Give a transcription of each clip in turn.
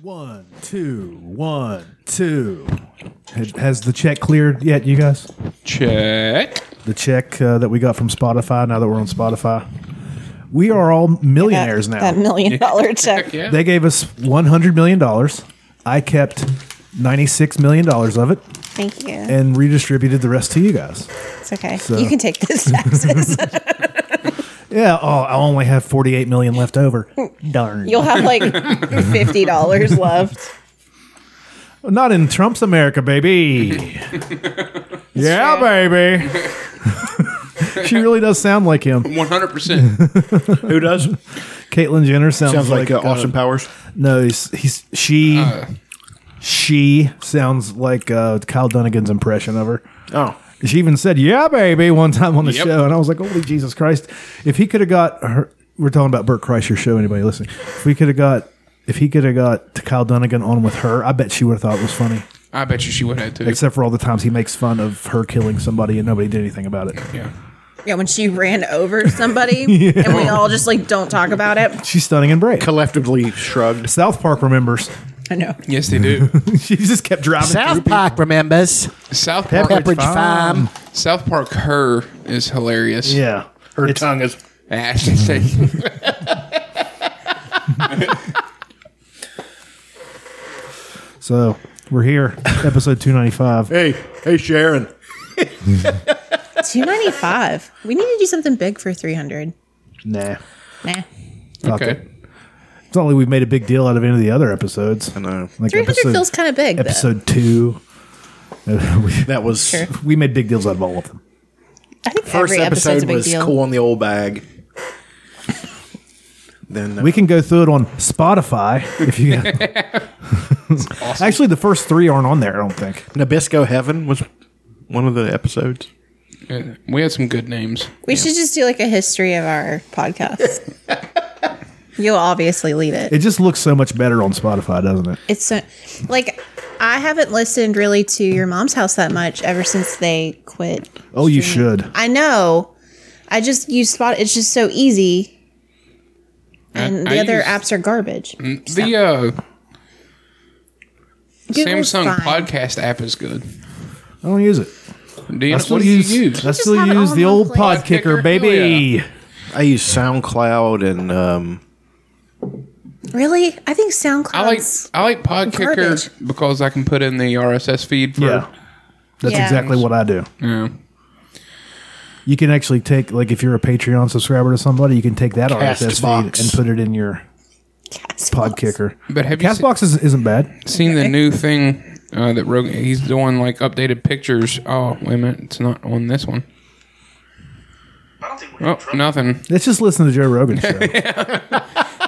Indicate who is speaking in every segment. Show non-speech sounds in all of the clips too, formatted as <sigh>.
Speaker 1: One, two, one, two. Ha- Has the check cleared yet, you guys?
Speaker 2: Check.
Speaker 1: The check uh, that we got from Spotify. Now that we're on Spotify, we are all millionaires
Speaker 3: that,
Speaker 1: now.
Speaker 3: That million dollar check.
Speaker 2: Heck yeah.
Speaker 1: They gave us one hundred million dollars. I kept ninety-six million dollars of it
Speaker 3: Thank you.
Speaker 1: and redistributed the rest to you guys.
Speaker 3: it's okay.
Speaker 1: so-
Speaker 3: You can take this taxes.
Speaker 1: <laughs> Yeah. Oh, I only have forty-eight million left
Speaker 3: <laughs>
Speaker 1: over. Darn.
Speaker 3: You'll have like fifty dollars left.
Speaker 1: Not in Trump's America, baby. yeah, baby. <laughs> she really does sound like him.
Speaker 2: 100%.
Speaker 4: Who does?
Speaker 1: Caitlyn Jenner sounds,
Speaker 4: Sounds like,
Speaker 1: like,
Speaker 4: uh, Austin Powers.
Speaker 1: No, he's, he's she. she sounds like uh, Kyle Dunnigan's impression of her.
Speaker 4: Oh,
Speaker 1: She even said, "Yeah, baby," one time on the
Speaker 2: Yep.
Speaker 1: show, and I was like, "Holy Jesus Christ!" If he could have got her, we're talking about Burt Kreischer show. Anybody listening? If we could have got, if he could have got Kyle Dunnigan on with her, I bet she would have thought it was funny.
Speaker 2: I bet you she would have too.
Speaker 1: Except for all the times he makes fun of her killing somebody and nobody did anything about it.
Speaker 2: yeah.
Speaker 3: Yeah, when she ran
Speaker 1: <laughs>
Speaker 3: over somebody, and we all just like don't talk about it.
Speaker 1: She's stunning and brave.
Speaker 4: collectively shrugged.
Speaker 1: South Park remembers. <laughs>
Speaker 3: I know.
Speaker 2: Yes, they do.
Speaker 1: she just kept driving. through
Speaker 4: South
Speaker 1: people.
Speaker 4: Park remembers
Speaker 2: South Park.
Speaker 4: Pepperidge
Speaker 1: Farm.
Speaker 4: Farm.
Speaker 2: South Park. Her is hilarious. <laughs>
Speaker 1: Yeah.
Speaker 4: Her tongue is.
Speaker 2: Ah, she's
Speaker 1: <laughs>
Speaker 2: like-
Speaker 1: So we're
Speaker 2: <laughs>
Speaker 1: here, episode 295.
Speaker 4: Hey, hey, Sharon.
Speaker 3: Two ninety five. We need to do something big for three hundred.
Speaker 1: nah.
Speaker 3: Nah.
Speaker 1: Fuck
Speaker 2: okay.
Speaker 1: it. It's not like we've made a big deal out of any of the other episodes. I
Speaker 4: know.
Speaker 1: Like
Speaker 3: Three hundred
Speaker 1: episode-
Speaker 3: feels kind of big. Though.
Speaker 1: Episode two. <laughs> Uh, we,
Speaker 4: That was
Speaker 3: Sure.
Speaker 1: we made big deals out of all of them.
Speaker 3: I think
Speaker 4: first
Speaker 3: every episode's
Speaker 4: episode
Speaker 3: a big
Speaker 4: was
Speaker 3: deal.
Speaker 4: cool in the old bag. Then
Speaker 1: We can go through it on Spotify if
Speaker 2: <laughs>
Speaker 1: you. <laughs> Actually, the first three aren't on there. I don't think.
Speaker 4: Nabisco Heaven was one of the episodes.
Speaker 2: Yeah. We had some good names.
Speaker 3: We should just do like a history of our
Speaker 1: <laughs>
Speaker 3: podcast. You'll obviously lead it.
Speaker 1: It just looks so much better on Spotify, doesn't it?
Speaker 3: It's so like I haven't listened really to your mom's house that much ever since they quit.
Speaker 1: Oh, you should.
Speaker 3: I know. I just use Spot. It's just so easy. And
Speaker 2: I-
Speaker 3: the
Speaker 2: I
Speaker 3: other
Speaker 2: use-
Speaker 3: apps are garbage.
Speaker 2: The uh,
Speaker 3: Google's
Speaker 2: Samsung
Speaker 3: fine.
Speaker 2: podcast app is good.
Speaker 1: I don't use it.
Speaker 2: Do you
Speaker 1: I
Speaker 2: know,
Speaker 1: still
Speaker 2: what do
Speaker 1: use. uh,
Speaker 2: you use?
Speaker 1: I
Speaker 3: just
Speaker 1: still
Speaker 3: have it
Speaker 1: use
Speaker 3: all
Speaker 1: the
Speaker 3: in one
Speaker 1: old
Speaker 3: place.
Speaker 1: pod kicker,
Speaker 2: Pod kicker,
Speaker 1: baby.
Speaker 4: I use SoundCloud and um,
Speaker 3: Really? I think SoundCloud.
Speaker 2: I like I like Podkicker
Speaker 3: Garbage.
Speaker 2: because I can put in the RSS feed for
Speaker 1: Yeah, that's
Speaker 3: Yeah.
Speaker 1: exactly what I do.
Speaker 2: Yeah.
Speaker 1: You can actually take like if you're a Patreon subscriber to somebody, you can take that RSS
Speaker 4: Castbox.
Speaker 1: feed and put it in your pod kicker.
Speaker 2: But have you
Speaker 1: Castbox is, isn't bad.
Speaker 2: seen the new thing uh, that Rogan? He's doing like updated pictures. Oh wait a minute, it's not on this one. Oh, nothing.
Speaker 1: Let's just listen to Joe Rogan
Speaker 2: <laughs>
Speaker 1: show.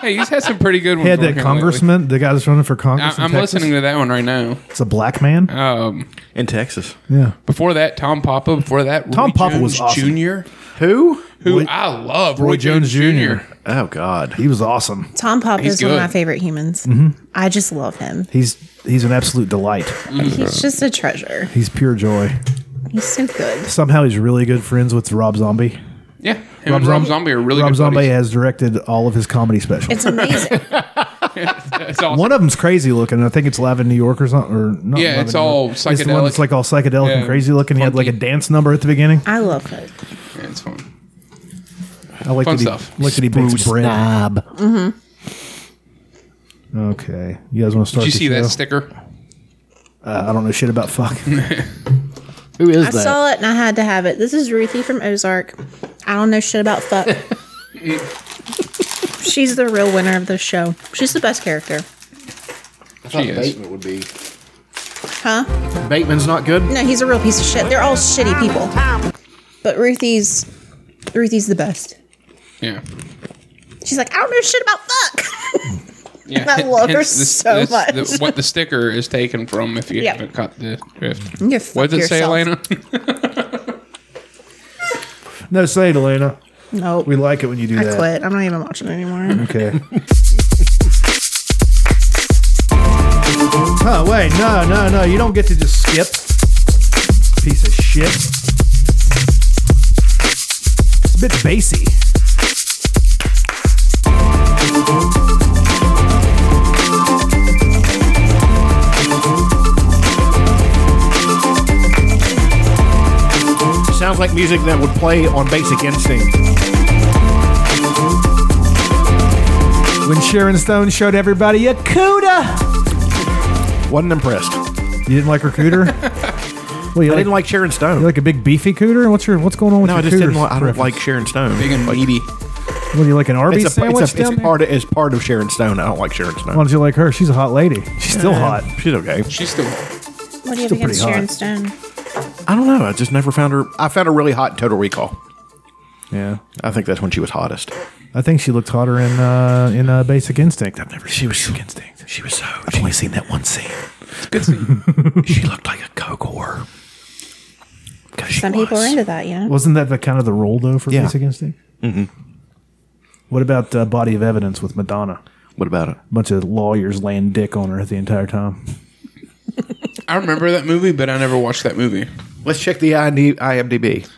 Speaker 2: Hey, he's had some pretty good ones.
Speaker 1: He had that
Speaker 2: working
Speaker 1: congressman, the guy that's running for
Speaker 2: lately.
Speaker 1: Congress.
Speaker 2: I,
Speaker 1: in
Speaker 2: I'm
Speaker 1: Texas.
Speaker 2: listening to that one right now.
Speaker 1: It's a black man.
Speaker 2: Um,
Speaker 4: in Texas.
Speaker 1: yeah,
Speaker 2: before that, Tom Papa. Before that,
Speaker 1: Tom
Speaker 2: Roy
Speaker 1: Papa
Speaker 2: Jones
Speaker 1: was awesome.
Speaker 2: Jr.
Speaker 4: Who?
Speaker 2: Who I love, Roy, Jones, Jr.
Speaker 4: Oh God.
Speaker 1: he was awesome.
Speaker 3: Tom Pop
Speaker 2: He's
Speaker 3: is one of my
Speaker 2: good.
Speaker 3: favorite humans. I just love him.
Speaker 1: He's he's an absolute delight.
Speaker 3: He's just a treasure.
Speaker 1: He's pure joy.
Speaker 3: He's so good.
Speaker 1: Somehow he's really good friends with Rob Zombie.
Speaker 2: Yeah, him and Rob Zombie are really
Speaker 1: Rob
Speaker 2: good.
Speaker 1: Zombie
Speaker 2: buddies.
Speaker 1: has directed all of his comedy specials.
Speaker 2: <laughs>
Speaker 3: It's amazing.
Speaker 2: It's awesome.
Speaker 1: One of them's crazy looking. I think it's live in New York or something. Or not
Speaker 2: Yeah,
Speaker 1: Live in
Speaker 2: it's
Speaker 1: New York.
Speaker 2: all
Speaker 1: It's the one that's
Speaker 2: psychedelic.
Speaker 1: like all psychedelic and
Speaker 2: Yeah,
Speaker 1: crazy looking. He had like
Speaker 2: funky.
Speaker 1: a dance number at the beginning.
Speaker 3: I love him.
Speaker 2: Yeah, it's fun.
Speaker 1: I like
Speaker 2: Fun
Speaker 1: that he,
Speaker 2: stuff.
Speaker 1: Like that he bakes bread.
Speaker 4: Snob.
Speaker 1: Okay, you guys want to start?
Speaker 2: Did you
Speaker 1: the
Speaker 2: see
Speaker 1: show?
Speaker 2: that sticker?
Speaker 1: Uh, I don't know shit about
Speaker 2: <laughs>
Speaker 1: fuck.
Speaker 4: Who is
Speaker 3: I
Speaker 4: that?
Speaker 3: saw it and I had to have it. This is Ruthie from Ozark. I don't know shit about fuck. <laughs> She's the real winner of the show. She's the best character.
Speaker 4: I thought
Speaker 2: She is.
Speaker 4: Bateman would be.
Speaker 3: Huh?
Speaker 4: Bateman's not good.
Speaker 3: No, he's a real piece of shit. They're all shitty people. But Ruthie's Ruthie's the best.
Speaker 2: Yeah.
Speaker 3: She's like, I don't know shit about fuck. <laughs>
Speaker 2: Yeah, <laughs>
Speaker 3: I
Speaker 2: h-
Speaker 3: love her
Speaker 2: hence
Speaker 3: so much.
Speaker 2: the- what the sticker is taken from, if you
Speaker 3: Yeah.
Speaker 2: haven't caught the drift.
Speaker 3: You fuck
Speaker 2: What does it say,
Speaker 3: yourself.
Speaker 2: Elena? <laughs>
Speaker 1: no, say it, Elena.
Speaker 3: Nope.
Speaker 1: We like it when you do
Speaker 3: I
Speaker 1: that.
Speaker 3: quit. I'm not even watching <laughs> anymore.
Speaker 1: Okay. oh wait, no, no, no! You don't get to just skip. Piece of shit. It's a bit bassy.
Speaker 5: sounds like music that would play on Basic Instinct.
Speaker 1: When Sharon Stone showed everybody a cuda.
Speaker 5: Wasn't impressed.
Speaker 1: You didn't like her
Speaker 2: <laughs>
Speaker 1: cooter? well, you
Speaker 5: I
Speaker 1: like,
Speaker 5: didn't like Sharon Stone.
Speaker 1: you like a big beefy cooter? What's your what's going on with
Speaker 5: no, I
Speaker 1: your
Speaker 5: just didn't.
Speaker 1: cooters
Speaker 5: Like, I don't
Speaker 1: preference?
Speaker 5: like Sharon Stone.
Speaker 2: Big and
Speaker 5: Like,
Speaker 2: meaty.
Speaker 1: What do you like an Arby's
Speaker 5: It's a,
Speaker 1: sandwich?
Speaker 5: it's, a,
Speaker 1: down
Speaker 5: it's
Speaker 1: there?
Speaker 5: part of it's part of Sharon Stone. I don't like Sharon Stone.
Speaker 1: Why don't you like her? She's a hot lady. She's still hot.
Speaker 5: She's okay.
Speaker 2: She's still.
Speaker 3: What do you have against
Speaker 1: pretty
Speaker 3: Sharon
Speaker 1: hot.
Speaker 3: Stone?
Speaker 5: I don't know. I just never found her. I found her really hot in Total Recall.
Speaker 1: Yeah.
Speaker 5: I think that's when she was hottest.
Speaker 1: I think she looked hotter in uh, in uh, Basic Instinct. I've never
Speaker 5: She was so instinct. She was so. I've only seen that one scene.
Speaker 2: Good scene.
Speaker 5: she looked like a coke whore. 'Cause she
Speaker 3: Some people
Speaker 5: was.
Speaker 3: are into that, you know.
Speaker 1: wasn't that the kind of the role though for
Speaker 5: Yeah.
Speaker 1: Basic Instinct. Mm-hmm. What about uh, Body of Evidence with Madonna?
Speaker 5: What about it?
Speaker 1: bunch of lawyers laying dick on her the entire time.
Speaker 2: I remember that movie, but I never watched that movie
Speaker 5: Let's check the ID IMDb.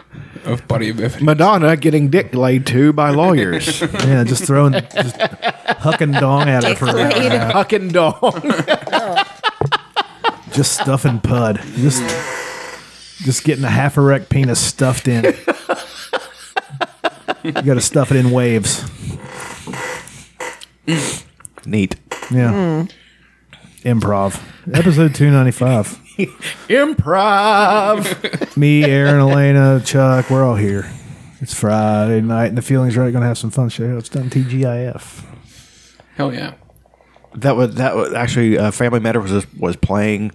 Speaker 2: of Body of Evidence.
Speaker 5: Madonna getting dick laid to by <laughs> lawyers.
Speaker 1: Yeah, just throwing, just hucking dong at her for an hour and a half.
Speaker 5: Fucking dog.
Speaker 1: just stuffing pud, just just getting a half erect penis stuffed in. you got to stuff it in waves.
Speaker 5: Neat.
Speaker 1: Yeah. Improv. Episode 295. <laughs>
Speaker 5: Improv.
Speaker 1: Me, Aaron, Elena, Chuck, we're all here. It's Friday night and the feeling's right. Going to have some fun. Show. It's done TGIF.
Speaker 2: Hell yeah.
Speaker 5: That was that was actually uh, Family Matters was was playing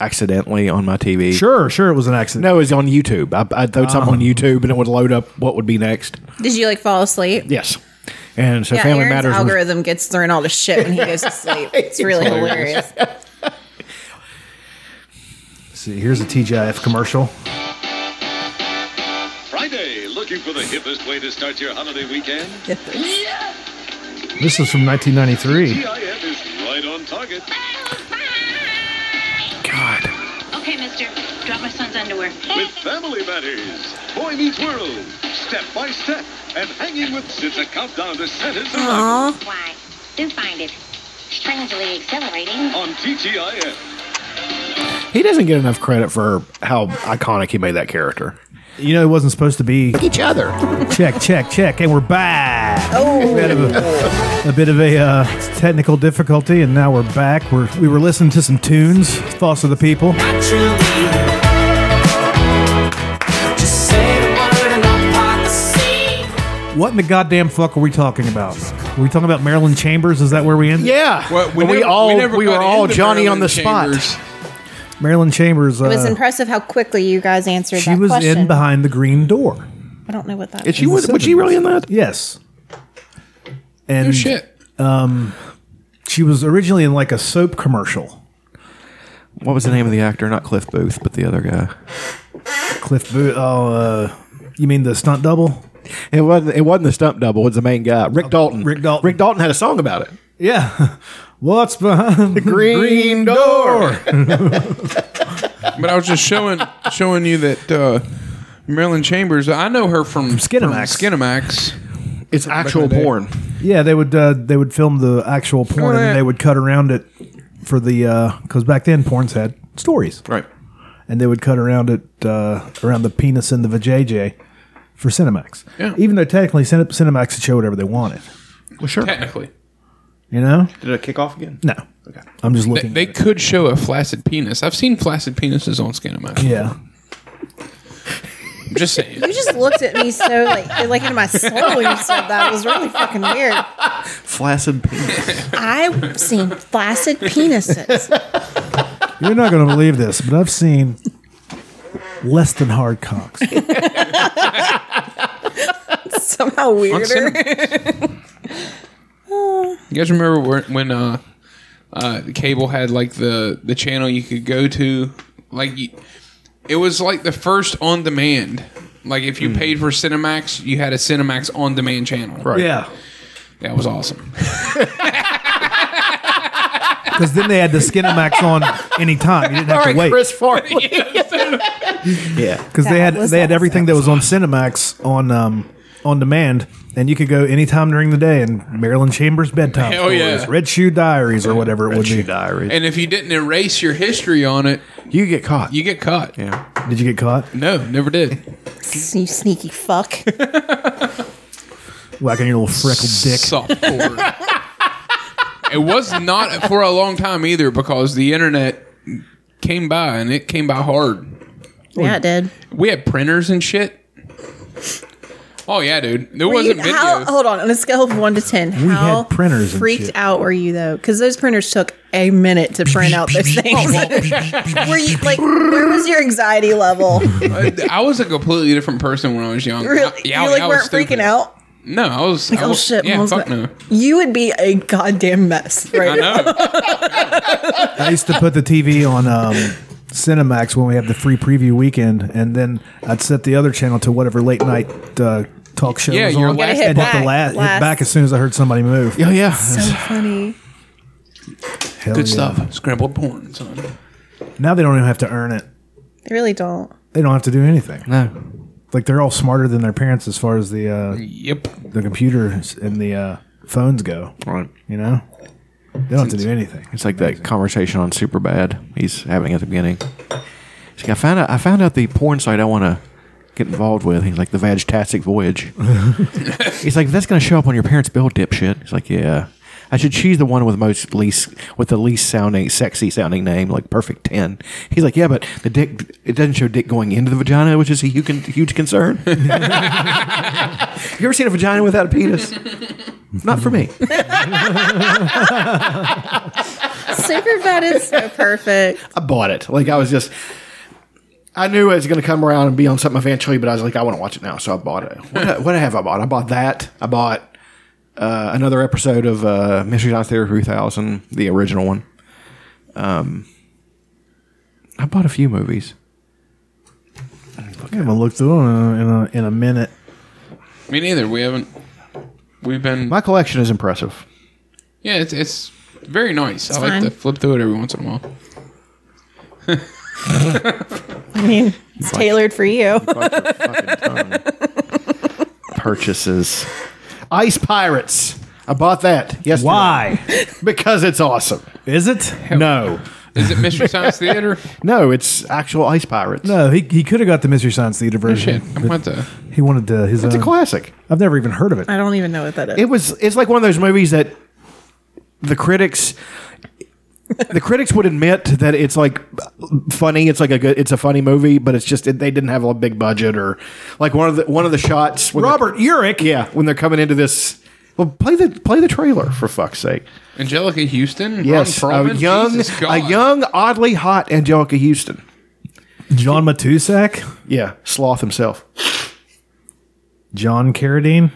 Speaker 5: accidentally on my TV.
Speaker 1: Sure, sure. It was an accident.
Speaker 5: No, it was on YouTube. I, I threw something on YouTube and it would load up what would be next.
Speaker 3: Did you like fall asleep?
Speaker 5: Yes. And so
Speaker 3: Yeah,
Speaker 5: Family
Speaker 3: Aaron's
Speaker 5: Matters was-
Speaker 3: algorithm gets thrown all to shit when he <laughs> goes to sleep. It's really
Speaker 2: hilarious.
Speaker 3: hilarious.
Speaker 1: See, here's a TGIF commercial.
Speaker 6: Friday, looking for the hippest way to start your holiday weekend?
Speaker 1: This is from 1993.
Speaker 6: TIF is right on target.
Speaker 5: God.
Speaker 7: Okay, mister. Drop my son's underwear.
Speaker 6: With Family Matters, Boy Meets World, Step by Step, and Hanging with It's a countdown to Santa's arrival
Speaker 3: Aw,
Speaker 7: Why? Do find it. Strangely exhilarating.
Speaker 6: on TGIF.
Speaker 5: He doesn't get enough credit for how iconic he made that character.
Speaker 1: You know, it wasn't supposed to be.
Speaker 5: Each other.
Speaker 1: Check, check, check, and we're back. Oh, we had a, a bit of a uh, technical difficulty, and now we're back. We're we were listening to some tunes, thoughts of the people. What in the goddamn fuck are we talking about? Are we talking about Marilyn Chambers? Is that where we ended?
Speaker 5: Yeah.
Speaker 2: Well,
Speaker 5: we,
Speaker 2: never-
Speaker 5: all we,
Speaker 2: never
Speaker 5: were
Speaker 2: got
Speaker 5: all
Speaker 2: into
Speaker 5: Johnny on
Speaker 2: Marilyn
Speaker 5: the
Speaker 2: Chambers.
Speaker 5: spot.
Speaker 1: Marilyn Chambers. Uh,
Speaker 3: it was impressive how quickly you guys answered
Speaker 1: she
Speaker 3: that
Speaker 1: was
Speaker 3: question.
Speaker 1: in behind the green door.
Speaker 3: I don't know what that
Speaker 5: Is she
Speaker 3: is.
Speaker 5: was, was she really in that?
Speaker 1: Yes.
Speaker 3: Oh,
Speaker 2: No
Speaker 1: And
Speaker 2: shit.
Speaker 1: she was originally in like a soap commercial.
Speaker 5: What was the name of the actor? Not Cliff Booth, but the other guy.
Speaker 1: Cliff Booth. Oh, uh, you mean the stunt double?
Speaker 5: It wasn't. It wasn't the stump double. It was the main guy,
Speaker 2: Oh,
Speaker 5: Rick Dalton.
Speaker 1: Rick Dalton.
Speaker 5: Rick Dalton had a song about it.
Speaker 1: Yeah. <laughs> What's behind <laughs> the
Speaker 5: Green, door.
Speaker 2: But I was just showing showing you that uh, Marilyn Chambers. I know her from
Speaker 1: Skinamax.
Speaker 2: From Skinamax.
Speaker 5: It's actual
Speaker 2: in the day.
Speaker 5: porn.
Speaker 1: Yeah, they would uh, they would film the actual porn and then they would cut around it for the because back then porns had stories
Speaker 5: Right.
Speaker 1: and they would cut around it uh, around the penis and the vajayjay for Cinemax.
Speaker 2: Yeah.
Speaker 1: Even though technically Cine- Cinemax could show whatever they wanted,
Speaker 5: Well, sure.
Speaker 2: Technically,
Speaker 1: you know.
Speaker 5: Did it kick off again?
Speaker 1: No, okay. I'm just
Speaker 2: they,
Speaker 1: looking.
Speaker 2: they could show a flaccid penis. I've seen flaccid penises on Skinamax.
Speaker 1: yeah.
Speaker 2: I'm just saying.
Speaker 3: You just looked at me so like like into my soul when you said that. It was really fucking weird.
Speaker 5: Flaccid penis.
Speaker 3: I've seen flaccid penises. <laughs>
Speaker 1: You're not going to believe this, but I've seen less than hard
Speaker 2: <laughs>
Speaker 1: cocks.
Speaker 3: Somehow
Speaker 2: On
Speaker 3: weirder.
Speaker 2: Cinemax. you guys remember where, when uh, uh, the cable had like the the channel you could go to, like you, it was like the first on demand. Like if you paid for Cinemax, you had a Cinemax on demand channel. Right.
Speaker 1: yeah.
Speaker 2: That was awesome.
Speaker 1: Because then they had the Skinemax on any time. You didn't have
Speaker 4: Oh,
Speaker 1: to wait.
Speaker 5: Chris
Speaker 4: <laughs>
Speaker 5: Farley. yeah.
Speaker 1: because they
Speaker 3: That
Speaker 1: had
Speaker 3: was
Speaker 1: they had
Speaker 3: awesome.
Speaker 1: everything that was on Cinemax on um, on demand, and you could go anytime during the day. And Marilyn Chambers bedtime
Speaker 2: Hell
Speaker 1: stories,
Speaker 2: Oh, yeah.
Speaker 1: Red Shoe Diaries, or whatever it would
Speaker 8: She
Speaker 1: be.
Speaker 8: died.
Speaker 2: And if you didn't erase your history on it,
Speaker 8: you get caught.
Speaker 2: you get caught.
Speaker 8: yeah.
Speaker 1: Did you get caught
Speaker 2: No, never did.
Speaker 3: You sneaky fuck.
Speaker 1: whacking your little freckled dick?
Speaker 2: Softcore. it was not for a long time either because the internet came by and it came by hard.
Speaker 3: yeah, it did.
Speaker 2: We had printers and shit. Oh yeah, dude. There
Speaker 3: Were
Speaker 2: wasn't
Speaker 3: you-
Speaker 2: video.
Speaker 3: How, hold on, on a scale of one to ten, how
Speaker 1: had printers and
Speaker 3: freaked
Speaker 1: shit.
Speaker 3: out were you though? Because those printers took a minute to print out those things. <laughs> were you like, where was your
Speaker 2: <laughs>
Speaker 3: anxiety level?
Speaker 2: I was a completely different person when I was young.
Speaker 3: Really,
Speaker 2: I- yeah,
Speaker 3: you like
Speaker 2: I was
Speaker 3: weren't
Speaker 2: stupid.
Speaker 3: freaking out.
Speaker 2: No, I was. I
Speaker 3: Like, oh
Speaker 2: was-
Speaker 3: shit,
Speaker 2: Yeah,
Speaker 3: mom's
Speaker 2: fuck
Speaker 3: not-
Speaker 2: no.
Speaker 3: <laughs> You would be a goddamn mess,
Speaker 2: I
Speaker 3: right?
Speaker 2: know.
Speaker 1: I used to put the TV on um, Cinemax when we have the free preview weekend, and then I'd set the other channel to whatever late night uh, talk show.
Speaker 2: Yeah,
Speaker 1: was
Speaker 2: your
Speaker 1: on, and
Speaker 2: last
Speaker 1: hit
Speaker 3: button.
Speaker 1: the last,
Speaker 3: Last.
Speaker 1: hit back as soon as I heard somebody move.
Speaker 8: Oh yeah.
Speaker 3: So funny.
Speaker 1: Hell
Speaker 2: Good
Speaker 1: yeah.
Speaker 2: stuff. Scrambled porn, son.
Speaker 1: Now they don't even have to earn it.
Speaker 3: They really don't.
Speaker 1: They don't have to do anything.
Speaker 8: No.
Speaker 1: Like they're all smarter than their parents as far as the uh,
Speaker 2: Yep.
Speaker 1: the computers and the uh, phones go.
Speaker 8: Right.
Speaker 1: You know, they don't have to do anything.
Speaker 8: It's like that conversation on Superbad he's having at the beginning. He's like, I found out I found out the porn site I want to get involved with. He's like the Vagtastic Voyage. he's like, that's gonna show up on your parents' bill, dipshit. He's like, yeah. I should choose the one with most least with the least sounding sexy sounding name, like Perfect Ten. He's like, yeah, but the dick it doesn't show dick going into the vagina, which is a huge, huge concern. you ever seen a vagina without a penis? Not for me.
Speaker 3: Super bad is so perfect.
Speaker 5: I bought it. Like I was just, I knew it was going to come around and be on something eventually, but I was like, I want to watch it now, so I bought it. What, what have I bought? I bought that. I bought uh, another episode of uh,
Speaker 8: Mystery Science Theater 3000, the original one. Um,
Speaker 5: Um,
Speaker 8: I bought a few movies.
Speaker 1: I haven't looked through them in a, in a minute.
Speaker 2: Me neither. We haven't. We've been.
Speaker 5: my collection is impressive.
Speaker 2: Yeah, it's it's very nice. I like
Speaker 3: fine.
Speaker 2: to flip through it every once in a while.
Speaker 3: <laughs> I mean, it's tailored for you.
Speaker 1: <laughs>
Speaker 5: Purchases, Ice Pirates. I bought that. Yes.
Speaker 1: Why
Speaker 5: Because it's awesome.
Speaker 1: is it?
Speaker 5: No,
Speaker 2: Is it Mystery Science
Speaker 5: <laughs>
Speaker 2: Theater?
Speaker 5: no, it's actual Ice Pirates.
Speaker 1: No, Oh, he, he could have got the Mystery Science Theater
Speaker 5: Oh,
Speaker 1: version.
Speaker 2: Shit, I'm about to.
Speaker 1: He wanted uh, his
Speaker 5: It's a
Speaker 1: own.
Speaker 5: classic.
Speaker 1: I've never even heard of it.
Speaker 3: I don't even know what that is.
Speaker 5: It was. It's like one of those movies that the critics. the critics would admit that it's like funny. It's like a good. It's a funny movie, but it's just they didn't have a big budget or like one of the one of the shots. When
Speaker 1: Robert Urich.
Speaker 5: yeah, when they're coming into this, well, play the play the trailer for fuck's sake.
Speaker 2: Angelica Houston.
Speaker 5: Yes,
Speaker 2: Ron
Speaker 5: a
Speaker 2: Perlman?
Speaker 5: young,
Speaker 2: Jesus
Speaker 5: a
Speaker 2: God.
Speaker 5: young, oddly hot Angelica Houston.
Speaker 1: John Matusak,
Speaker 5: Yeah, sloth himself.
Speaker 1: John Carradine,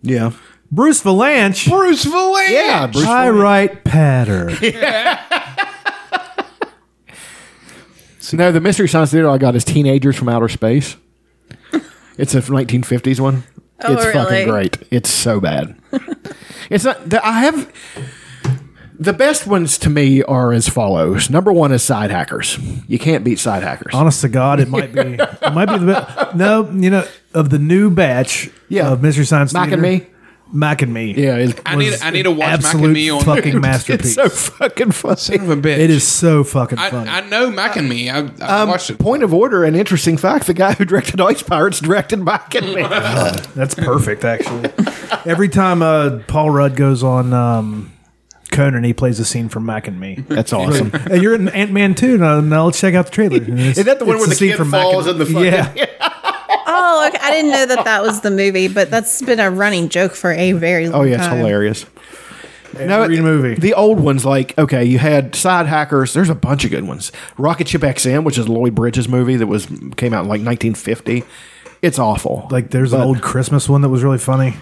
Speaker 8: Yeah.
Speaker 1: Bruce Valanche,
Speaker 2: Bruce Valanche.
Speaker 5: Yeah, Bruce.
Speaker 1: Pyrite Patter.
Speaker 5: <laughs> No, the Mystery Science Theater I got is Teenagers from
Speaker 3: <laughs>
Speaker 5: Outer Space. It's a 1950s one.
Speaker 3: Oh,
Speaker 5: it's
Speaker 3: really?
Speaker 5: fucking great. It's so
Speaker 3: <laughs>
Speaker 5: bad. it's not. The, I have the best ones to me are as follows. Number one is Side Hackers. You can't beat Side Hackers.
Speaker 1: Honest to God, it might be. It might be the best. No, you know, of the new batch
Speaker 5: Yeah.
Speaker 1: of Mystery Science
Speaker 5: Mac
Speaker 1: Theater.
Speaker 5: and me.
Speaker 1: Mac and me.
Speaker 5: Yeah, it's,
Speaker 2: I need. I need to watch Mac
Speaker 1: Absolute
Speaker 2: and Me on. <laughs>
Speaker 1: fucking
Speaker 5: <laughs> it's
Speaker 1: masterpiece.
Speaker 5: so fucking funny.
Speaker 2: Son of a bitch.
Speaker 1: It is so fucking
Speaker 2: I,
Speaker 1: funny. Um,
Speaker 2: I know Mac and Me. I, I watched it.
Speaker 5: <laughs> Point of order, an interesting fact: the guy who directed Ice Pirates directed
Speaker 3: <laughs>
Speaker 5: Mac and Me.
Speaker 1: That's perfect, actually. Every time uh, Paul Rudd goes on um, Conan, he plays a scene from Mac and Me.
Speaker 5: That's awesome.
Speaker 3: <laughs>
Speaker 1: Hey, you're in Ant Man too. Now, uh, now let's check out the
Speaker 5: <laughs>
Speaker 1: trailer. Is
Speaker 5: that the one where the kid falls in the fucking- <laughs>
Speaker 1: yeah?
Speaker 3: oh, okay. I didn't know that that was the movie, but that's been a running joke for a very long
Speaker 5: Oh
Speaker 3: time.
Speaker 5: yeah, it's hilarious.
Speaker 1: Every movie.
Speaker 5: The old ones, like okay, you had Side Hackers. There's a bunch of good ones. Rocket Ship XM, which is Lloyd Bridges' movie that was came out in like 1950. It's awful.
Speaker 1: Like there's an
Speaker 5: But-
Speaker 1: old Christmas one that was really funny.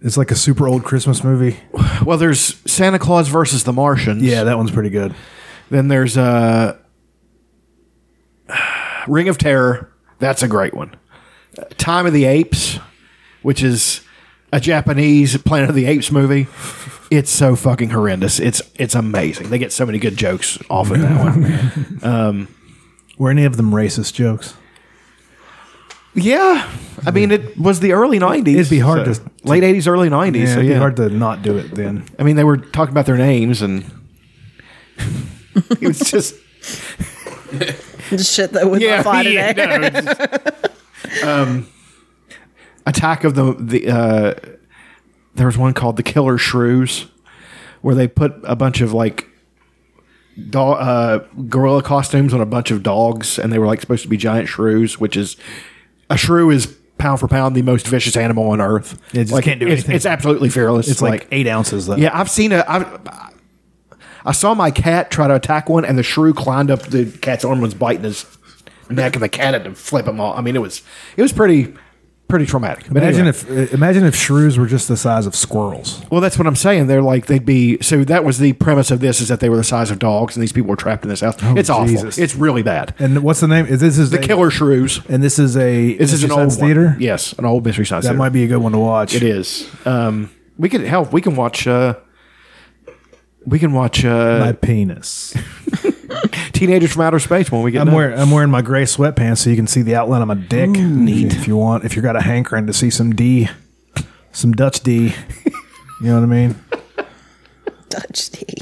Speaker 1: It's like a super old Christmas movie.
Speaker 5: well, there's Santa Claus versus the Martians.
Speaker 1: Yeah, that one's pretty good.
Speaker 5: Then there's uh, <sighs> Ring of Terror. That's a great one. Uh, Time of the Apes, which is a Japanese Planet of the Apes movie. It's so fucking horrendous. It's it's amazing. They get so many good jokes
Speaker 1: <laughs>
Speaker 5: off of that one.
Speaker 1: Were any of them racist jokes?
Speaker 5: Yeah, I mean, it was the early '90s.
Speaker 1: It'd be hard
Speaker 5: so-
Speaker 1: to-
Speaker 5: late '80s, early '90s.
Speaker 1: Yeah,
Speaker 5: so
Speaker 1: it'd
Speaker 5: yeah,
Speaker 1: be hard to not do it then.
Speaker 5: I mean, they were talking about their
Speaker 1: <laughs>
Speaker 5: names, and it was just
Speaker 3: Just shit that would not fly today. <laughs>
Speaker 5: no, it's just- um, Attack of the the uh, there was one called the Killer Shrews, where they put a bunch of like dog uh, gorilla costumes on a bunch of dogs, and they were like supposed to be giant shrews, which is a shrew is pound for pound the most vicious animal on earth.
Speaker 1: It just
Speaker 5: like,
Speaker 1: can't do
Speaker 5: it's,
Speaker 1: anything.
Speaker 5: It's absolutely fearless.
Speaker 1: It's like, eight ounces though.
Speaker 5: Yeah, I've seen a. I've, I saw my cat try to attack one, and the shrew climbed up the cat's arm and was biting his neck, and the cat had to flip him off. I mean, it was it was pretty pretty traumatic. But
Speaker 1: Imagine
Speaker 5: anyway.
Speaker 1: if uh, imagine if shrews were just the size of squirrels.
Speaker 5: well, that's what I'm saying. They're like they'd be. So that was the premise of this is that they were the size of dogs, and these people were trapped in this house. it's
Speaker 1: Oh, Jesus.
Speaker 5: awful. It's really bad.
Speaker 1: And what's the name? Is This is
Speaker 5: the
Speaker 1: a-
Speaker 5: killer shrews.
Speaker 1: And this is a
Speaker 5: This is an
Speaker 1: Mystery
Speaker 5: old
Speaker 1: Science
Speaker 5: one.
Speaker 1: theater.
Speaker 5: Yes, an old mystery science
Speaker 1: that
Speaker 5: theater.
Speaker 1: might be a good one to watch.
Speaker 5: It is. Um, we could help. We can watch. Uh, we can watch uh,
Speaker 1: My penis.
Speaker 5: Teenagers from Outer Space when we get.
Speaker 1: I'm
Speaker 5: done.
Speaker 1: wearing I'm wearing my gray sweatpants so you can see the outline of my dick. neat. If you want, if you got a hankering to see some D, some Dutch D. you know what I mean?
Speaker 3: Dutch tea.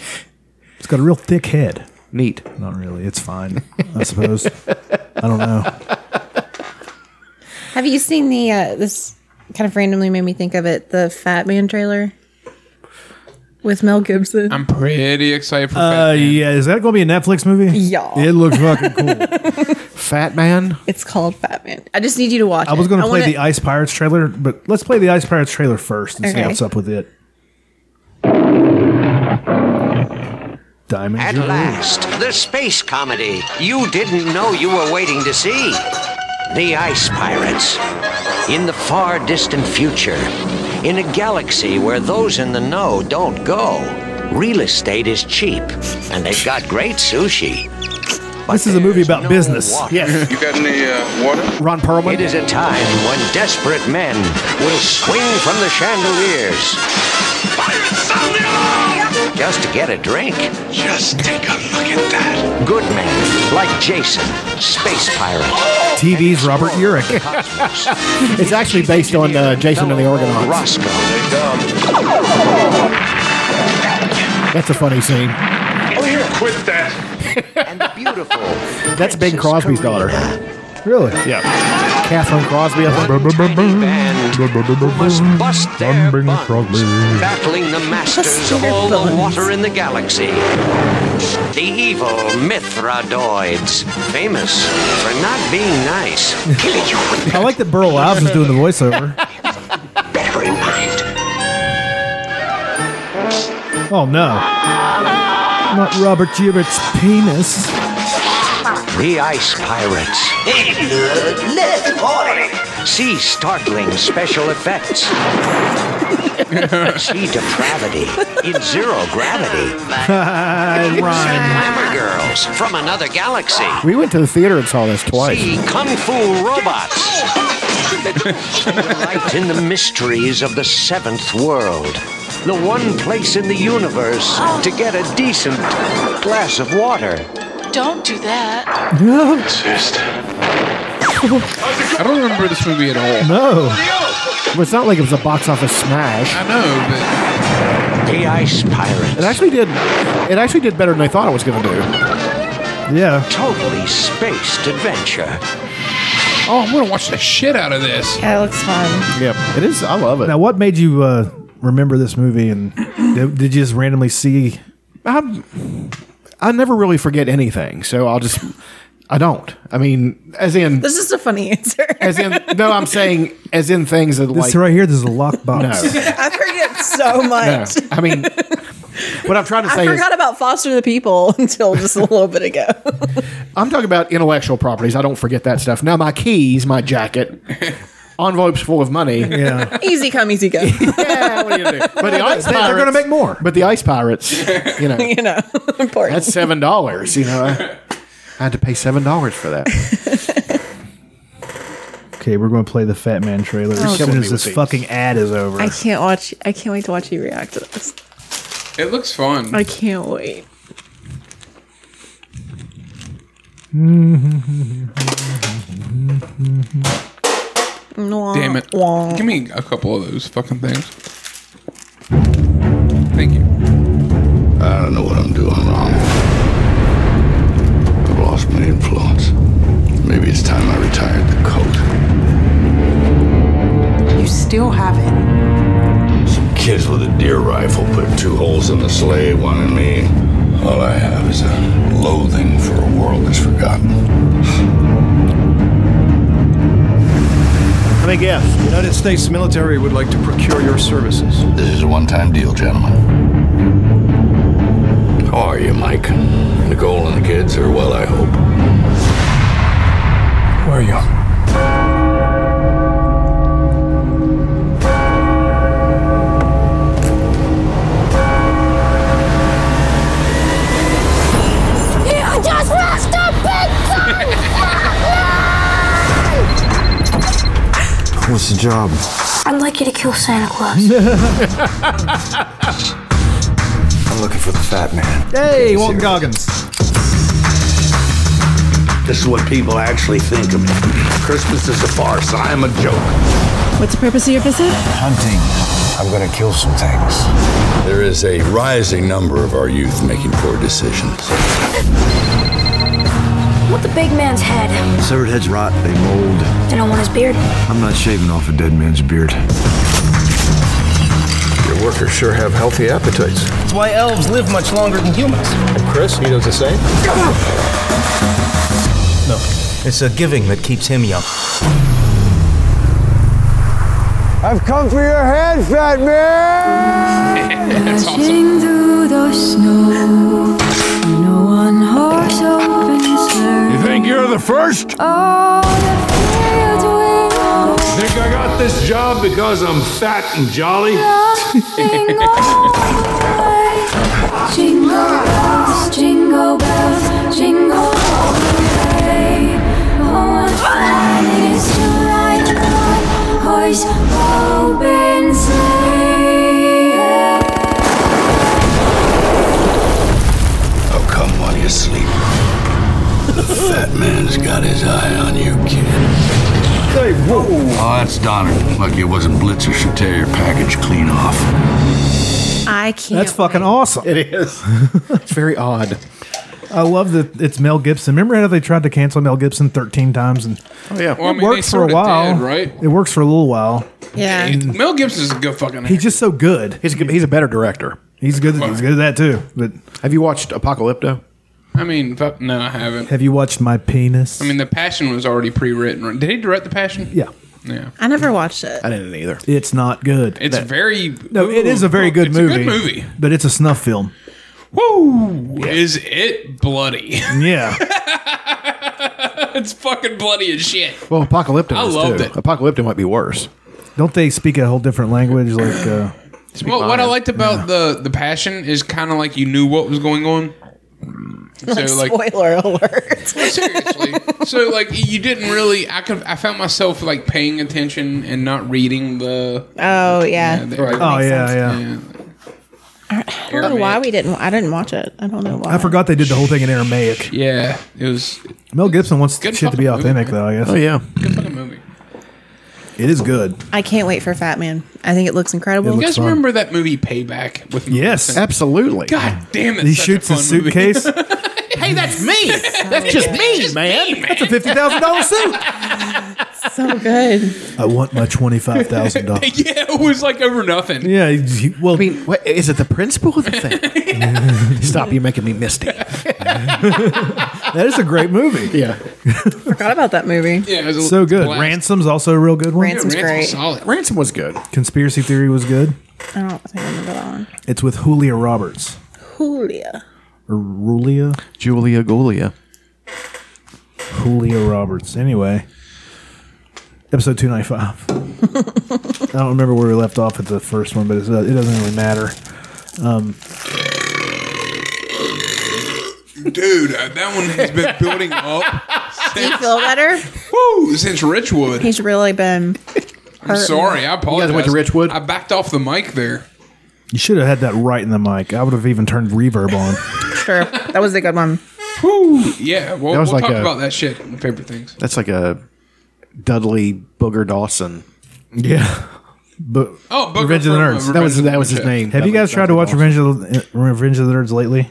Speaker 1: It's got a real thick head.
Speaker 5: Neat.
Speaker 1: Not really. It's fine, I suppose. I don't know.
Speaker 3: Have you seen the uh, this kind of randomly made me think of it the Fat Man trailer with Mel Gibson?
Speaker 2: I'm pretty excited for
Speaker 1: <laughs> Uh,
Speaker 2: Fat Man.
Speaker 1: yeah, is that going to be a Netflix movie?
Speaker 3: Yeah.
Speaker 1: It looks fucking cool.
Speaker 5: Fat Man.
Speaker 3: it's called Fat Man. I just need you to watch.
Speaker 1: I was
Speaker 3: it.
Speaker 1: going to play
Speaker 3: wanna-
Speaker 1: the Ice Pirates trailer, but let's play the Ice Pirates trailer first and see
Speaker 3: Okay.
Speaker 1: what's up with it. Diamond.
Speaker 9: At last, the space comedy you didn't know you were waiting to see. The Ice Pirates. In the far distant future, in a galaxy where those in the know don't go, real estate is cheap, and they've got great sushi. But
Speaker 1: This is a movie
Speaker 9: there's
Speaker 1: about
Speaker 9: no
Speaker 1: business.
Speaker 9: water.
Speaker 5: Yes.
Speaker 6: You got any uh, water?
Speaker 5: Ron Perlman.
Speaker 9: It is a time when desperate men will swing from the chandeliers. Just to get a drink.
Speaker 6: Just take a look at that.
Speaker 9: Good men like Jason, space pirate.
Speaker 1: TV's Robert
Speaker 5: <laughs>
Speaker 1: Urich.
Speaker 5: It's actually based on uh, Jason and the Argonauts.
Speaker 9: Roscoe.
Speaker 5: That's a funny scene.
Speaker 6: Oh, you quit that.
Speaker 9: and the beautiful.
Speaker 5: That's Bing Crosby's daughter.
Speaker 1: Really?
Speaker 5: Yeah. Catherine Crosby. I think.
Speaker 9: Tiny band who must bust their buns, battling the masters of
Speaker 3: their
Speaker 9: all the
Speaker 3: buns.
Speaker 9: water in the galaxy. The evil Mithradoids, famous for not being nice.
Speaker 1: I like that Burl Ives is doing the voiceover.
Speaker 9: Better in mind.
Speaker 1: Oh no. Not Robert Urech's
Speaker 5: <laughs>
Speaker 1: penis.
Speaker 9: The Ice Pirates. See startling special effects. See depravity in zero gravity. Glamour girls from another galaxy.
Speaker 5: We went to the theater and saw this twice.
Speaker 9: See kung fu <laughs> robots. Delight in the mysteries of the seventh world. The one place in the universe to get a decent glass of water.
Speaker 10: Don't do that.
Speaker 6: Just.
Speaker 2: I don't remember this movie at all.
Speaker 1: No.
Speaker 5: But it's not like it was a box office smash.
Speaker 2: I know,
Speaker 9: The Ice Pirates.
Speaker 5: It actually did. It actually did better than I thought it was going to do.
Speaker 1: Yeah.
Speaker 9: totally spaced adventure.
Speaker 2: but oh, I'm gonna watch the shit out of this.
Speaker 3: Yeah, it looks fun.
Speaker 5: Yeah. It is. I love it.
Speaker 1: Now, what made you uh, remember this movie and did, did you just randomly see?
Speaker 5: I'm, I never really forget anything, so I'll just. I don't. I mean, as in,
Speaker 3: This is a funny answer. <laughs>
Speaker 5: as in. No, I'm saying, as in things that
Speaker 1: This
Speaker 5: like.
Speaker 1: right here, this is a lockbox.
Speaker 5: No,
Speaker 3: I forget <laughs> so
Speaker 5: no.
Speaker 3: much.
Speaker 5: I mean, what I'm trying to
Speaker 3: I
Speaker 5: say is,
Speaker 3: forgot about Foster the People <laughs> until just a little bit ago.
Speaker 5: I'm talking about intellectual properties. I don't forget that stuff. Now my keys, my jacket, envelopes full of money. Yeah, <laughs>
Speaker 1: Yeah.
Speaker 3: <laughs> easy come, easy go.
Speaker 5: what are you gonna do? But the ice pirates,
Speaker 1: They're going to make more.
Speaker 5: But the ice pirates, you
Speaker 3: <laughs>
Speaker 5: know,
Speaker 3: you know, <laughs> important.
Speaker 5: that's seven dollars. You know, I, I had to pay seven dollars for that.
Speaker 1: Okay, we're going to play the Fat Man trailer
Speaker 3: Oh,
Speaker 1: as
Speaker 5: killing
Speaker 1: soon as
Speaker 5: me with
Speaker 1: this
Speaker 5: these.
Speaker 1: fucking ad is over.
Speaker 3: I can't watch. I can't wait to watch you react to this.
Speaker 2: It looks fun.
Speaker 3: I can't wait.
Speaker 2: Damn it.
Speaker 3: Wah.
Speaker 2: Give me a couple of those fucking things. Thank you.
Speaker 9: I don't know what I'm doing wrong. I've lost my influence. Maybe it's time I retired the coat.
Speaker 11: You still have it.
Speaker 9: Some kids with a deer rifle put two holes in the sleigh, one in me. All I have is a loathing for a world that's forgotten.
Speaker 5: I mean, yes.
Speaker 12: United States military would like to procure your services.
Speaker 9: This is a one-time deal, gentlemen. How are you, Mike? Nicole and the kids are well, I hope.
Speaker 12: Where are you?
Speaker 6: You just lost a big
Speaker 9: What's the job?
Speaker 6: I'd like you to kill Santa Claus.
Speaker 9: I'm looking for the fat man.
Speaker 1: Hey, Walton Goggins.
Speaker 9: This is what people actually think of me. Christmas is a farce. I am a joke.
Speaker 3: What's the purpose of your visit?
Speaker 9: Hunting. I'm going to kill some things. There is a rising number of our youth making poor decisions.
Speaker 6: What the big man's head?
Speaker 9: Severed heads rot, they mold.
Speaker 6: They don't want his beard.
Speaker 9: I'm not shaving off a dead man's beard. Your workers sure have healthy appetites.
Speaker 12: That's why elves live much longer than humans. And Chris, he does the same. No, it's a giving that keeps him young.
Speaker 9: I've come for your head, fat man! <laughs>
Speaker 2: That's awesome.
Speaker 9: You think you're the first? Think I got this job because I'm fat and jolly? I'll come while you sleep. The fat man's got his eye on you, kid. Hey, whoa! Oh, that's Donner. Lucky it wasn't Blitzer should tear your package clean off.
Speaker 3: I can't.
Speaker 1: That's fucking awesome.
Speaker 5: It is. it's very odd.
Speaker 1: I love that it's Mel Gibson. Remember how they tried to cancel Mel Gibson 13 times and
Speaker 5: Oh, yeah.
Speaker 2: Well, I mean,
Speaker 1: worked for
Speaker 2: they
Speaker 1: a
Speaker 2: sorta
Speaker 1: while,
Speaker 2: did, right?
Speaker 1: It works for a little while.
Speaker 3: Yeah.
Speaker 2: And Mel Gibson's a good fucking.
Speaker 1: He's just so good.
Speaker 5: he's, a, good- he's a better director.
Speaker 1: He's good. He's good at that too. But
Speaker 5: Have you watched Apocalypto?
Speaker 2: I mean, fuck, no, I haven't.
Speaker 1: have you watched My Penis?
Speaker 2: I mean, The Passion was already pre-written. Did he direct The Passion?
Speaker 1: yeah,
Speaker 2: Yeah.
Speaker 3: I never watched it.
Speaker 5: I didn't either.
Speaker 1: it's not good.
Speaker 2: It's very
Speaker 1: no, it is a very good
Speaker 2: it's
Speaker 1: movie.
Speaker 2: A good movie.
Speaker 1: but it's a snuff film.
Speaker 2: Woo! Is it
Speaker 1: <laughs>
Speaker 2: bloody? <laughs>
Speaker 1: Yeah,
Speaker 2: it's fucking bloody as shit.
Speaker 5: Well, Apocalypto
Speaker 2: I
Speaker 5: is
Speaker 2: loved
Speaker 5: too.
Speaker 2: it.
Speaker 5: Apocalypto might be worse.
Speaker 1: don't they speak a whole different language? Like, uh,
Speaker 2: Well, what I liked about the the passion is kind of like you knew what was going
Speaker 3: <laughs>
Speaker 2: on. So like
Speaker 3: Spoiler alert.
Speaker 2: seriously, so like you didn't really. I could. I found myself like paying attention and not reading the. uh,
Speaker 3: Oh yeah.
Speaker 2: the-
Speaker 1: oh
Speaker 3: Makes
Speaker 1: yeah,
Speaker 3: sense.
Speaker 1: yeah,
Speaker 3: I don't know why we didn't. I didn't watch it. I don't know why.
Speaker 1: I forgot they did the whole thing in Aramaic.
Speaker 2: Yeah, it was
Speaker 1: Mel Gibson wants
Speaker 2: Good
Speaker 1: shit to be
Speaker 2: fucking movie,
Speaker 1: authentic,
Speaker 2: man.
Speaker 1: though. I guess
Speaker 5: Oh yeah.
Speaker 2: good fucking movie.
Speaker 1: it is good.
Speaker 3: I can't wait for Fat Man. I think it looks incredible.
Speaker 1: It
Speaker 2: You
Speaker 1: looks-
Speaker 2: guys
Speaker 1: fun.
Speaker 2: remember that movie Payback with Mel
Speaker 1: Yes.
Speaker 2: Gibson?
Speaker 5: Absolutely.
Speaker 2: God damn it!
Speaker 1: He shoots his
Speaker 2: <laughs>
Speaker 1: suitcase.
Speaker 5: Hey, that's
Speaker 3: <laughs>
Speaker 5: me. that's just me, man.
Speaker 1: It's a fifty thousand dollars suit.
Speaker 3: so good.
Speaker 1: I want my twenty five thousand
Speaker 2: <laughs>
Speaker 1: dollars.
Speaker 2: <laughs> yeah, it was like over nothing.
Speaker 1: Yeah, he- he- well,
Speaker 5: I mean, what, is it the principle of the
Speaker 2: <laughs>
Speaker 5: thing? Stop! You're making me misty.
Speaker 1: that is a great movie.
Speaker 5: Yeah.
Speaker 3: Forgot about that movie.
Speaker 2: Yeah, it was a
Speaker 1: So good.
Speaker 2: blast.
Speaker 1: Ransom's also a real good one.
Speaker 3: Ransom's
Speaker 2: Ransom's
Speaker 3: great.
Speaker 2: solid.
Speaker 5: Ransom was good.
Speaker 1: Conspiracy Theory was good.
Speaker 3: I don't think I remember that one.
Speaker 1: It's with Julia Roberts.
Speaker 3: Julia.
Speaker 1: Or Julia?
Speaker 13: Julia Golia.
Speaker 1: Julia Roberts. Anyway, episode <laughs> 295. I don't remember where we left off at the first one, but it's, uh, it doesn't really matter.
Speaker 2: Dude, uh, that one has been building up
Speaker 3: Do you feel better?
Speaker 2: woo, since Richwood.
Speaker 3: He's really been.
Speaker 2: I'm sorry, I apologize.
Speaker 5: went to Richwood?
Speaker 2: I backed off the mic there.
Speaker 1: You should have had that right in the mic. I would have even turned reverb on.
Speaker 3: Sure, that was a good one.
Speaker 2: Woo, yeah. Well,
Speaker 5: That was
Speaker 2: we'll
Speaker 5: like
Speaker 2: talk
Speaker 5: a-
Speaker 2: about that shit in favorite things.
Speaker 5: That's like a Dudley Booger Dawson.
Speaker 1: Yeah. But
Speaker 2: Oh, Booger
Speaker 1: Revenge of the
Speaker 2: from, uh,
Speaker 1: Nerds.
Speaker 5: That was that was his
Speaker 2: Yeah.
Speaker 5: name.
Speaker 1: Have you guys tried to watch Revenge of the uh, Revenge of the Nerds lately?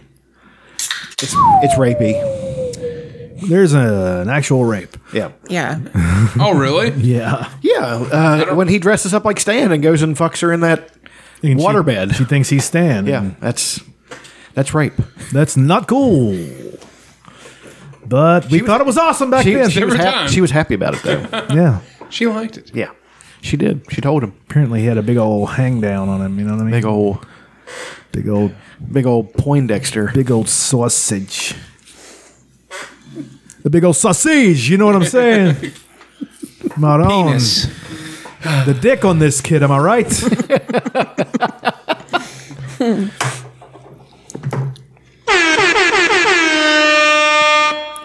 Speaker 5: It's it's rapey.
Speaker 1: There's a, an actual rape.
Speaker 5: Yeah.
Speaker 3: Yeah.
Speaker 2: Oh, really?
Speaker 1: Yeah.
Speaker 5: <laughs> Yeah, uh, when he dresses up like Stan and goes and fucks her in that
Speaker 1: And she-
Speaker 5: waterbed.
Speaker 1: She, thinks he's Stan.
Speaker 5: Yeah, that's that's rape.
Speaker 1: That's not cool. But we thought it was awesome back
Speaker 5: she,
Speaker 1: then.
Speaker 5: <laughs> She was,
Speaker 2: Every
Speaker 5: hap-
Speaker 2: time.
Speaker 5: she was happy about it though.
Speaker 1: yeah.
Speaker 2: She liked it.
Speaker 5: yeah, she did. She told him
Speaker 1: Apparently he had a big old hang down on him, you know what I mean?
Speaker 5: big old
Speaker 1: big old
Speaker 5: big old Poindexter.
Speaker 1: big old sausage. The big old sausage, you know what I'm saying?
Speaker 5: <laughs>
Speaker 1: Maron.
Speaker 2: Penis.
Speaker 1: The dick on this kid, am I
Speaker 2: <laughs>
Speaker 1: right?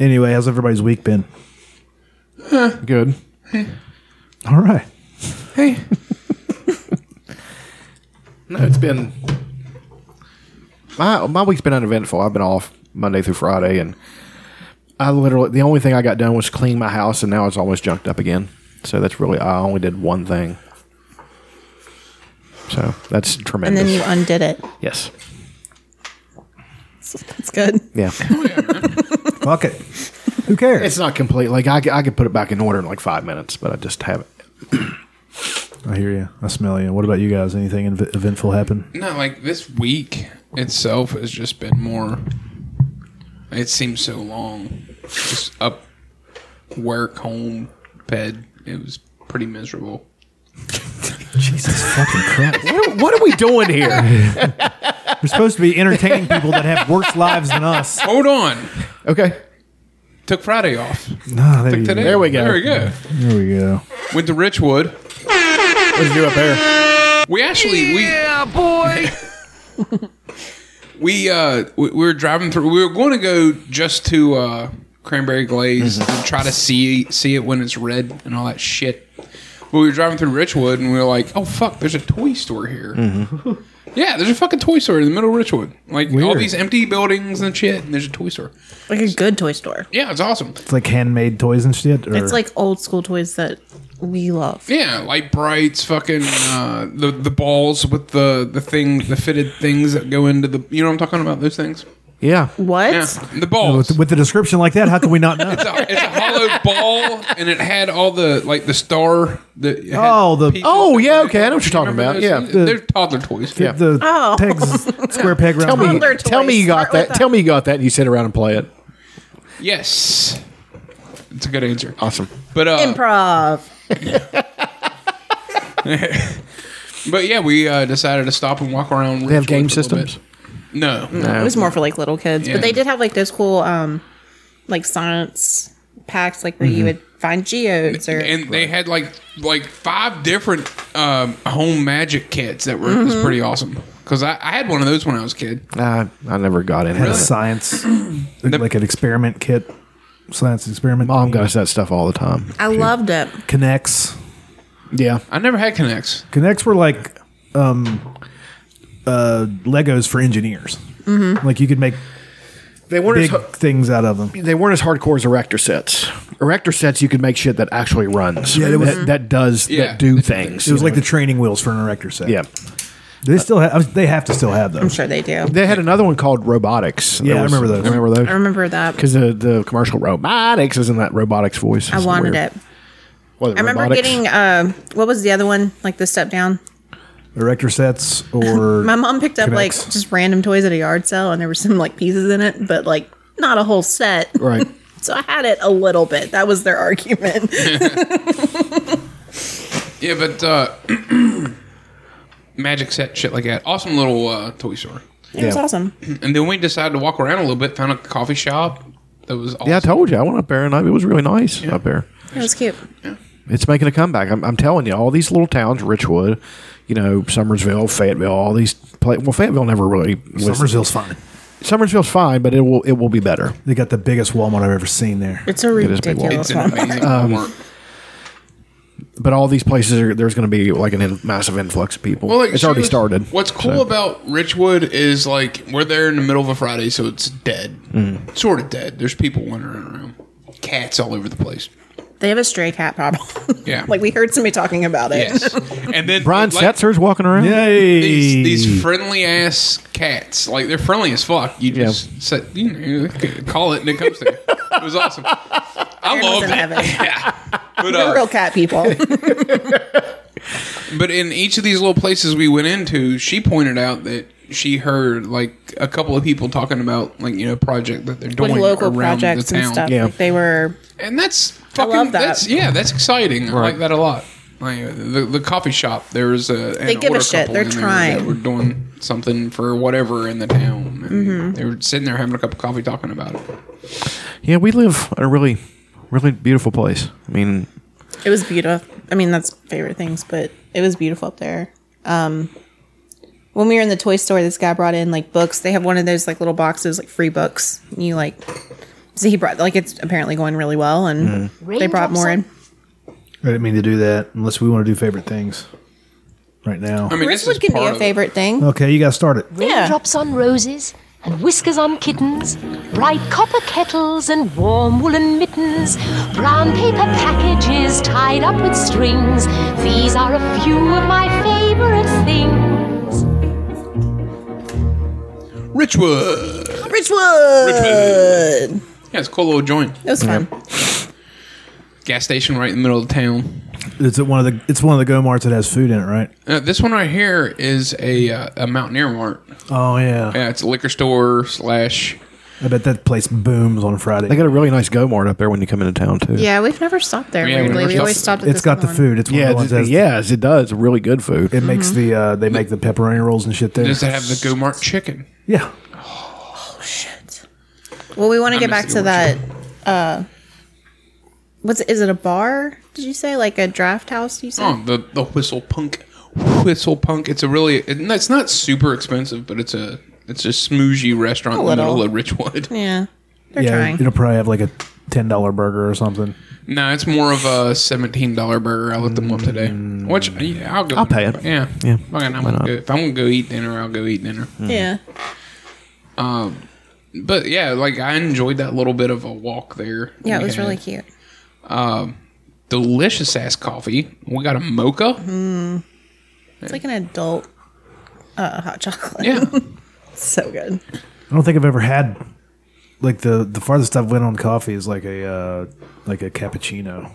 Speaker 1: anyway, how's everybody's week been?
Speaker 5: Good.
Speaker 1: All right.
Speaker 2: Hey,
Speaker 5: <laughs> No, it's been my my week's been uneventful. I've been off Monday through Friday, and I literally the only thing I got done was clean my house, and now it's almost junked up again. So that's really I only did one thing. So that's
Speaker 3: And
Speaker 5: tremendous.
Speaker 3: then you undid it.
Speaker 5: yes.
Speaker 3: That's good.
Speaker 5: Yeah.
Speaker 1: Fuck it. Who cares?
Speaker 5: It's not complete. Like I, c- I could put it back in order in like five minutes, but I just haven't.
Speaker 1: I hear you. I smell you. What about you guys? Anything ev- eventful happen?
Speaker 2: no, like this week itself has just been more. It seems so long. Just up, work, home, bed. It was pretty miserable.
Speaker 5: <laughs> What, what are we doing here?
Speaker 1: We're supposed to be entertaining people that have worse lives than <laughs> us.
Speaker 2: Hold on.
Speaker 5: Okay.
Speaker 2: Took Friday off.
Speaker 1: No, there,
Speaker 2: Took
Speaker 1: you
Speaker 2: today.
Speaker 1: go.
Speaker 5: we go.
Speaker 2: There we go.
Speaker 1: there we go.
Speaker 2: Went to Richwood.
Speaker 5: What did you do up there?
Speaker 2: We actually we yeah boy. <laughs> we uh we, we were driving through. We were going to go just to uh, Cranberry Glaze
Speaker 5: Mm-hmm.
Speaker 2: and try to see see it when it's red and all that shit. But we were driving through Richwood and we were like, oh fuck, there's a toy store here.
Speaker 5: Mm-hmm.
Speaker 2: yeah, there's a fucking toy store in the middle of Richwood. Like all
Speaker 1: Weird.
Speaker 2: these empty buildings and shit, and there's a toy store.
Speaker 3: Like a good toy store.
Speaker 2: Yeah, it's awesome.
Speaker 1: It's like handmade toys and shit. Or
Speaker 3: It's like old school toys that we love.
Speaker 2: Yeah, light brights, fucking uh, the the balls with the the things, the fitted things that go into the. You know what I'm talking about? Those things.
Speaker 5: Yeah.
Speaker 3: What?
Speaker 2: Yeah, the balls.
Speaker 1: with, with the description like that. How can we not know?
Speaker 2: It's a, it's a hollow ball, and it had all the like the star. The it had
Speaker 1: Oh, the-
Speaker 2: pieces
Speaker 5: Oh
Speaker 2: that-
Speaker 5: yeah. Okay, I know what you're talking
Speaker 2: Remember
Speaker 5: about.
Speaker 2: those?
Speaker 5: Yeah.
Speaker 2: they're toddler toys.
Speaker 5: Yeah.
Speaker 1: The
Speaker 3: Oh.
Speaker 1: pegs, square peg, round
Speaker 5: Tell me.
Speaker 1: hole.
Speaker 3: Toddler
Speaker 5: Tell me
Speaker 3: toys.
Speaker 5: you got
Speaker 3: Start with
Speaker 5: that. Tell me you got that, and you sit around and play it.
Speaker 2: Yes, it's a good answer.
Speaker 5: Awesome.
Speaker 2: But uh,
Speaker 3: Improv.
Speaker 2: but yeah, we uh, decided to stop and walk around.
Speaker 5: They have game
Speaker 2: Richwood for a little
Speaker 5: systems.
Speaker 2: bit. No,
Speaker 3: It was more for like little kids,
Speaker 2: Yeah.
Speaker 3: but they did have like those cool, um, like science packs, like where you would find geodes or
Speaker 2: Mm-hmm. and they had like like five different um, home magic kits that were it was pretty awesome. Because I, I had one of those when I was a kid.
Speaker 5: Uh, I never got into
Speaker 1: Had a
Speaker 3: <clears throat>
Speaker 5: it.
Speaker 1: science, like an experiment kit, science experiment.
Speaker 5: Mom got us that stuff all the time.
Speaker 3: I loved it.
Speaker 1: connects.
Speaker 5: Yeah.
Speaker 2: I never had Connects.
Speaker 1: Connects were like um, uh, Legos for engineers. Mm-hmm. Like you could make
Speaker 5: They weren't
Speaker 1: big
Speaker 5: as
Speaker 1: things out of them.
Speaker 5: they weren't as hardcore as erector sets. Erector sets, you could make shit that actually runs.
Speaker 1: Yeah, it was-
Speaker 5: that, that does
Speaker 2: Yeah.
Speaker 5: that do things.
Speaker 1: It was like the training wheels for an erector set.
Speaker 5: yeah.
Speaker 1: they still have. They have to still have
Speaker 3: I'm
Speaker 1: those.
Speaker 3: sure they do.
Speaker 5: They had another one called robotics.
Speaker 1: Yeah,
Speaker 5: There
Speaker 1: I remember those.
Speaker 5: Remember those?
Speaker 3: I remember that.
Speaker 5: Because the, the commercial robotics is in that robotics voice.
Speaker 3: I wanted it. I remember getting um, what was the other one? Like the step down.
Speaker 1: Erector sets or
Speaker 3: <laughs> My mom picked up like
Speaker 1: Connects.
Speaker 3: just random toys at a yard sale, and there were some like pieces in it, but like not a whole set. <laughs>
Speaker 5: right.
Speaker 3: So I had it a little bit. That was
Speaker 2: <laughs>
Speaker 3: their argument.
Speaker 2: Yeah, but uh, <clears throat> magic set shit like that. Awesome little uh, toy store.
Speaker 3: It was
Speaker 5: Yeah.
Speaker 3: awesome.
Speaker 2: And then we decided to walk around a little bit, found a coffee shop that was awesome.
Speaker 5: Yeah, I told you I went up there and I, it was really nice up there.
Speaker 3: It was cute.
Speaker 5: It's making a comeback. I'm, I'm telling you, all these little towns, Richwood, you know, Somersville, Fayetteville, all these. Play, well, Fayetteville never really. Was,
Speaker 1: Somersville's fine.
Speaker 5: Somersville's fine, but it will it will be better.
Speaker 1: They got the biggest Walmart I've ever seen there.
Speaker 3: It's a
Speaker 5: is big.
Speaker 3: ridiculous
Speaker 2: it's an
Speaker 3: one.
Speaker 5: <laughs>
Speaker 2: amazing
Speaker 5: Um,
Speaker 2: Walmart.
Speaker 5: But all these places are there's going to be like an in, massive influx of people.
Speaker 2: Well, like,
Speaker 5: it's
Speaker 2: so
Speaker 5: already
Speaker 2: what's-
Speaker 5: started.
Speaker 2: What's cool
Speaker 5: So,
Speaker 2: about Richwood is like we're there in the middle of a Friday, so
Speaker 5: Mm.
Speaker 2: it's dead, sort of dead. There's people wandering around, cats all over the place.
Speaker 3: They have a stray cat problem.
Speaker 2: Yeah.
Speaker 3: <laughs> like we heard somebody talking about it.
Speaker 2: Yes. <laughs> And then
Speaker 5: Brian
Speaker 2: like,
Speaker 5: Setzer's walking around.
Speaker 1: Yay!
Speaker 2: These, these friendly ass cats, like they're friendly as fuck. You just set, you know, call it and it comes to you. It was awesome. I
Speaker 3: Everyone's
Speaker 2: loved
Speaker 3: in
Speaker 2: it. <laughs>
Speaker 3: heaven.
Speaker 2: Yeah.
Speaker 3: <laughs>
Speaker 2: But,
Speaker 3: We're
Speaker 2: uh,
Speaker 3: real cat
Speaker 5: <laughs>
Speaker 3: people.
Speaker 2: But in each of these little places we went into, she pointed out that she heard like a couple of people talking about like you know project that they're doing
Speaker 3: Like local
Speaker 2: around
Speaker 3: projects
Speaker 2: the town.
Speaker 3: and stuff. Like they were
Speaker 2: and that's
Speaker 3: I
Speaker 2: fucking,
Speaker 3: love that.
Speaker 2: That's, yeah, that's exciting. I
Speaker 5: Right.
Speaker 2: like that a lot. Like uh, the, the coffee shop, there was a an
Speaker 3: They give a
Speaker 2: older
Speaker 3: shit.
Speaker 2: couple
Speaker 3: They're
Speaker 2: in there
Speaker 3: trying.
Speaker 2: That were doing something for whatever in the town. And
Speaker 3: Mhm.
Speaker 2: They were sitting there having a cup of coffee talking about it.
Speaker 5: Yeah, we live in a really, really beautiful place. I mean,
Speaker 3: It was beautiful. I mean, that's favorite things, but it was beautiful up there. Um, when we were in the toy store, this guy brought in like books. They have one of those like little boxes, like free books. And you like, so he brought like it's apparently going really well, and
Speaker 1: Mhm.
Speaker 3: they brought more in.
Speaker 1: I didn't mean to do that unless we want to do favorite things right now.
Speaker 3: Um,
Speaker 2: I mean,
Speaker 3: Ridgewood can be a favorite thing.
Speaker 1: Okay, you got to start it.
Speaker 14: Raindrops on roses and whiskers on kittens, bright copper kettles and warm woolen mittens, brown paper packages tied up with strings. These are a few of my favorite things.
Speaker 2: Richwood.
Speaker 3: Richwood.
Speaker 2: Yeah, it's a cool little joint.
Speaker 3: It was fun.
Speaker 2: Gas station right in the middle of town.
Speaker 1: It's at one of the it's one of the go marts that has food in it, right?
Speaker 2: Uh, this one right here is a uh, a Mountaineer Mart.
Speaker 1: Oh yeah.
Speaker 2: Yeah, it's a liquor store slash.
Speaker 1: I bet that place booms on Friday.
Speaker 5: they got a really nice go mart up there when you come into town too.
Speaker 3: Yeah, we've never stopped there.
Speaker 5: Yeah, we
Speaker 3: weirdly,
Speaker 5: never
Speaker 3: we always stopped.
Speaker 5: stopped there.
Speaker 3: at
Speaker 1: It's
Speaker 3: this
Speaker 1: got the
Speaker 3: one.
Speaker 1: food. It's one
Speaker 5: Yeah,
Speaker 1: of the ones
Speaker 5: it-
Speaker 1: that has-
Speaker 5: yes, it does. Really good food.
Speaker 1: It makes the uh, they make the pepperoni rolls and shit there.
Speaker 2: Does it have the Go Mart chicken?
Speaker 1: Yeah.
Speaker 3: Well, we want
Speaker 2: I
Speaker 3: to get
Speaker 2: miss the
Speaker 3: back to that. Uh, what's is it a bar? Did you say like a draft house? You said
Speaker 2: Oh, the the whistle punk, whistle punk. It's a really. It, it's not super expensive, but it's a it's a smoozy restaurant
Speaker 3: A
Speaker 2: in the middle
Speaker 3: little.
Speaker 2: of Richwood.
Speaker 3: yeah. They're
Speaker 1: yeah,
Speaker 3: trying.
Speaker 1: it'll probably have like a ten dollar burger or something.
Speaker 2: No, it's more of a seventeen dollar burger. I looked them up today. Which yeah, I'll go.
Speaker 1: Mm. I'll pay it.
Speaker 2: Yeah,
Speaker 1: Yeah,
Speaker 2: Fucking,
Speaker 1: why
Speaker 2: I'm gonna
Speaker 1: not? Mm.
Speaker 2: go, if I'm gonna go eat dinner, I'll go eat dinner.
Speaker 3: Yeah.
Speaker 2: Um, but yeah, like I enjoyed that little bit of a walk there.
Speaker 3: Yeah, it
Speaker 2: We
Speaker 3: was
Speaker 2: had,
Speaker 3: really cute.
Speaker 2: Um, delicious ass coffee. We got a mocha.
Speaker 3: Mm. It's like an adult uh, hot chocolate.
Speaker 2: Yeah.
Speaker 3: so good.
Speaker 1: I don't think I've ever had like the the farthest I've went on coffee is like a uh, like a cappuccino.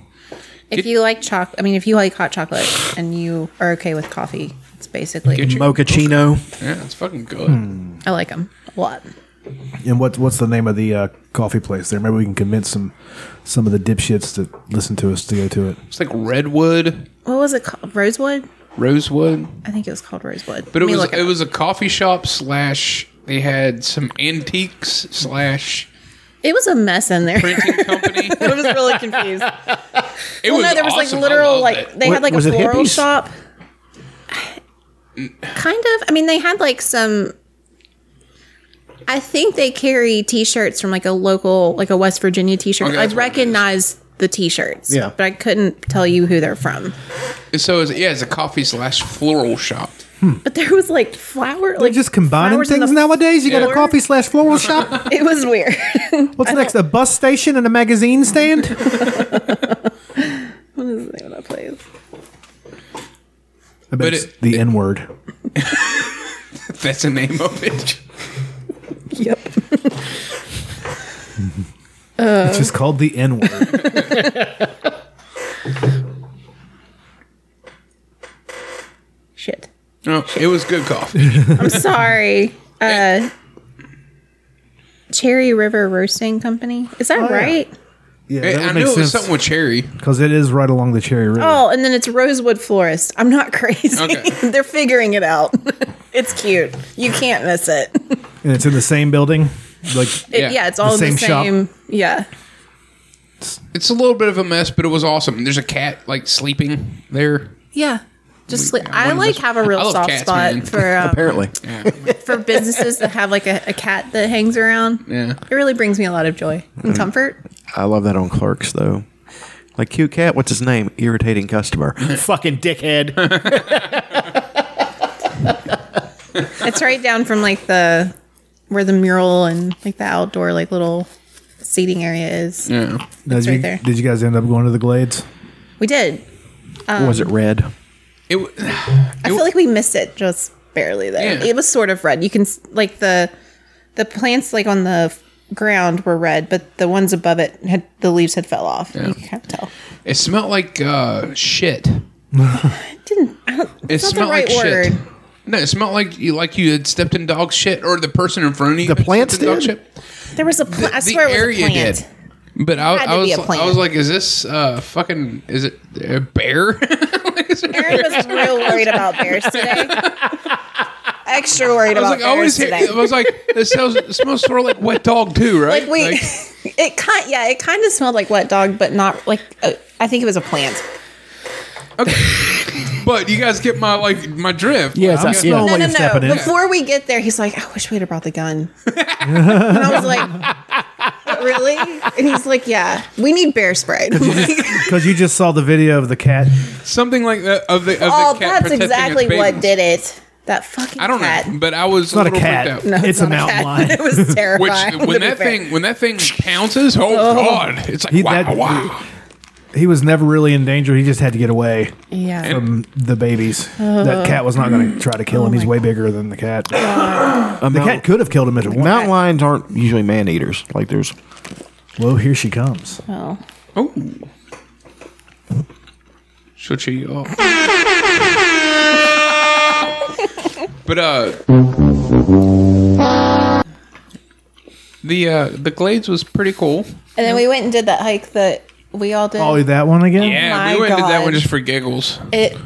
Speaker 3: If you like choc I mean, if you like hot chocolate and you are okay with coffee, it's basically
Speaker 1: mochaccino.
Speaker 2: Yeah, it's fucking
Speaker 1: <laughs>
Speaker 2: good.
Speaker 1: Hmm.
Speaker 3: I like them a lot.
Speaker 1: And what what's the name of the uh, coffee place there? Maybe we can convince some some of the dipshits to listen to us to go to it.
Speaker 2: It's like redwood,
Speaker 3: What was it called? Rosewood?
Speaker 2: rosewood.
Speaker 3: I think it was called Rosewood.
Speaker 2: But it
Speaker 3: Let me
Speaker 2: was
Speaker 3: look
Speaker 2: it was a coffee shop slash. They had some antiques slash.
Speaker 3: It was a mess in there. Printing
Speaker 2: company.
Speaker 3: <laughs> I was really confused.
Speaker 2: It
Speaker 3: well,
Speaker 2: was
Speaker 3: no, there was
Speaker 2: awesome. I
Speaker 3: like literal
Speaker 2: loved
Speaker 3: like
Speaker 2: it.
Speaker 3: they
Speaker 2: Wa-
Speaker 3: had like a
Speaker 2: was it
Speaker 3: floral
Speaker 2: hippies?
Speaker 3: shop. kind of. I mean, they had like some. I think they carry T-shirts from like a local, like a West Virginia T-shirt.
Speaker 2: Okay,
Speaker 3: I
Speaker 2: that's what it
Speaker 3: recognize the T-shirts,
Speaker 2: Yeah.
Speaker 3: but I couldn't tell you who they're from.
Speaker 2: So it's, yeah, it's a coffee slash floral shop. <laughs>
Speaker 3: But there was like flower, like
Speaker 1: Just combining
Speaker 3: Flowers in
Speaker 1: things
Speaker 3: the
Speaker 1: nowadays. You got a
Speaker 3: floor?
Speaker 1: coffee slash floral shop.
Speaker 3: <laughs> it was weird. <laughs>
Speaker 1: What's next? A bus station and a magazine stand.
Speaker 3: What is the name of that place?
Speaker 1: I bet
Speaker 2: But
Speaker 1: it's the N word.
Speaker 2: That's the name of it.
Speaker 3: Yep.
Speaker 1: it's just called the N word.
Speaker 3: Shit.
Speaker 2: No, it was good
Speaker 4: <laughs>
Speaker 2: coffee.
Speaker 3: I'm sorry. Uh, Cherry River Roasting Company. Is that
Speaker 2: Oh, yeah.
Speaker 3: right?
Speaker 1: <laughs> Yeah,
Speaker 2: Hey, I knew it was something with cherry
Speaker 1: because it is right along the Cherry River.
Speaker 3: Oh, and then it's Rosewood Florist. I'm not <laughs> crazy. They're figuring it out. <laughs> it's cute. You can't miss it.
Speaker 1: and it's in the same building. Like
Speaker 3: It- yeah. it's all the same. Yeah.
Speaker 2: It's a little bit of a mess, but it was awesome. There's a cat like sleeping there.
Speaker 3: Yeah. Just like I like have a
Speaker 2: I
Speaker 3: real
Speaker 2: love
Speaker 3: soft
Speaker 2: cats,
Speaker 3: spot
Speaker 2: man. <laughs>
Speaker 3: for um,
Speaker 2: Apparently. Yeah.
Speaker 3: for businesses that have like a, a cat that hangs around.
Speaker 5: Yeah.
Speaker 3: It really brings me a lot of joy and
Speaker 5: Mhm.
Speaker 3: comfort.
Speaker 5: I love that on Clerks though. Like cute cat, what's his name?
Speaker 2: <laughs>
Speaker 5: Irritating customer.
Speaker 4: Fucking dickhead.
Speaker 3: It's right down from like the where the mural and like the outdoor like little seating area is.
Speaker 1: Yeah. did,
Speaker 3: That's
Speaker 1: you,
Speaker 3: right there.
Speaker 1: did you guys end up going to the Glades?
Speaker 3: We did.
Speaker 1: or was it red?
Speaker 2: It,
Speaker 3: I feel like we missed it just barely though.
Speaker 2: Yeah.
Speaker 3: It was sort of red. You can s- like the the plants like on the f- ground were red, but the ones above it had the leaves had fell off.
Speaker 2: Yeah.
Speaker 3: You can kind of tell.
Speaker 2: <sighs> It smelled like uh, shit. It
Speaker 3: It's
Speaker 2: smelled
Speaker 3: not the
Speaker 2: like
Speaker 3: right
Speaker 2: shit.
Speaker 3: word.
Speaker 2: No, it smelled like you like you had stepped in dog shit, or the person in front of you. The
Speaker 4: plants
Speaker 2: dog
Speaker 4: did?
Speaker 2: shit.
Speaker 3: There was a pl- I swear it was a
Speaker 2: area
Speaker 3: plant.
Speaker 2: did. But
Speaker 3: It had
Speaker 2: I, I
Speaker 3: to be
Speaker 2: was
Speaker 3: a plant.
Speaker 2: I was like, is this uh, fucking is it a bear? <laughs>
Speaker 3: Aaron was real worried about bears today. Extra worried
Speaker 2: I was like, I
Speaker 3: about bears
Speaker 2: always hear.
Speaker 3: today.
Speaker 2: I was like, it smells, it smells sort of like wet dog too, right?
Speaker 3: <laughs> like we, <laughs> it kind yeah, it kind of smelled like wet dog, but not like uh, I think it was a plant.
Speaker 2: but you guys get my like my drift.
Speaker 4: Yes,
Speaker 2: Like,
Speaker 4: I smell
Speaker 3: No,
Speaker 4: what
Speaker 3: no,
Speaker 4: you're
Speaker 3: no.
Speaker 4: stepping in.
Speaker 3: Before we get there, he's like, I wish we'd have brought the gun. and I was like, <laughs> really? And he's like, yeah, we need bear spray. <laughs>
Speaker 2: <laughs>
Speaker 1: Because you just saw the video of the cat.
Speaker 2: Something like that of the of
Speaker 3: oh,
Speaker 2: the cat
Speaker 3: that's
Speaker 2: protecting its
Speaker 3: exactly what
Speaker 2: babies.
Speaker 3: did it. That fucking
Speaker 2: I don't
Speaker 3: cat. <laughs>
Speaker 2: know, but I was
Speaker 1: It's not a
Speaker 2: little freaked
Speaker 1: cat.
Speaker 2: out.
Speaker 1: No, it's It's a not a mountain cat. lion.
Speaker 3: it
Speaker 1: <laughs>
Speaker 3: was
Speaker 2: Which
Speaker 3: terrifying. to
Speaker 2: when
Speaker 3: be
Speaker 2: that
Speaker 3: fair.
Speaker 2: thing when that thing pounces, oh,
Speaker 3: Oh.
Speaker 2: god, it's like
Speaker 1: He-
Speaker 2: wow,
Speaker 1: that-
Speaker 2: wow.
Speaker 1: He was never really in danger. He just had to get away
Speaker 3: Yeah.
Speaker 1: from the babies.
Speaker 5: Oh.
Speaker 1: that cat was not going to try to kill him. He's way bigger than the cat. the cat could have killed him at one.
Speaker 5: Mountain lions aren't usually man eaters. Like there's.
Speaker 1: Well, here she comes.
Speaker 3: Oh.
Speaker 2: Oh. She'll chew you off. but uh the uh the glades was pretty cool.
Speaker 3: And then we went and did that hike that we all did.
Speaker 1: Oh, that one again?
Speaker 2: Yeah,
Speaker 3: My
Speaker 2: we went and did that one
Speaker 3: God.
Speaker 2: just for giggles.
Speaker 3: It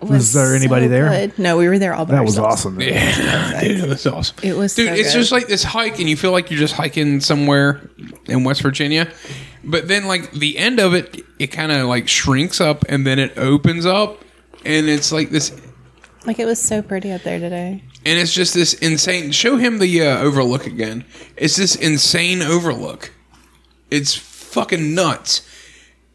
Speaker 3: was,
Speaker 1: Was there anybody
Speaker 3: so
Speaker 1: there?
Speaker 3: good. No, we were there all by
Speaker 1: That was
Speaker 3: ourselves.
Speaker 1: awesome.
Speaker 2: Yeah, dude, it was awesome.
Speaker 3: It was
Speaker 2: dude.
Speaker 3: so
Speaker 2: it's
Speaker 3: good.
Speaker 2: just like this hike, and you feel like you're just hiking somewhere in West Virginia, but then like the end of it, it kind of like shrinks up, and then it opens up, and it's like this, and
Speaker 3: Like it was so pretty up there today.
Speaker 2: it's just this insane. Show him the uh, overlook again. It's this insane overlook. It's fucking nuts.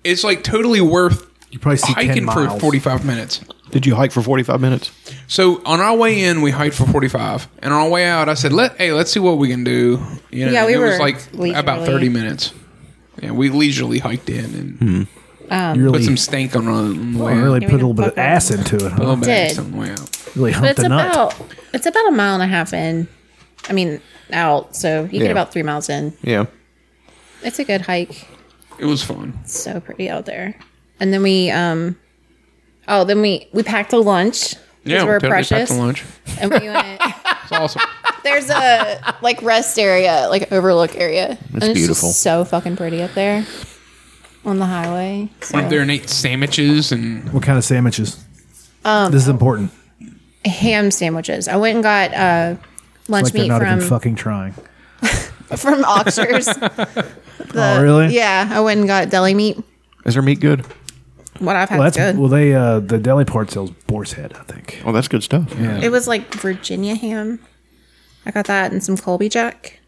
Speaker 2: It's like totally worth
Speaker 1: you probably
Speaker 5: see 10
Speaker 2: hiking for
Speaker 5: miles.
Speaker 2: 45 minutes.
Speaker 5: Did you hike for 45 minutes?
Speaker 2: So on our way in, we hiked for forty five, and on our way out, I said, "Let hey, let's see what we can do." You know,
Speaker 3: Yeah,
Speaker 2: and
Speaker 3: we
Speaker 2: it
Speaker 3: were
Speaker 2: was like about
Speaker 3: leisurely.
Speaker 2: thirty minutes, and we leisurely hiked in and
Speaker 3: Um,
Speaker 1: You
Speaker 2: put
Speaker 1: really-
Speaker 2: some stank on, on the
Speaker 1: Hmm. Well,
Speaker 2: way.
Speaker 1: it really
Speaker 2: out.
Speaker 1: put a little bit of ass into it.
Speaker 2: Put a
Speaker 1: Huh?
Speaker 2: little bit of ass
Speaker 3: Did.
Speaker 2: on the way out.
Speaker 1: Really
Speaker 3: But
Speaker 1: humped
Speaker 3: it's
Speaker 1: the nut.
Speaker 3: about it's about a mile and a half in. I mean, out. So you get
Speaker 5: Yeah.
Speaker 3: about three miles in.
Speaker 5: Yeah.
Speaker 3: It's a good hike.
Speaker 2: It was fun.
Speaker 3: It's so pretty out there. And then we um, oh, then we we packed a lunch. 'cause
Speaker 2: Yeah,
Speaker 3: we're
Speaker 2: we totally packed
Speaker 3: precious.
Speaker 2: the lunch.
Speaker 3: And we
Speaker 2: <laughs>
Speaker 3: went.
Speaker 2: It's awesome.
Speaker 3: <laughs> There's a like rest area, like overlook area. and it's
Speaker 2: beautiful.
Speaker 3: Just so fucking pretty up there on the highway.
Speaker 2: Went
Speaker 3: so.
Speaker 2: up there and ate sandwiches and
Speaker 1: What kind of sandwiches?
Speaker 3: Um,
Speaker 1: this is important.
Speaker 3: ham sandwiches. I went and got uh,
Speaker 1: It's
Speaker 3: lunch
Speaker 1: like they're
Speaker 3: meat
Speaker 1: not
Speaker 3: from
Speaker 1: even fucking trying. <laughs>
Speaker 3: from Oxers. The-
Speaker 1: oh, really?
Speaker 3: <laughs> Yeah, I went and got deli meat.
Speaker 5: Is their meat good?
Speaker 3: What I've had
Speaker 1: Well,
Speaker 3: is
Speaker 1: that's
Speaker 3: good.
Speaker 1: well. They uh, the deli part sells boar's head. I think.
Speaker 5: Oh, that's good stuff.
Speaker 3: It was like Virginia ham. I got that and some Colby Jack,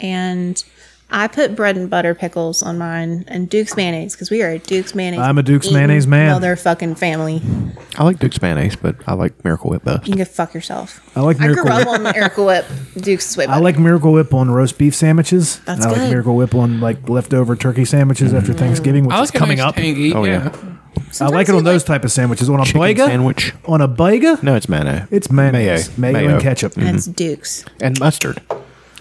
Speaker 3: and I put bread and butter pickles on mine and Duke's mayonnaise because we are a Duke's mayonnaise.
Speaker 5: I'm a Duke's
Speaker 3: eating
Speaker 5: mayonnaise man.
Speaker 3: Motherfucking family.
Speaker 5: I like Duke's mayonnaise, but I like Miracle Whip uh, best.
Speaker 3: You can go fuck yourself.
Speaker 1: I like
Speaker 3: I
Speaker 1: Miracle
Speaker 3: grew up
Speaker 1: Whip.
Speaker 3: on Miracle Whip, Duke's whip.
Speaker 1: I like Miracle Whip on roast beef sandwiches. and
Speaker 3: That's
Speaker 1: I
Speaker 3: good. Mm.
Speaker 1: like Miracle Whip on like leftover turkey sandwiches after Thanksgiving, which
Speaker 2: I
Speaker 1: is
Speaker 2: like a
Speaker 1: coming
Speaker 2: nice
Speaker 1: up.
Speaker 2: tangy, Oh, yeah. yeah.
Speaker 1: I like it on those type of sandwiches. On a
Speaker 5: Chicken
Speaker 1: baga
Speaker 5: sandwich.
Speaker 1: On a baga,
Speaker 5: No, it's mayo.
Speaker 1: it's mayonnaise, mayo, and ketchup.
Speaker 3: That's Duke's.
Speaker 5: And mustard.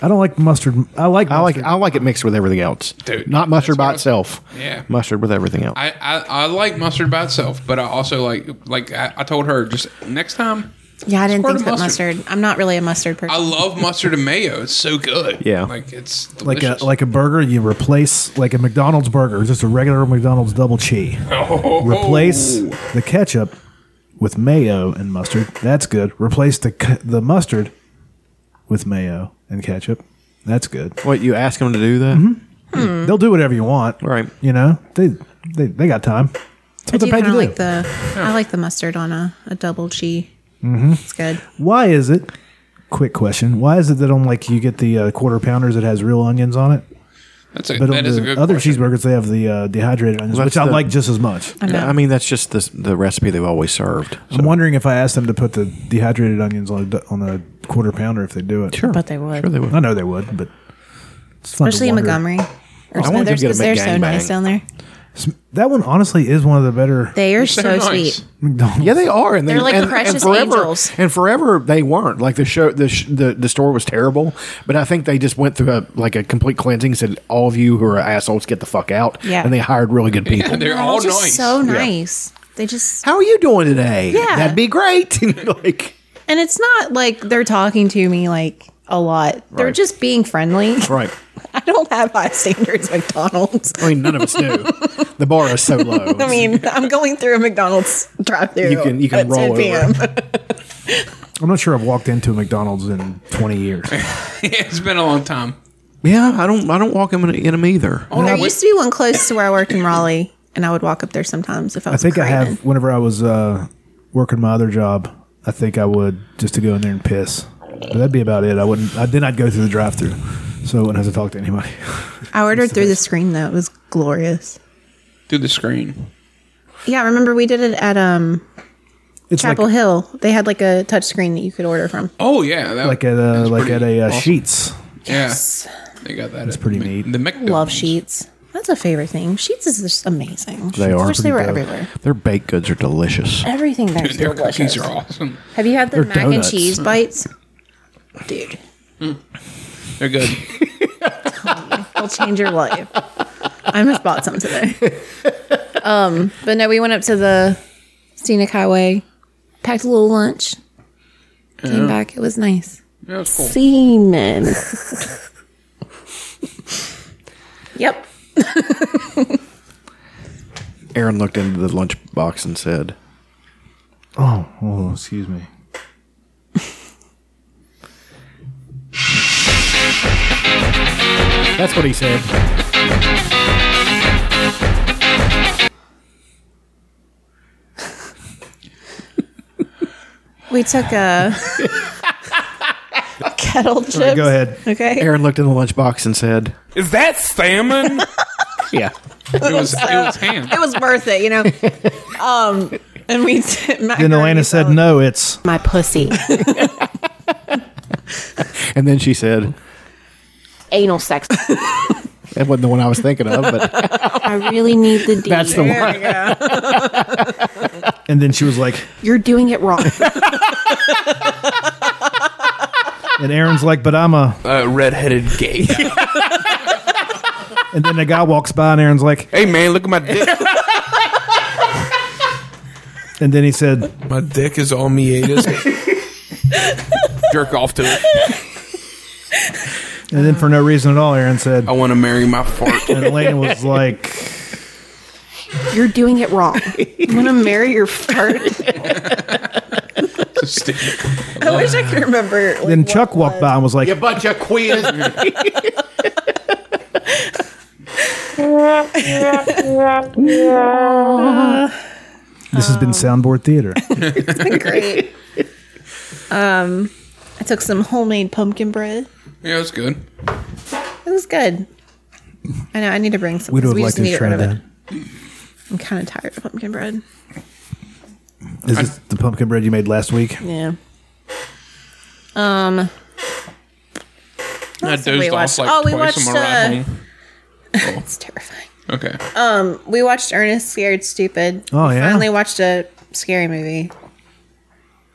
Speaker 1: I don't like mustard. I like
Speaker 5: I like I like it mixed with everything else.
Speaker 2: Dude,
Speaker 5: Not mustard by itself.
Speaker 2: Yeah.
Speaker 5: Mustard with everything else.
Speaker 2: I, I I like mustard by itself, but I also like like I, I told her just next time.
Speaker 3: Yeah, I didn't
Speaker 2: Squirt
Speaker 3: think
Speaker 2: of
Speaker 3: about mustard. I'm not really a mustard person.
Speaker 2: I love mustard and mayo. It's so good.
Speaker 1: Yeah.
Speaker 2: like it's
Speaker 1: like
Speaker 2: delicious.
Speaker 1: a like a burger. You replace like a McDonald's burger, just a regular McDonald's double cheese.
Speaker 2: Oh.
Speaker 1: Replace the ketchup with mayo and mustard. That's good. Replace the c- the mustard with mayo and ketchup. That's good.
Speaker 5: What you ask them to do that?
Speaker 1: Mm-hmm.
Speaker 3: Mm.
Speaker 1: They'll do whatever you want. Right. You know they they, they got time. That's what
Speaker 3: I do
Speaker 1: they're paid
Speaker 3: kind
Speaker 1: to
Speaker 3: of
Speaker 1: do.
Speaker 3: like the I like the mustard on a, a double cheese.
Speaker 1: hmm
Speaker 3: It's good.
Speaker 1: Why is it? Quick question. Why is it that on like you get the uh, quarter pounders that has real onions on it?
Speaker 2: That's a,
Speaker 1: but on
Speaker 2: that is
Speaker 1: the
Speaker 2: a good
Speaker 1: other cheeseburgers they have the uh, dehydrated onions,
Speaker 5: That's
Speaker 1: which I
Speaker 5: the-
Speaker 1: like just as much.
Speaker 5: I,
Speaker 1: know.
Speaker 5: mean, that's just the, the recipe they've always served.
Speaker 1: I'm wondering if I asked them to put the dehydrated onions on a, on a quarter pounder if they do it.
Speaker 3: Sure. I bet they would. Sure
Speaker 5: they would.
Speaker 1: I know they would, but it's fun to
Speaker 3: Especially in
Speaker 1: wonder.
Speaker 3: Montgomery. Or
Speaker 1: I wanna
Speaker 3: theirs,
Speaker 1: go get a
Speaker 3: 'cause they're so
Speaker 1: McGangbang.
Speaker 3: nice down there.
Speaker 1: S- That one honestly is one of the better.
Speaker 3: They are
Speaker 2: <laughs>
Speaker 3: so, sweet.
Speaker 1: McDonald's.
Speaker 4: Yeah, they are, and
Speaker 3: They're like
Speaker 4: and,
Speaker 3: precious
Speaker 4: forever,
Speaker 3: angels.
Speaker 4: And forever they weren't like the show. The, sh- the the store was terrible, but I think they just went through a like a complete cleansing. Said all of you who are assholes, get the fuck out.
Speaker 3: Yeah.
Speaker 4: and they hired really good people.
Speaker 3: They're all just
Speaker 2: <laughs>
Speaker 3: so nice. They just
Speaker 4: How are you doing today?
Speaker 3: Yeah.
Speaker 4: that'd be great. <laughs> like
Speaker 3: and it's not like they're talking to me like a lot. They're
Speaker 4: Right.
Speaker 3: just being friendly.
Speaker 4: <laughs> right. Oh,
Speaker 3: I don't have high standards, McDonald's.
Speaker 4: I mean, none of us do. The bar is
Speaker 3: <laughs>
Speaker 4: so low.
Speaker 3: I mean, I'm going through a McDonald's drive-through.
Speaker 4: You can- you can
Speaker 3: at 10
Speaker 4: roll
Speaker 3: p.m.
Speaker 1: I'm not sure I've walked into a McDonald's in 20
Speaker 3: <laughs>
Speaker 1: years.
Speaker 2: it's been a long time.
Speaker 5: Yeah, I don't. I don't walk in in them either.
Speaker 3: there used to be one close to where I worked in Raleigh, and I would walk up there sometimes if I
Speaker 1: I
Speaker 3: was.
Speaker 1: think I
Speaker 3: craving.
Speaker 1: have. Whenever I was uh, working my other job, I think I would just to go in there and piss. But that'd be about it. I wouldn't. I, then I'd go through the drive-through, so I wouldn't have to talk to anybody. <laughs>
Speaker 3: I ordered through the screen though; it was glorious.
Speaker 2: Through the screen.
Speaker 3: Yeah, I remember we did it at um
Speaker 1: It's
Speaker 3: Chapel Hill. They had like a touch screen that you could order from.
Speaker 2: Oh yeah, that,
Speaker 1: like at a like at a uh,
Speaker 2: awesome.
Speaker 1: sheets.
Speaker 2: yeah, they got that.
Speaker 1: That's pretty neat.
Speaker 2: The Mc-
Speaker 3: Love sheets. That's a favorite thing. Sheets is just amazing. I
Speaker 5: They are.
Speaker 3: wish they were everywhere.
Speaker 5: Their baked goods are delicious.
Speaker 3: Everything there is
Speaker 2: Their cookies
Speaker 3: delicious.
Speaker 2: are awesome.
Speaker 3: Have you had the
Speaker 5: They're
Speaker 3: mac
Speaker 5: donuts.
Speaker 3: and cheese bites? Dude,
Speaker 2: They're good.
Speaker 3: it'll change your life. I almost bought some
Speaker 5: <laughs>
Speaker 3: today. Um, but no, we went up to the scenic highway, packed a little lunch, came
Speaker 2: Yeah.
Speaker 3: back. It was nice.
Speaker 2: Yeah, it's cool.
Speaker 3: Semen. yep.
Speaker 5: Aaron looked into the lunch box and said,
Speaker 1: Oh, oh, excuse me.
Speaker 4: That's what he said.
Speaker 3: We took a <laughs>
Speaker 5: <laughs>
Speaker 3: kettle chips.
Speaker 5: right, go ahead.
Speaker 3: Okay.
Speaker 5: Aaron looked in the lunch box and said,
Speaker 2: Is that <laughs> salmon?
Speaker 5: "Yeah,
Speaker 2: it was it was ham.
Speaker 3: It was worth it, you <laughs> know. Um, and we <laughs> did
Speaker 1: Then Elena said, "No, it's
Speaker 3: my <laughs> pussy."
Speaker 5: And then she said,
Speaker 14: Anal sex.
Speaker 4: That wasn't the one I was thinking of, but
Speaker 14: I really need the D.
Speaker 4: That's the There one.
Speaker 3: <laughs>
Speaker 1: And then she was like,
Speaker 14: You're doing it wrong.
Speaker 1: <laughs> and Aaron's like, but I'm a.
Speaker 15: Uh, redheaded gay.
Speaker 1: And then the guy walks by, and Aaron's like,
Speaker 15: hey man, look at my
Speaker 2: <laughs>
Speaker 15: dick.
Speaker 1: and then he said,
Speaker 15: my dick is all meatus. <laughs> Jerk off to it.
Speaker 1: and then for no reason at all, Aaron said,
Speaker 15: I want to marry my
Speaker 2: <laughs>
Speaker 15: fart.
Speaker 1: and Elena
Speaker 15: <laughs>
Speaker 1: was like,
Speaker 14: You're doing it wrong.
Speaker 3: I'm gonna marry your fart. <laughs> I wish I could remember. like,
Speaker 1: then
Speaker 3: what
Speaker 1: Chuck
Speaker 3: it
Speaker 1: walked
Speaker 3: was.
Speaker 1: by and was like,
Speaker 15: bunch of
Speaker 1: <laughs>
Speaker 15: queers.
Speaker 1: this has been soundboard
Speaker 14: <laughs>
Speaker 1: theater.
Speaker 3: it's
Speaker 1: <laughs>
Speaker 3: been great. Um, I took some homemade pumpkin bread.
Speaker 2: Yeah, it was good.
Speaker 3: It was good. I know. I need to bring some.
Speaker 1: We'd
Speaker 3: 'cause
Speaker 1: have
Speaker 3: we
Speaker 1: liked
Speaker 3: just
Speaker 1: to
Speaker 3: need to get
Speaker 1: try
Speaker 3: rid of it.
Speaker 1: that.
Speaker 3: I'm kind of tired of pumpkin bread.
Speaker 1: Is this the pumpkin bread you made last
Speaker 14: <laughs>
Speaker 1: week?
Speaker 3: Yeah. Um.
Speaker 2: I
Speaker 3: else did we
Speaker 2: dozed off
Speaker 3: watch?
Speaker 2: like
Speaker 3: Oh, we
Speaker 2: twice on
Speaker 3: watched,
Speaker 2: my ride
Speaker 3: uh,
Speaker 2: home.
Speaker 3: it's terrifying.
Speaker 2: Okay.
Speaker 3: Um, we watched Ernest Scared Stupid.
Speaker 2: Oh,
Speaker 3: We
Speaker 2: yeah?
Speaker 3: Finally watched a scary movie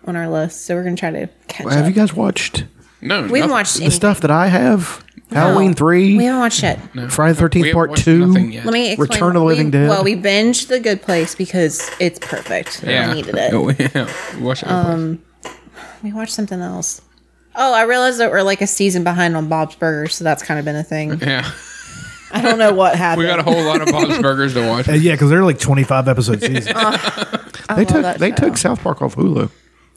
Speaker 3: on our list, so we're gonna try to catch
Speaker 5: <laughs> Have
Speaker 3: up.
Speaker 5: you guys watched?
Speaker 2: No,
Speaker 3: We haven't watched
Speaker 5: the
Speaker 3: anything.
Speaker 5: stuff that I have.
Speaker 3: No.
Speaker 5: Halloween three.
Speaker 3: We haven't watched it.
Speaker 5: Friday the Thirteenth Part Two.
Speaker 3: Let me explain.
Speaker 5: Return of the
Speaker 3: We-
Speaker 5: Living Dead.
Speaker 3: Well, we binged The Good Place because it's perfect.
Speaker 2: Yeah.
Speaker 3: I needed it.
Speaker 2: Oh, <laughs> yeah. We watched it.
Speaker 3: Um, we watched something else. Oh, I realized that we're like a season behind on Bob's Burgers, so that's kind of been a thing.
Speaker 2: yeah.
Speaker 3: I don't know what
Speaker 2: <laughs>
Speaker 3: happened.
Speaker 2: We got a whole
Speaker 3: <laughs>
Speaker 2: lot of Bob's Burgers to watch.
Speaker 1: Uh, yeah, because they're like 25
Speaker 14: <laughs>
Speaker 1: episodes. season.
Speaker 3: I
Speaker 5: they
Speaker 3: love
Speaker 5: took
Speaker 3: that
Speaker 5: they
Speaker 3: show.
Speaker 5: took South Park off Hulu.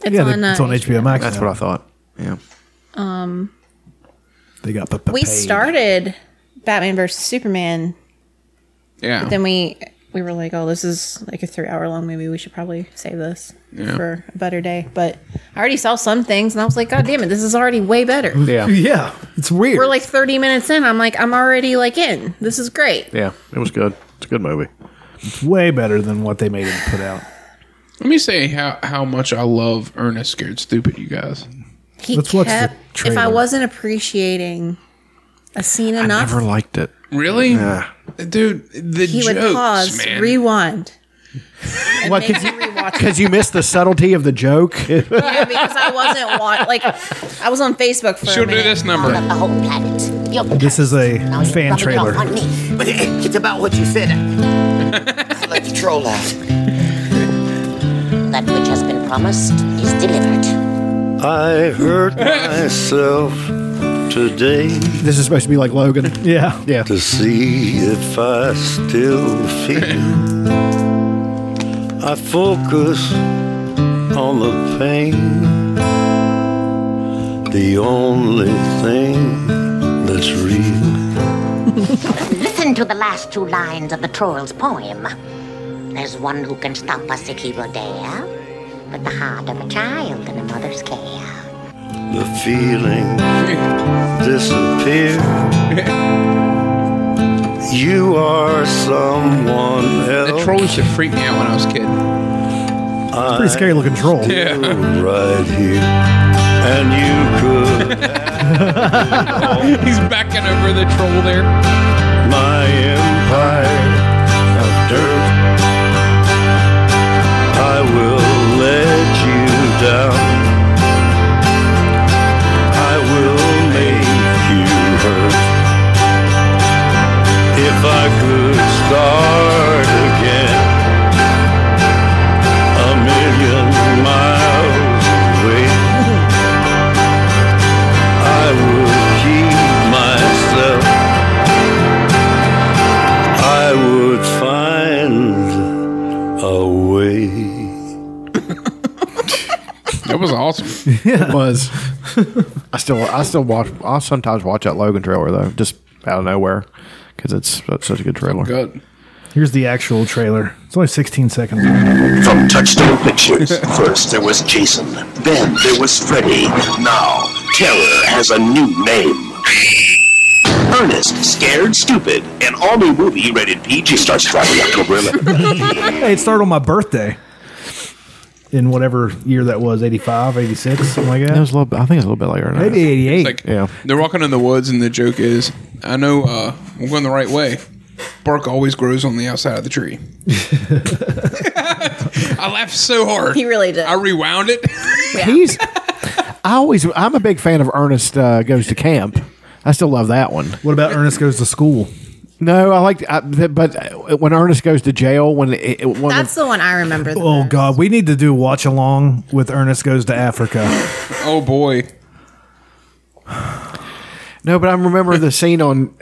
Speaker 3: It's Yeah, they- on, uh, it's on
Speaker 1: HBO Max
Speaker 5: That's
Speaker 1: now.
Speaker 5: what I thought. Yeah,
Speaker 3: Um,
Speaker 1: they got
Speaker 3: we started Batman versus Superman,
Speaker 2: Yeah.
Speaker 3: but then we we were like, oh, this is like a three hour long movie. We should probably save this
Speaker 2: Yeah.
Speaker 3: for a better day. But I already saw some things, and I was like, god damn it, this is already way better.
Speaker 5: Yeah.
Speaker 1: yeah. It's weird.
Speaker 3: We're like thirty minutes in. I'm like, I'm already like in. This is great.
Speaker 5: <laughs> yeah, it was good. It's a good movie.
Speaker 1: It's way better than what they made him put out.
Speaker 2: Let me say how, how much I love Ernest Scared Stupid, you guys.
Speaker 3: He
Speaker 1: Let's watch the
Speaker 3: kept. if I
Speaker 2: trailer.
Speaker 3: wasn't appreciating A scene enough.
Speaker 5: Never liked it.
Speaker 2: Really?
Speaker 5: Yeah.
Speaker 2: Dude, the
Speaker 3: he
Speaker 2: jokes,
Speaker 3: would pause,
Speaker 2: man.
Speaker 3: rewind. <laughs> and
Speaker 4: What,
Speaker 3: make
Speaker 4: could you-
Speaker 3: me rewatch it.
Speaker 4: Because you missed the subtlety of
Speaker 5: <laughs>
Speaker 4: the joke.
Speaker 3: Yeah, because I wasn't want like I was on Facebook for.
Speaker 2: She'll
Speaker 3: a minute.
Speaker 2: do this
Speaker 3: <laughs>
Speaker 2: number.
Speaker 3: The
Speaker 14: whole planet. You're
Speaker 1: This is a fan
Speaker 14: rubbing it off
Speaker 1: trailer.
Speaker 14: on me. But it- it's about what you said. I <laughs> let the troll out. That which has been promised is delivered.
Speaker 9: I hurt myself today.
Speaker 4: This is supposed to be like Logan.
Speaker 1: Yeah.
Speaker 4: Yeah.
Speaker 9: To see if I still feel. I focus on the pain. The only thing that's real.
Speaker 14: Listen to the last two lines of the troll's poem. There's one who can stop us if he will dare, but the heart of a child in a mother's care.
Speaker 9: The feeling <laughs> disappear. You are someone else.
Speaker 2: The troll used to freak me out when I was a kid.
Speaker 9: It's
Speaker 1: pretty scary looking troll.
Speaker 2: Yeah.
Speaker 9: Right here. And you could
Speaker 2: He's backing over the troll there.
Speaker 9: my empire of dirt. I will let you down. I will make you hurt. If I could start again, a million miles away, I would keep myself. I would find a way.
Speaker 2: That was
Speaker 5: <laughs>
Speaker 2: awesome.
Speaker 4: It was.
Speaker 5: I still, I still watch. I sometimes watch that Logan trailer though, just out of nowhere, because it's such such a good trailer.
Speaker 2: Good.
Speaker 1: Here's the actual trailer. It's only 16 seconds.
Speaker 16: From Touchstone Pictures, first there was Jason, then there was Freddy. Now, terror has a new name. Ernest, Scared Stupid, an all-new movie rated PG. Starts Friday, October 11th.
Speaker 1: hey, it started on my birthday. In whatever year that was, 85, 86, something like that.
Speaker 5: It was a little. bit- I think it's a little bit later. than
Speaker 1: Maybe
Speaker 5: that.
Speaker 1: 88.
Speaker 5: yeah.
Speaker 2: They're walking in the woods, and the joke is, I know uh, I'm going the right way. Bark always grows on the outside of the tree. <laughs> I laughed so hard.
Speaker 3: He really did.
Speaker 2: I rewound
Speaker 3: <laughs>
Speaker 2: it.
Speaker 5: He's. I always. I'm a big fan of Ernest uh, goes to camp. I still love that one.
Speaker 1: What about Ernest goes to school?
Speaker 5: No, I like. I, th- but uh, when Ernest goes to jail, when it, it, one
Speaker 3: That's the one I remember. The
Speaker 1: Oh, God. We need to do watch along with Ernest Goes to Africa.
Speaker 3: <laughs>
Speaker 2: Oh boy.
Speaker 5: No, but I remember the scene on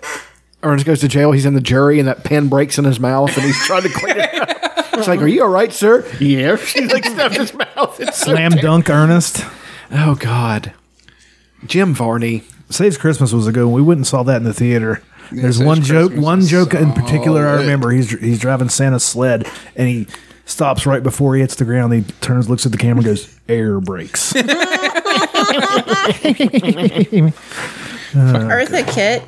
Speaker 5: Ernest goes to jail. He's in the jury, and that pen breaks in his mouth, and he's trying to clean it. up. It's like, "Are you all right, sir?" Yeah. <laughs> She like stuffed his mouth. It's so
Speaker 1: Slam Dunk Ernest.
Speaker 5: Oh, God. Jim Varney.
Speaker 1: Saves Christmas was a good one. We went and saw that in the theater. There's
Speaker 2: Saves
Speaker 1: one joke,
Speaker 2: Christmas
Speaker 1: one
Speaker 2: is
Speaker 1: joke in particular I
Speaker 2: solid.
Speaker 1: remember. He's he's driving Santa's sled and he stops right before he hits the ground. He turns, looks at the camera, and goes, air brakes.
Speaker 3: Eartha Kitt,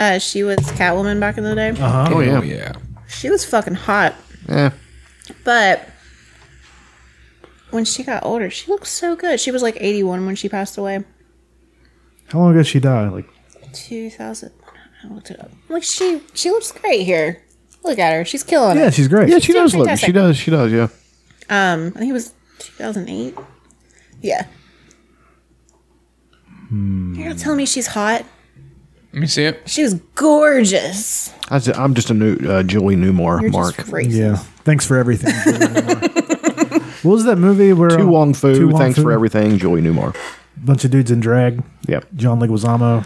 Speaker 3: uh, she was Catwoman back in the day.
Speaker 1: Uh-huh.
Speaker 5: Oh, yeah.
Speaker 3: She was fucking hot,
Speaker 5: Yeah.
Speaker 3: but when she got older, she looked so good. She was like 81 when she passed away.
Speaker 1: How long ago did she die? Like
Speaker 3: 2000. I looked it up. Like she, she looks great here. Look at her. She's killing
Speaker 1: Yeah,
Speaker 3: it.
Speaker 1: she's great.
Speaker 5: Yeah, she
Speaker 3: She's
Speaker 5: does look.
Speaker 3: fantastic.
Speaker 5: She does. She does. Yeah.
Speaker 3: Um, I think it was 2008. Yeah.
Speaker 5: Hmm.
Speaker 3: You're gonna tell me she's hot?
Speaker 2: Let me see it.
Speaker 3: She was gorgeous.
Speaker 5: I ju- I'm just a new uh, Julie Newmar.
Speaker 3: You're
Speaker 5: Mark.
Speaker 3: just crazy.
Speaker 1: Yeah. Thanks for everything. what was that movie where
Speaker 5: Tu
Speaker 1: uh,
Speaker 5: Wong Fu.
Speaker 1: Tu Wong
Speaker 5: thanks
Speaker 1: Fu?
Speaker 5: for everything, Julie Newmar.
Speaker 1: Bunch of dudes in drag.
Speaker 5: Yep.
Speaker 1: John Leguizamo.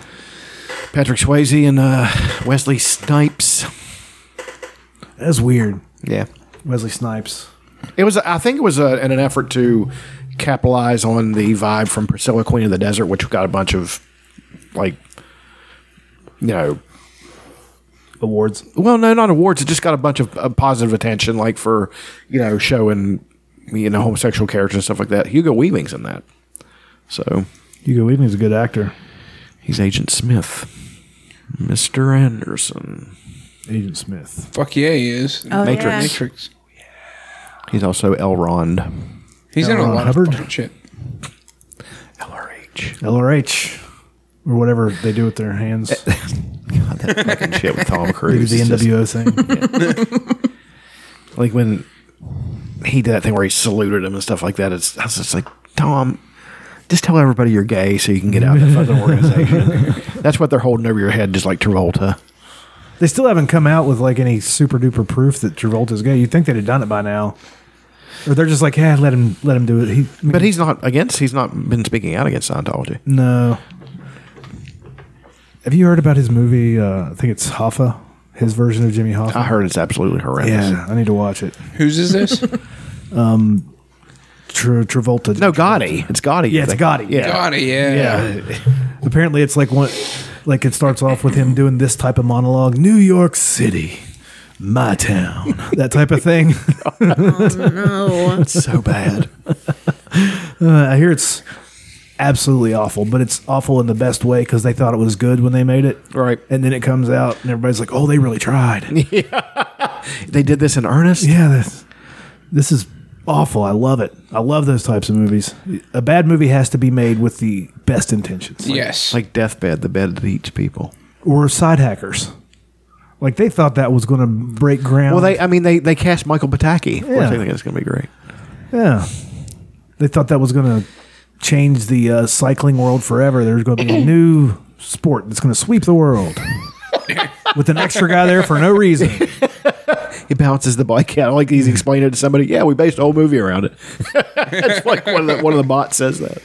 Speaker 5: Patrick Swayze and uh, Wesley Snipes.
Speaker 1: That's weird.
Speaker 5: Yeah.
Speaker 1: Wesley Snipes.
Speaker 5: It was. I think it was a, in an effort to capitalize on the vibe from Priscilla, Queen of the Desert, which got a bunch of like, you know,
Speaker 1: Awards.
Speaker 5: well, no, not awards. It just got a bunch of uh, positive attention, like for you know, showing you know homosexual characters and stuff like that. Hugo Weaving's in that, so
Speaker 1: Hugo Weaving's a good actor.
Speaker 5: he's Agent Smith, Mister Anderson.
Speaker 1: Agent Smith.
Speaker 2: Fuck yeah, he is.
Speaker 3: Oh,
Speaker 5: Matrix.
Speaker 3: yeah.
Speaker 5: <laughs>
Speaker 2: Matrix.
Speaker 5: He's also Elrond.
Speaker 2: He's in
Speaker 1: L.
Speaker 2: a
Speaker 1: Ron
Speaker 2: lot
Speaker 1: Hubbard.
Speaker 2: of fucking shit.
Speaker 5: LRH.
Speaker 1: LRH. or whatever they do with their hands.
Speaker 5: God, that fucking shit with Tom Cruise.
Speaker 1: Maybe the
Speaker 5: is
Speaker 1: NWO
Speaker 5: just-
Speaker 1: thing.
Speaker 5: Yeah. like when he did that thing where he saluted him and stuff like that. It's I was just like Tom. Just tell everybody you're gay so you can get out of
Speaker 1: <laughs>
Speaker 5: that fucking organization. That's what they're holding over your head, just like Travolta.
Speaker 1: They still haven't come out with like any super duper proof that Travolta's gay. You'd think they'd have done it by now, or they're just like, yeah, let him let him do it. He,
Speaker 5: But he's not against. He's not been speaking out against Scientology.
Speaker 1: no. Have you heard about his movie? Uh, I think it's Hoffa, his version of Jimmy Hoffa.
Speaker 5: I heard it's absolutely horrendous.
Speaker 1: Yeah, I need to watch it.
Speaker 2: Whose is
Speaker 3: <laughs>
Speaker 2: this?
Speaker 1: um, Tra- Travolta. No,
Speaker 5: Gotti. It's Gotti.
Speaker 1: Yeah, it's
Speaker 5: think.
Speaker 1: Gotti.
Speaker 5: Yeah.
Speaker 2: Gotti, yeah.
Speaker 1: <laughs> Apparently, it's like one, like it starts off with him doing this type of monologue: New York City, my town, that type of thing. <laughs>
Speaker 3: no.
Speaker 1: it's so bad. Uh, I hear it's absolutely awful, but it's awful in the best way because they thought it was good when they made it,
Speaker 5: right?
Speaker 1: And then it comes out, and everybody's like, "Oh, they really tried."
Speaker 5: <laughs> They did this in earnest.
Speaker 1: Yeah, this, this is awful. I love it. I love those types of movies. A bad movie has to be made with the best intentions.
Speaker 2: yes.
Speaker 5: Like Deathbed, the bed that eats people.
Speaker 1: Or side hackers. Like they thought that was going to break ground.
Speaker 5: Well, they. I mean, they they cast Michael Pataki. Of course,
Speaker 1: Yeah.
Speaker 5: I think it's going to be great.
Speaker 1: yeah, they thought that was going to change the uh, cycling world forever. There's going to be a new sport that's going to sweep the world with an extra guy there for no reason.
Speaker 5: He bounces the bike out like he's explaining it to somebody. Yeah, we based the whole movie around it. <laughs> It's like one of the one of the bots says that.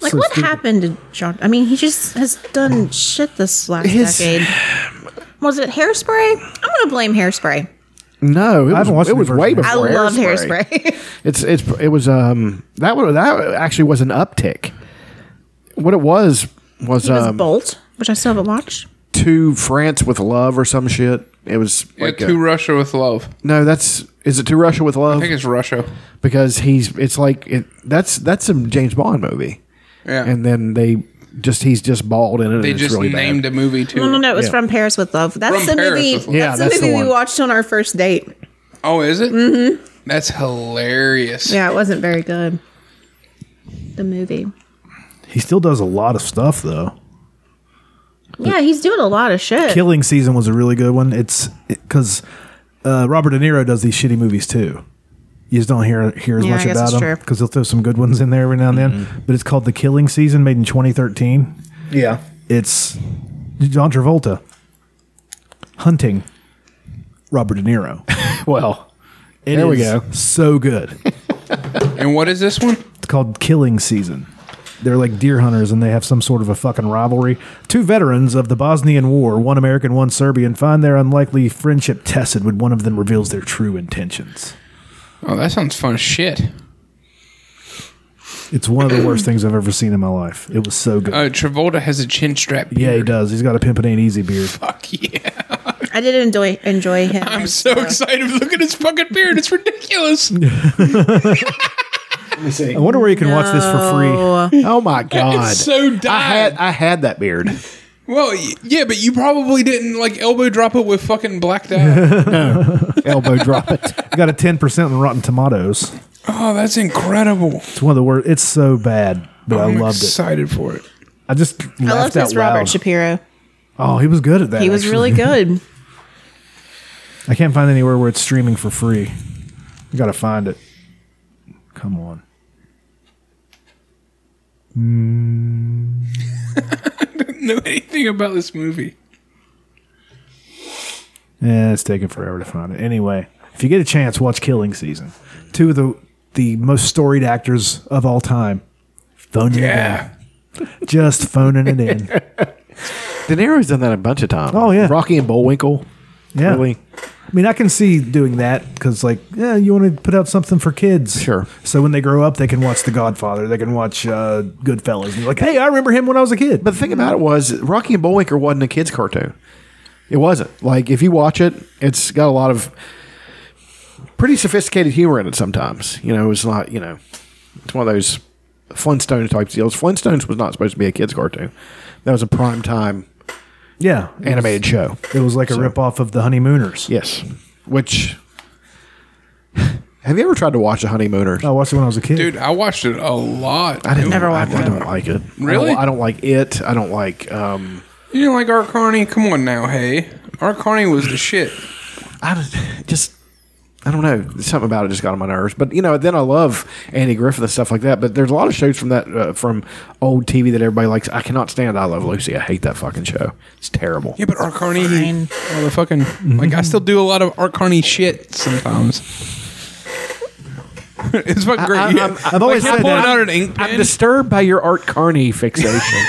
Speaker 3: Like what happened to John? I mean, he just has done shit this last
Speaker 5: His-
Speaker 3: decade. Was it hairspray? I'm gonna blame hairspray.
Speaker 5: No, it
Speaker 1: I haven't
Speaker 5: was,
Speaker 1: watched the
Speaker 5: it was
Speaker 1: first
Speaker 5: way
Speaker 1: one.
Speaker 5: before.
Speaker 3: I love hairspray.
Speaker 5: It's it's it was um that one that actually was an uptick. What it was was,
Speaker 3: He <laughs> was
Speaker 5: um
Speaker 3: Bolt, which I still haven't watched.
Speaker 5: to France with love or some shit. It was
Speaker 2: Yeah,
Speaker 5: like a-
Speaker 2: to Russia with love.
Speaker 5: no, that's is it to Russia with love?
Speaker 2: I think it's Russia.
Speaker 5: because he's it's like it, that's that's some James Bond movie.
Speaker 2: Yeah.
Speaker 5: and then they just he's just bald in it.
Speaker 2: They
Speaker 5: and
Speaker 2: just
Speaker 5: it's really
Speaker 2: named a movie too.
Speaker 3: No, no, no. It was
Speaker 5: Yeah.
Speaker 3: from Paris with Love. That's
Speaker 2: From
Speaker 3: the
Speaker 2: Paris
Speaker 3: movie.
Speaker 2: with Love.
Speaker 5: Yeah,
Speaker 3: that's,
Speaker 5: that's
Speaker 3: the
Speaker 5: the
Speaker 3: movie we
Speaker 5: one.
Speaker 3: watched on our first date.
Speaker 2: Oh, is it? Mm-hmm. That's hilarious.
Speaker 3: Yeah, it wasn't very good. The movie.
Speaker 1: He still does a lot of stuff though.
Speaker 3: Yeah, he's doing a lot of shit.
Speaker 1: Killing Season was a really good one. It's because uh, Robert De Niro does these shitty movies too. You just don't hear hear as
Speaker 3: Yeah, I
Speaker 1: much
Speaker 3: guess
Speaker 1: about
Speaker 3: that's
Speaker 1: them
Speaker 3: true.
Speaker 1: because they'll throw some good ones in there every now and then. But it's called The Killing Season, made in 2013.
Speaker 5: Mm-hmm. Yeah,
Speaker 1: It's John Travolta hunting Robert De Niro.
Speaker 5: well,
Speaker 1: It
Speaker 5: there we
Speaker 1: is
Speaker 5: go.
Speaker 1: So good.
Speaker 2: And what is this one?
Speaker 1: It's called Killing Season. They're like deer hunters and they have some sort of a fucking rivalry. Two veterans of the Bosnian War, one American, one Serbian, find their unlikely friendship tested when one of them reveals their true intentions.
Speaker 2: Oh, that sounds fun as shit.
Speaker 1: It's one of the worst things I've ever seen in my life. It was so good.
Speaker 2: Uh, Travolta has a chin strap.
Speaker 1: yeah, he does. He's got a pimpin' ain't easy beard.
Speaker 2: Fuck yeah.
Speaker 3: I did enjoy enjoy him.
Speaker 2: I'm so excited. Look at his fucking beard. It's ridiculous.
Speaker 5: Let me see.
Speaker 1: I wonder where you can watch this for free.
Speaker 5: Oh my god!
Speaker 2: <laughs> It's so dyed.
Speaker 5: I had I had that beard.
Speaker 2: Well, y- yeah, but you probably didn't like elbow drop it with fucking blacked out.
Speaker 5: Elbow drop it.
Speaker 1: I got a ten percent on Rotten Tomatoes.
Speaker 2: oh, that's incredible.
Speaker 1: It's one of the worst. It's so bad, but
Speaker 2: I'm
Speaker 1: I loved
Speaker 2: excited for it. <laughs>
Speaker 1: it. I just
Speaker 3: Oh, I
Speaker 1: laughed
Speaker 3: love
Speaker 1: out
Speaker 3: this Robert
Speaker 1: loud.
Speaker 3: Shapiro.
Speaker 1: Oh, he was good at that.
Speaker 3: he was
Speaker 1: actually.
Speaker 3: really
Speaker 5: <laughs>
Speaker 3: good.
Speaker 1: I can't find anywhere where it's streaming for free. You got to find it. Come on.
Speaker 2: Didn't know anything about this movie.
Speaker 1: Yeah, it's taking forever to find it. Anyway, if you get a chance, watch Killing Season. Two of the the most storied actors of all time. Phoning
Speaker 2: Yeah.
Speaker 1: it in. Just phoning it
Speaker 5: <laughs>
Speaker 1: in.
Speaker 5: De Niro's done that a bunch of times.
Speaker 1: Oh, yeah.
Speaker 5: Rocky and Bullwinkle.
Speaker 1: Yeah.
Speaker 5: Really?
Speaker 1: I mean, I can see doing that because, like, yeah, you want to put out something for kids.
Speaker 5: Sure.
Speaker 1: So when they grow up, they can watch The Godfather. They can watch uh, Goodfellas. And you're like, hey, I remember him when I was a kid.
Speaker 5: But the thing about it was Rocky and Bullwinkle wasn't a kids cartoon. It wasn't. Like if you watch it, it's got a lot of pretty sophisticated humor in it sometimes. You know, it's not, you know, it's one of those Flintstones type deals. Flintstones was not supposed to be a kids cartoon. That was a prime time
Speaker 1: yeah. it was-
Speaker 5: animated show.
Speaker 1: It was like a
Speaker 5: So-
Speaker 1: rip off of The Honeymooners.
Speaker 5: Yes. Which <laughs> Have you ever tried to watch a honeymooner?
Speaker 1: I watched it when I was a kid.
Speaker 2: dude, I watched it a lot.
Speaker 5: I didn't
Speaker 2: Dude,
Speaker 5: I- I, don't like it.
Speaker 2: Really?
Speaker 5: I don't, I don't like it. I don't like. Um,
Speaker 2: You didn't like R. Carney? Come on now, hey. R. Carney was the shit.
Speaker 5: I don't- just I don't know something about it just got on my nerves. But you know, then I love Andy Griffith and stuff like that. But there's a lot of shows from that uh, from old TV that everybody likes. I cannot stand I Love Lucy. I hate that fucking show. It's terrible.
Speaker 2: Yeah, but R. Carney, motherfucking, like I still do a lot of R. Carney shit sometimes. <laughs> it's fucking great.
Speaker 5: I,
Speaker 2: Yeah.
Speaker 5: have always
Speaker 2: like, him
Speaker 5: said
Speaker 2: pulling
Speaker 5: that.
Speaker 2: out an ink
Speaker 5: I'm
Speaker 2: pen.
Speaker 5: disturbed by your Art Carney fixation.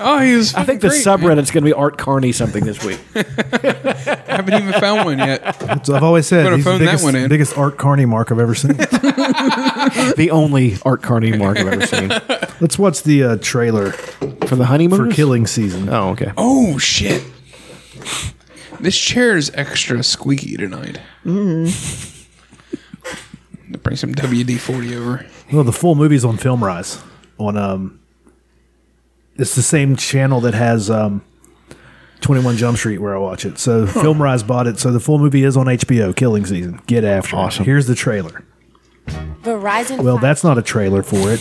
Speaker 2: oh, he was.
Speaker 5: I think the
Speaker 2: great,
Speaker 5: subreddit's going to be Art Carney something this week.
Speaker 2: I haven't even found one <laughs> yet.
Speaker 1: That's what I've always
Speaker 2: I'm
Speaker 1: said
Speaker 2: gonna
Speaker 1: he's the
Speaker 2: phone that
Speaker 1: biggest,
Speaker 2: one in.
Speaker 1: biggest Art Carney mark I've ever
Speaker 2: <laughs>
Speaker 1: seen.
Speaker 5: the only Art Carney mark I've ever seen
Speaker 1: Let's watch the uh, trailer
Speaker 5: for the honeymoon
Speaker 1: for Killing Season.
Speaker 5: Oh, okay.
Speaker 2: Oh shit! This chair is extra squeaky tonight. Mm-hmm. Bring some WD forty over.
Speaker 1: Well, the full movie's on FilmRise. On um, it's the same channel that has um, Twenty One Jump Street where I watch it. So FilmRise bought it. So the full movie is on HBO. Killing Season. Get after awesome. it. Here's the trailer.
Speaker 17: Verizon.
Speaker 1: Well, that's not a trailer for it.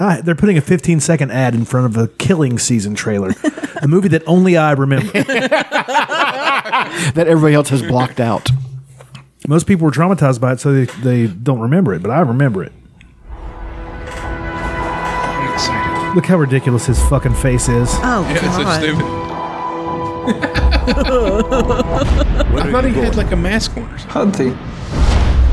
Speaker 1: Ah, they're putting a 15 second ad in front of the Killing Season
Speaker 2: <laughs>
Speaker 1: trailer, a movie that only I remember.
Speaker 5: that everybody else has blocked out.
Speaker 1: Most people were traumatized by it, so they, they don't remember it, but I remember it.
Speaker 2: I'm excited.
Speaker 1: Look how ridiculous his fucking face is.
Speaker 2: Oh, yeah, it's so stupid. <laughs> I thought he had like a mask on. or something.
Speaker 1: Hunting.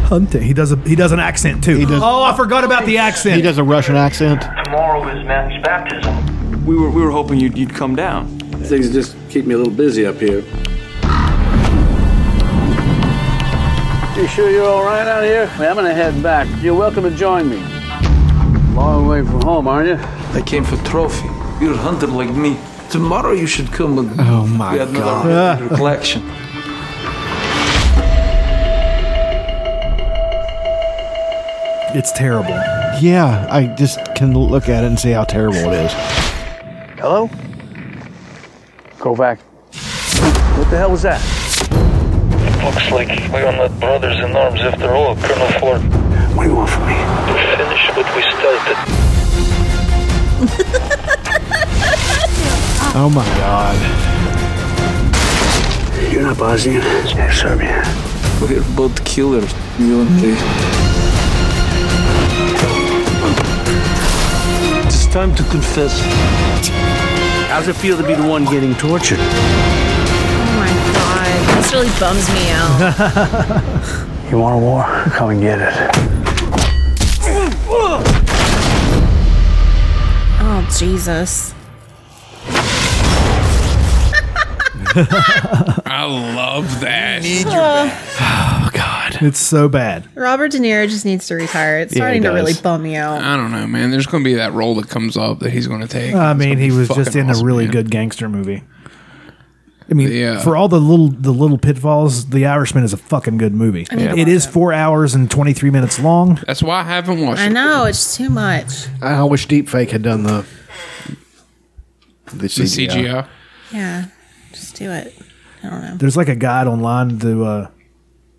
Speaker 1: Hunting. He does a he does an accent too. He does, oh, I forgot about the accent. He
Speaker 5: does a Russian accent.
Speaker 9: Tomorrow is Matt's baptism. We were we were hoping you'd, you'd come down. Things just keep me a little busy up here. You sure you're all right out here? Well, I'm gonna head back. You're welcome to join me. Long way from home, aren't you? I came for trophy. You're a hunter like me. Tomorrow you should come with.
Speaker 5: Oh my
Speaker 9: we had another
Speaker 5: God.
Speaker 9: recollection.
Speaker 1: It's terrible.
Speaker 5: Yeah, I just can look at it and see how terrible it is.
Speaker 9: Hello? Kovac. What the hell was that? Looks like we're not brothers in arms after all, Colonel Ford. What do you want from me? To finish what we <laughs> started.
Speaker 5: Oh my god.
Speaker 9: You're not Bosnian? You're Serbian. We're both killers, you and me. It's time to confess. How's it feel to be the one getting tortured?
Speaker 17: God, this really bums me out.
Speaker 9: <laughs> You want a war? Come and get it.
Speaker 3: Oh Jesus!
Speaker 2: I love that.
Speaker 1: Oh god. It's so bad.
Speaker 3: Robert De Niro just needs to retire. It's
Speaker 2: Yeah, he
Speaker 3: starting to
Speaker 2: does.
Speaker 3: really bum me out.
Speaker 2: I don't know, man. There's going to be that role that comes up that he's going to take.
Speaker 1: I
Speaker 2: It's
Speaker 1: mean,
Speaker 2: gonna
Speaker 1: he
Speaker 2: be
Speaker 1: was
Speaker 2: fucking
Speaker 1: just in
Speaker 2: awesome,
Speaker 1: a really
Speaker 2: man.
Speaker 1: good gangster movie. I mean,
Speaker 2: Yeah.
Speaker 1: for all the little the little pitfalls, The Irishman is a fucking good movie.
Speaker 2: I need to
Speaker 1: It is four hours and twenty three minutes long.
Speaker 2: That's why I haven't watched.
Speaker 3: I know it's too much.
Speaker 5: I wish Deepfake had done the the
Speaker 2: The CGI.
Speaker 3: Yeah, just do it. I don't know.
Speaker 1: There's like a guide online to uh,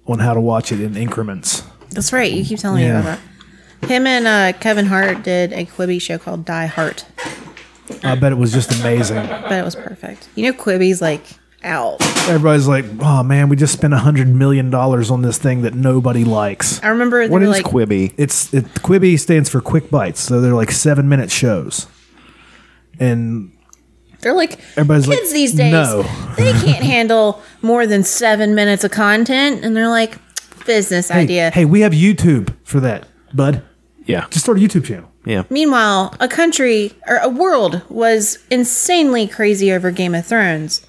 Speaker 1: on how to watch it in increments.
Speaker 3: That's right. You keep telling me
Speaker 1: Yeah.
Speaker 3: about that. Him and uh, Kevin Hart did a Quibi show called Die Hart,
Speaker 1: I bet it was just amazing.
Speaker 3: but it was perfect. You know, Quibi's like out.
Speaker 1: Everybody's like, "Oh man, we just spent a hundred million dollars on this thing that nobody likes."
Speaker 3: I remember they were like,
Speaker 5: Quibi?
Speaker 1: It's it, Quibi stands for quick bites, so they're like seven minute shows, and
Speaker 3: they're like
Speaker 1: everybody's like,
Speaker 3: kids these days.
Speaker 1: No,
Speaker 3: They can't handle more than seven minutes of content, and they're like, business
Speaker 1: Hey,
Speaker 3: idea.
Speaker 1: Hey, we have YouTube for that, bud.
Speaker 5: Yeah,
Speaker 1: just start a YouTube channel.
Speaker 5: Yeah,
Speaker 3: Meanwhile, a country or a world was insanely crazy over Game of Thrones.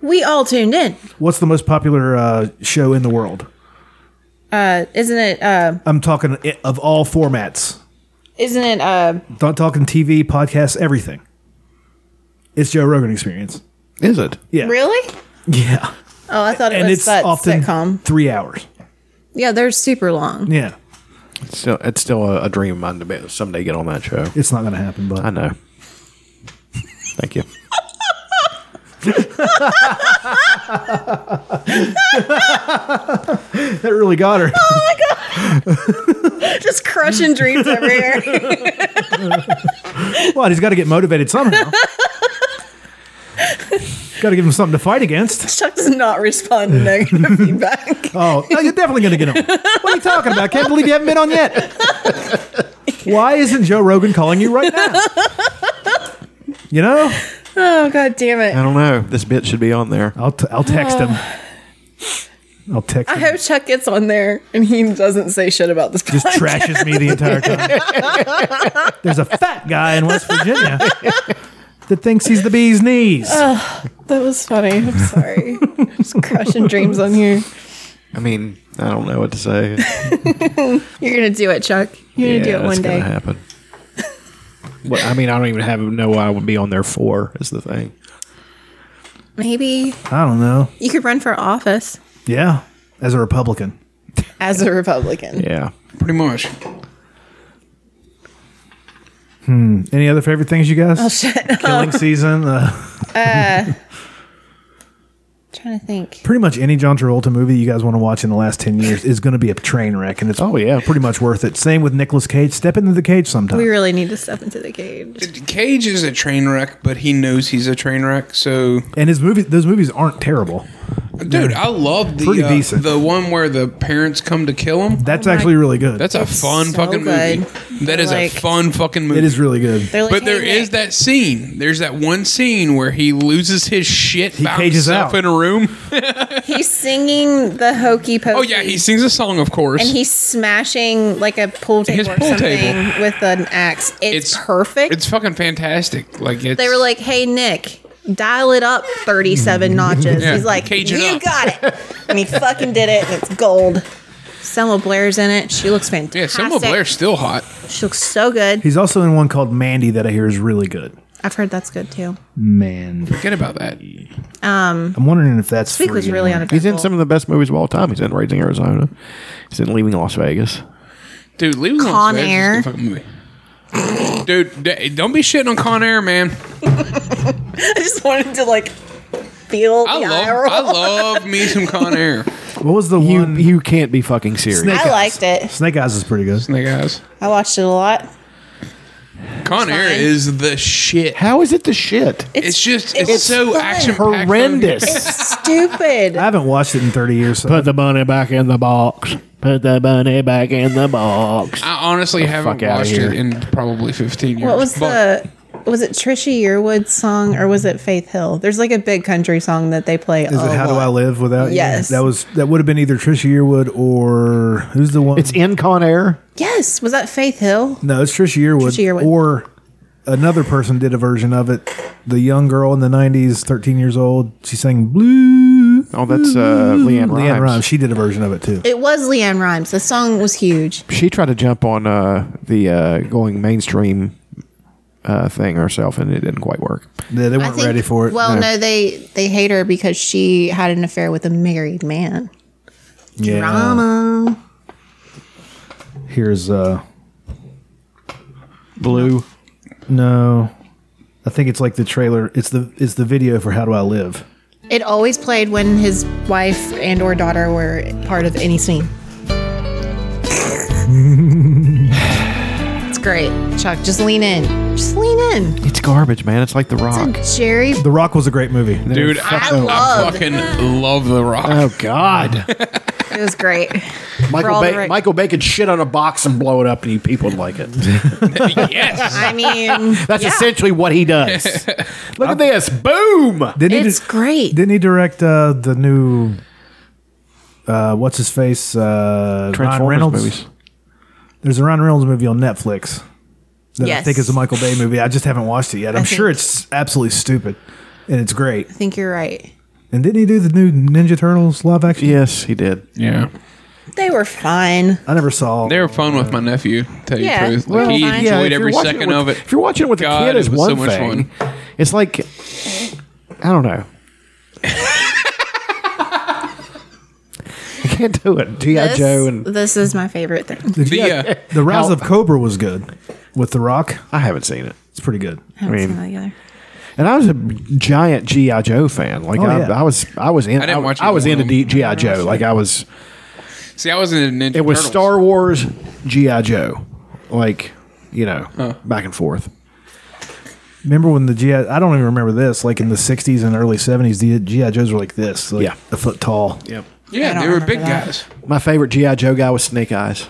Speaker 3: We all tuned in.
Speaker 1: What's the most popular uh, show in the world?
Speaker 3: Uh, isn't it? Uh,
Speaker 1: I'm talking i- of all formats.
Speaker 3: isn't it? Uh,
Speaker 1: Not talking TV, podcasts, everything. It's Joe Rogan Experience.
Speaker 5: Is it?
Speaker 1: Yeah.
Speaker 3: Really?
Speaker 1: Yeah.
Speaker 3: Oh, I thought it
Speaker 1: and
Speaker 3: was
Speaker 1: it's
Speaker 3: that
Speaker 1: often
Speaker 3: sitcom.
Speaker 1: three hours.
Speaker 3: Yeah, they're super long. <laughs>
Speaker 1: Yeah.
Speaker 5: It's still it's still a, a dream of mine to be, someday get on that show.
Speaker 1: It's not going to happen, but
Speaker 5: I know. Thank you.
Speaker 1: that really got
Speaker 3: <laughs>
Speaker 1: her.
Speaker 3: Oh my god! Just crushing dreams everywhere. <laughs>
Speaker 1: Well, he's got to get motivated somehow. got to give him something to fight against.
Speaker 3: Chuck does not respond to negative <laughs> feedback.
Speaker 1: <laughs> Oh, no, you're definitely going to get on. What are you talking about? Can't believe you haven't been on yet. Why isn't Joe Rogan calling you right now? You know?
Speaker 3: Oh god damn it!
Speaker 5: I don't know. This bit should be on there.
Speaker 1: I'll, t- I'll text him. I'll text
Speaker 3: I
Speaker 1: him.
Speaker 3: hope Chuck gets on there and he doesn't say shit about this.
Speaker 1: Just trashes me the entire time. There's a fat guy in West Virginia that thinks he's the bee's knees.
Speaker 3: Ugh, that was funny. I'm sorry. Just crushing dreams on you.
Speaker 5: I mean, I don't know what to say.
Speaker 3: You're gonna do it, Chuck. You're gonna do it one day.
Speaker 5: happen.
Speaker 4: Well, I mean, I don't even have know what I would be on there for. Is the thing.
Speaker 3: Maybe
Speaker 1: I don't know.
Speaker 3: you could run for office
Speaker 1: Yeah, as a Republican.
Speaker 3: as a Republican.
Speaker 1: Yeah.
Speaker 2: Pretty much.
Speaker 1: Hmm. Any other favorite things, you guys?
Speaker 3: Oh shit! <laughs>
Speaker 1: Killing season. Uh,
Speaker 3: Uh, trying to think.
Speaker 1: pretty much any John Travolta movie you guys want to watch in the last ten years is going to be a train wreck, and it's oh yeah, pretty much worth it. Same with Nicolas Cage. Step into the cage sometime.
Speaker 3: We really need to step into the cage.
Speaker 2: Cage is a train wreck, but he knows he's a train wreck. So,
Speaker 1: and his movie, those movies aren't terrible.
Speaker 2: dude, I love
Speaker 1: Pretty
Speaker 2: the uh,
Speaker 1: decent.
Speaker 2: the one where the parents come to kill him.
Speaker 3: Oh,
Speaker 1: That's actually really good.
Speaker 2: That's a fun fucking movie. That is
Speaker 1: Like-
Speaker 2: a fun fucking movie.
Speaker 1: It is really good.
Speaker 3: They're like,
Speaker 2: but there is that scene. There's that one scene where he loses his shit. He
Speaker 1: cages out.
Speaker 2: in a room.
Speaker 3: He's singing the hokey pokey.
Speaker 2: Oh yeah, he sings a song, of course.
Speaker 3: and he's smashing like a pool table
Speaker 2: His
Speaker 3: or
Speaker 2: pool
Speaker 3: something
Speaker 2: table.
Speaker 3: with an axe. It's, perfect.
Speaker 2: It's fucking fantastic. Like it's,
Speaker 3: they were like, "Hey Nick, dial it up
Speaker 2: <laughs>
Speaker 3: 37 notches."
Speaker 2: Yeah,
Speaker 3: He's like,
Speaker 2: cage
Speaker 3: "You
Speaker 2: it up."
Speaker 3: got it," and he fucking did it, and it's gold. Selma Blair's in it. She looks fantastic. Yeah,
Speaker 2: Selma Blair's still hot.
Speaker 3: She looks so good.
Speaker 1: He's also in one called Mandy that I hear is really good.
Speaker 3: I've heard that's good too.
Speaker 1: Man,
Speaker 2: forget about that.
Speaker 3: Um,
Speaker 1: I'm wondering if that's
Speaker 3: this week was really uneventful.
Speaker 5: He's in some of the best movies of all time. He's in Raising Arizona. He's in Leaving Las Vegas.
Speaker 2: dude, leave him alone.
Speaker 3: Con
Speaker 2: It's
Speaker 3: Air.
Speaker 2: a fucking movie. Dude, d- don't be shitting on Con Air, man.
Speaker 3: I <laughs> just wanted to like feel
Speaker 2: I
Speaker 3: the
Speaker 2: love,
Speaker 3: eye roll.
Speaker 2: I love me some Con
Speaker 5: <laughs>
Speaker 2: Air.
Speaker 1: What was the one?
Speaker 5: You can't be fucking serious.
Speaker 3: I liked it.
Speaker 1: Snake Eyes is pretty good.
Speaker 2: Snake Eyes.
Speaker 3: I watched it a lot.
Speaker 2: Con Air is the shit.
Speaker 5: How is it the shit?
Speaker 2: It's, just, it's,
Speaker 3: it's
Speaker 2: so
Speaker 3: fun.
Speaker 2: action
Speaker 5: <laughs>
Speaker 3: It's
Speaker 2: <laughs>
Speaker 3: stupid.
Speaker 1: I haven't watched it in 30 years. So.
Speaker 4: Put the bunny back in the box. Put the bunny back in the box.
Speaker 2: I honestly
Speaker 4: The
Speaker 2: haven't
Speaker 4: fuck outta
Speaker 2: watched
Speaker 4: here.
Speaker 2: it in probably 15 years.
Speaker 3: What was
Speaker 2: but
Speaker 3: the was it Trisha Yearwood song or was it Faith Hill? There's like a big country song that they play.
Speaker 1: Is it How Do I Live Without You?
Speaker 3: Oh, Yes.
Speaker 1: That was that would have been either Trisha Yearwood or who's the one? It's
Speaker 4: in Con Air.
Speaker 3: Yes, was that Faith Hill?
Speaker 1: No, it's Trisha Yearwood.
Speaker 3: Trisha Yearwood.
Speaker 1: Or another person did a version of it. The young girl in the 90s, 13 years old, she sang Blue.
Speaker 5: Oh, that's uh, Leanne
Speaker 1: Leanne
Speaker 5: Rimes.
Speaker 1: Rimes. She did a version of it too.
Speaker 3: It was Leanne Rhymes. The song was huge.
Speaker 5: She tried to jump on uh, the uh, going mainstream uh, thing herself, and it didn't quite work.
Speaker 1: Yeah, they
Speaker 3: I
Speaker 1: weren't
Speaker 3: think-
Speaker 1: ready for it.
Speaker 3: Well, no. they they hate her because she had an affair with a married man.
Speaker 1: Yeah.
Speaker 3: Drama.
Speaker 1: Here's uh
Speaker 5: Blue.
Speaker 1: No. I think it's like the trailer. It's the it's the video for How Do I Live.
Speaker 3: It always played when his wife and or daughter were part of any scene. It's great, Chuck. Just lean in. Just lean in.
Speaker 5: It's garbage, man. It's like The Rock.
Speaker 3: Jerry.
Speaker 1: The Rock was a great movie.
Speaker 2: Dude, I,
Speaker 3: I
Speaker 2: I
Speaker 3: loved-
Speaker 2: fucking love The Rock.
Speaker 5: Uh,
Speaker 4: Oh
Speaker 5: <laughs>
Speaker 4: God.
Speaker 3: It was
Speaker 1: <laughs>
Speaker 3: great. For
Speaker 4: Michael,
Speaker 3: all the
Speaker 4: ba-
Speaker 3: rec-
Speaker 4: Michael Bacon shit on a box and blow it up, and you people would like it.
Speaker 3: I mean,
Speaker 5: <laughs>
Speaker 4: That's essentially what he does. Look at this. Boom.
Speaker 1: Didn't
Speaker 3: It's
Speaker 1: he
Speaker 3: great.
Speaker 1: Didn't he direct uh, the new uh, what's his face? Uh, Ryan
Speaker 5: Transformers
Speaker 1: Reynolds
Speaker 5: movies.
Speaker 1: There's a Ryan Reynolds movie on Netflix that I
Speaker 3: Yes.
Speaker 1: think is a Michael Bay movie. I just haven't watched it yet. I'm
Speaker 3: I
Speaker 1: sure it's absolutely stupid, and it's great.
Speaker 3: I think you're right.
Speaker 1: And didn't he do the new Ninja Turtles live action?
Speaker 5: Yes, he did.
Speaker 2: Yeah.
Speaker 3: They were fine.
Speaker 1: I never saw.
Speaker 2: They were fun with my nephew. to Tell you
Speaker 3: Yeah,
Speaker 2: the truth,
Speaker 3: they
Speaker 2: like
Speaker 3: were
Speaker 2: he
Speaker 3: fine.
Speaker 5: uh, Yeah, if
Speaker 2: enjoyed
Speaker 5: you're
Speaker 2: every
Speaker 5: watching it
Speaker 2: second
Speaker 5: with-
Speaker 2: of it.
Speaker 5: If you're watching it with
Speaker 2: God,
Speaker 5: a kid,
Speaker 2: it
Speaker 5: is
Speaker 2: was
Speaker 5: one
Speaker 2: so much
Speaker 5: thing.
Speaker 2: fun.
Speaker 5: It's like I don't know. I can't do it. GI
Speaker 3: This-
Speaker 5: Joe and
Speaker 3: This is my favorite thing.
Speaker 1: Did you-
Speaker 5: The, uh,
Speaker 1: the Rise
Speaker 5: how-
Speaker 1: of Cobra was good with The Rock.
Speaker 5: <laughs> I haven't seen it.
Speaker 1: It's pretty good.
Speaker 3: I haven't seen that either.
Speaker 4: And I was a giant GI Joe fan. Like
Speaker 2: Oh,
Speaker 4: I,
Speaker 2: yeah.
Speaker 4: I was, I was in.
Speaker 2: I didn't watch
Speaker 4: I, was
Speaker 2: either
Speaker 4: into
Speaker 2: one.
Speaker 4: D- GI Joe. Like I was.
Speaker 2: See, I wasn't in Ninja
Speaker 4: It was
Speaker 2: Turtles.
Speaker 4: Star Wars, GI Joe, like you know, back and forth.
Speaker 1: Remember when the GI? I don't even remember this. Like in the '60s and early '70s, the GI Joes were like this, like
Speaker 4: Yeah.
Speaker 1: a foot tall.
Speaker 4: Yep.
Speaker 2: Yeah, they were big guys.
Speaker 4: My favorite GI Joe guy was Snake Eyes,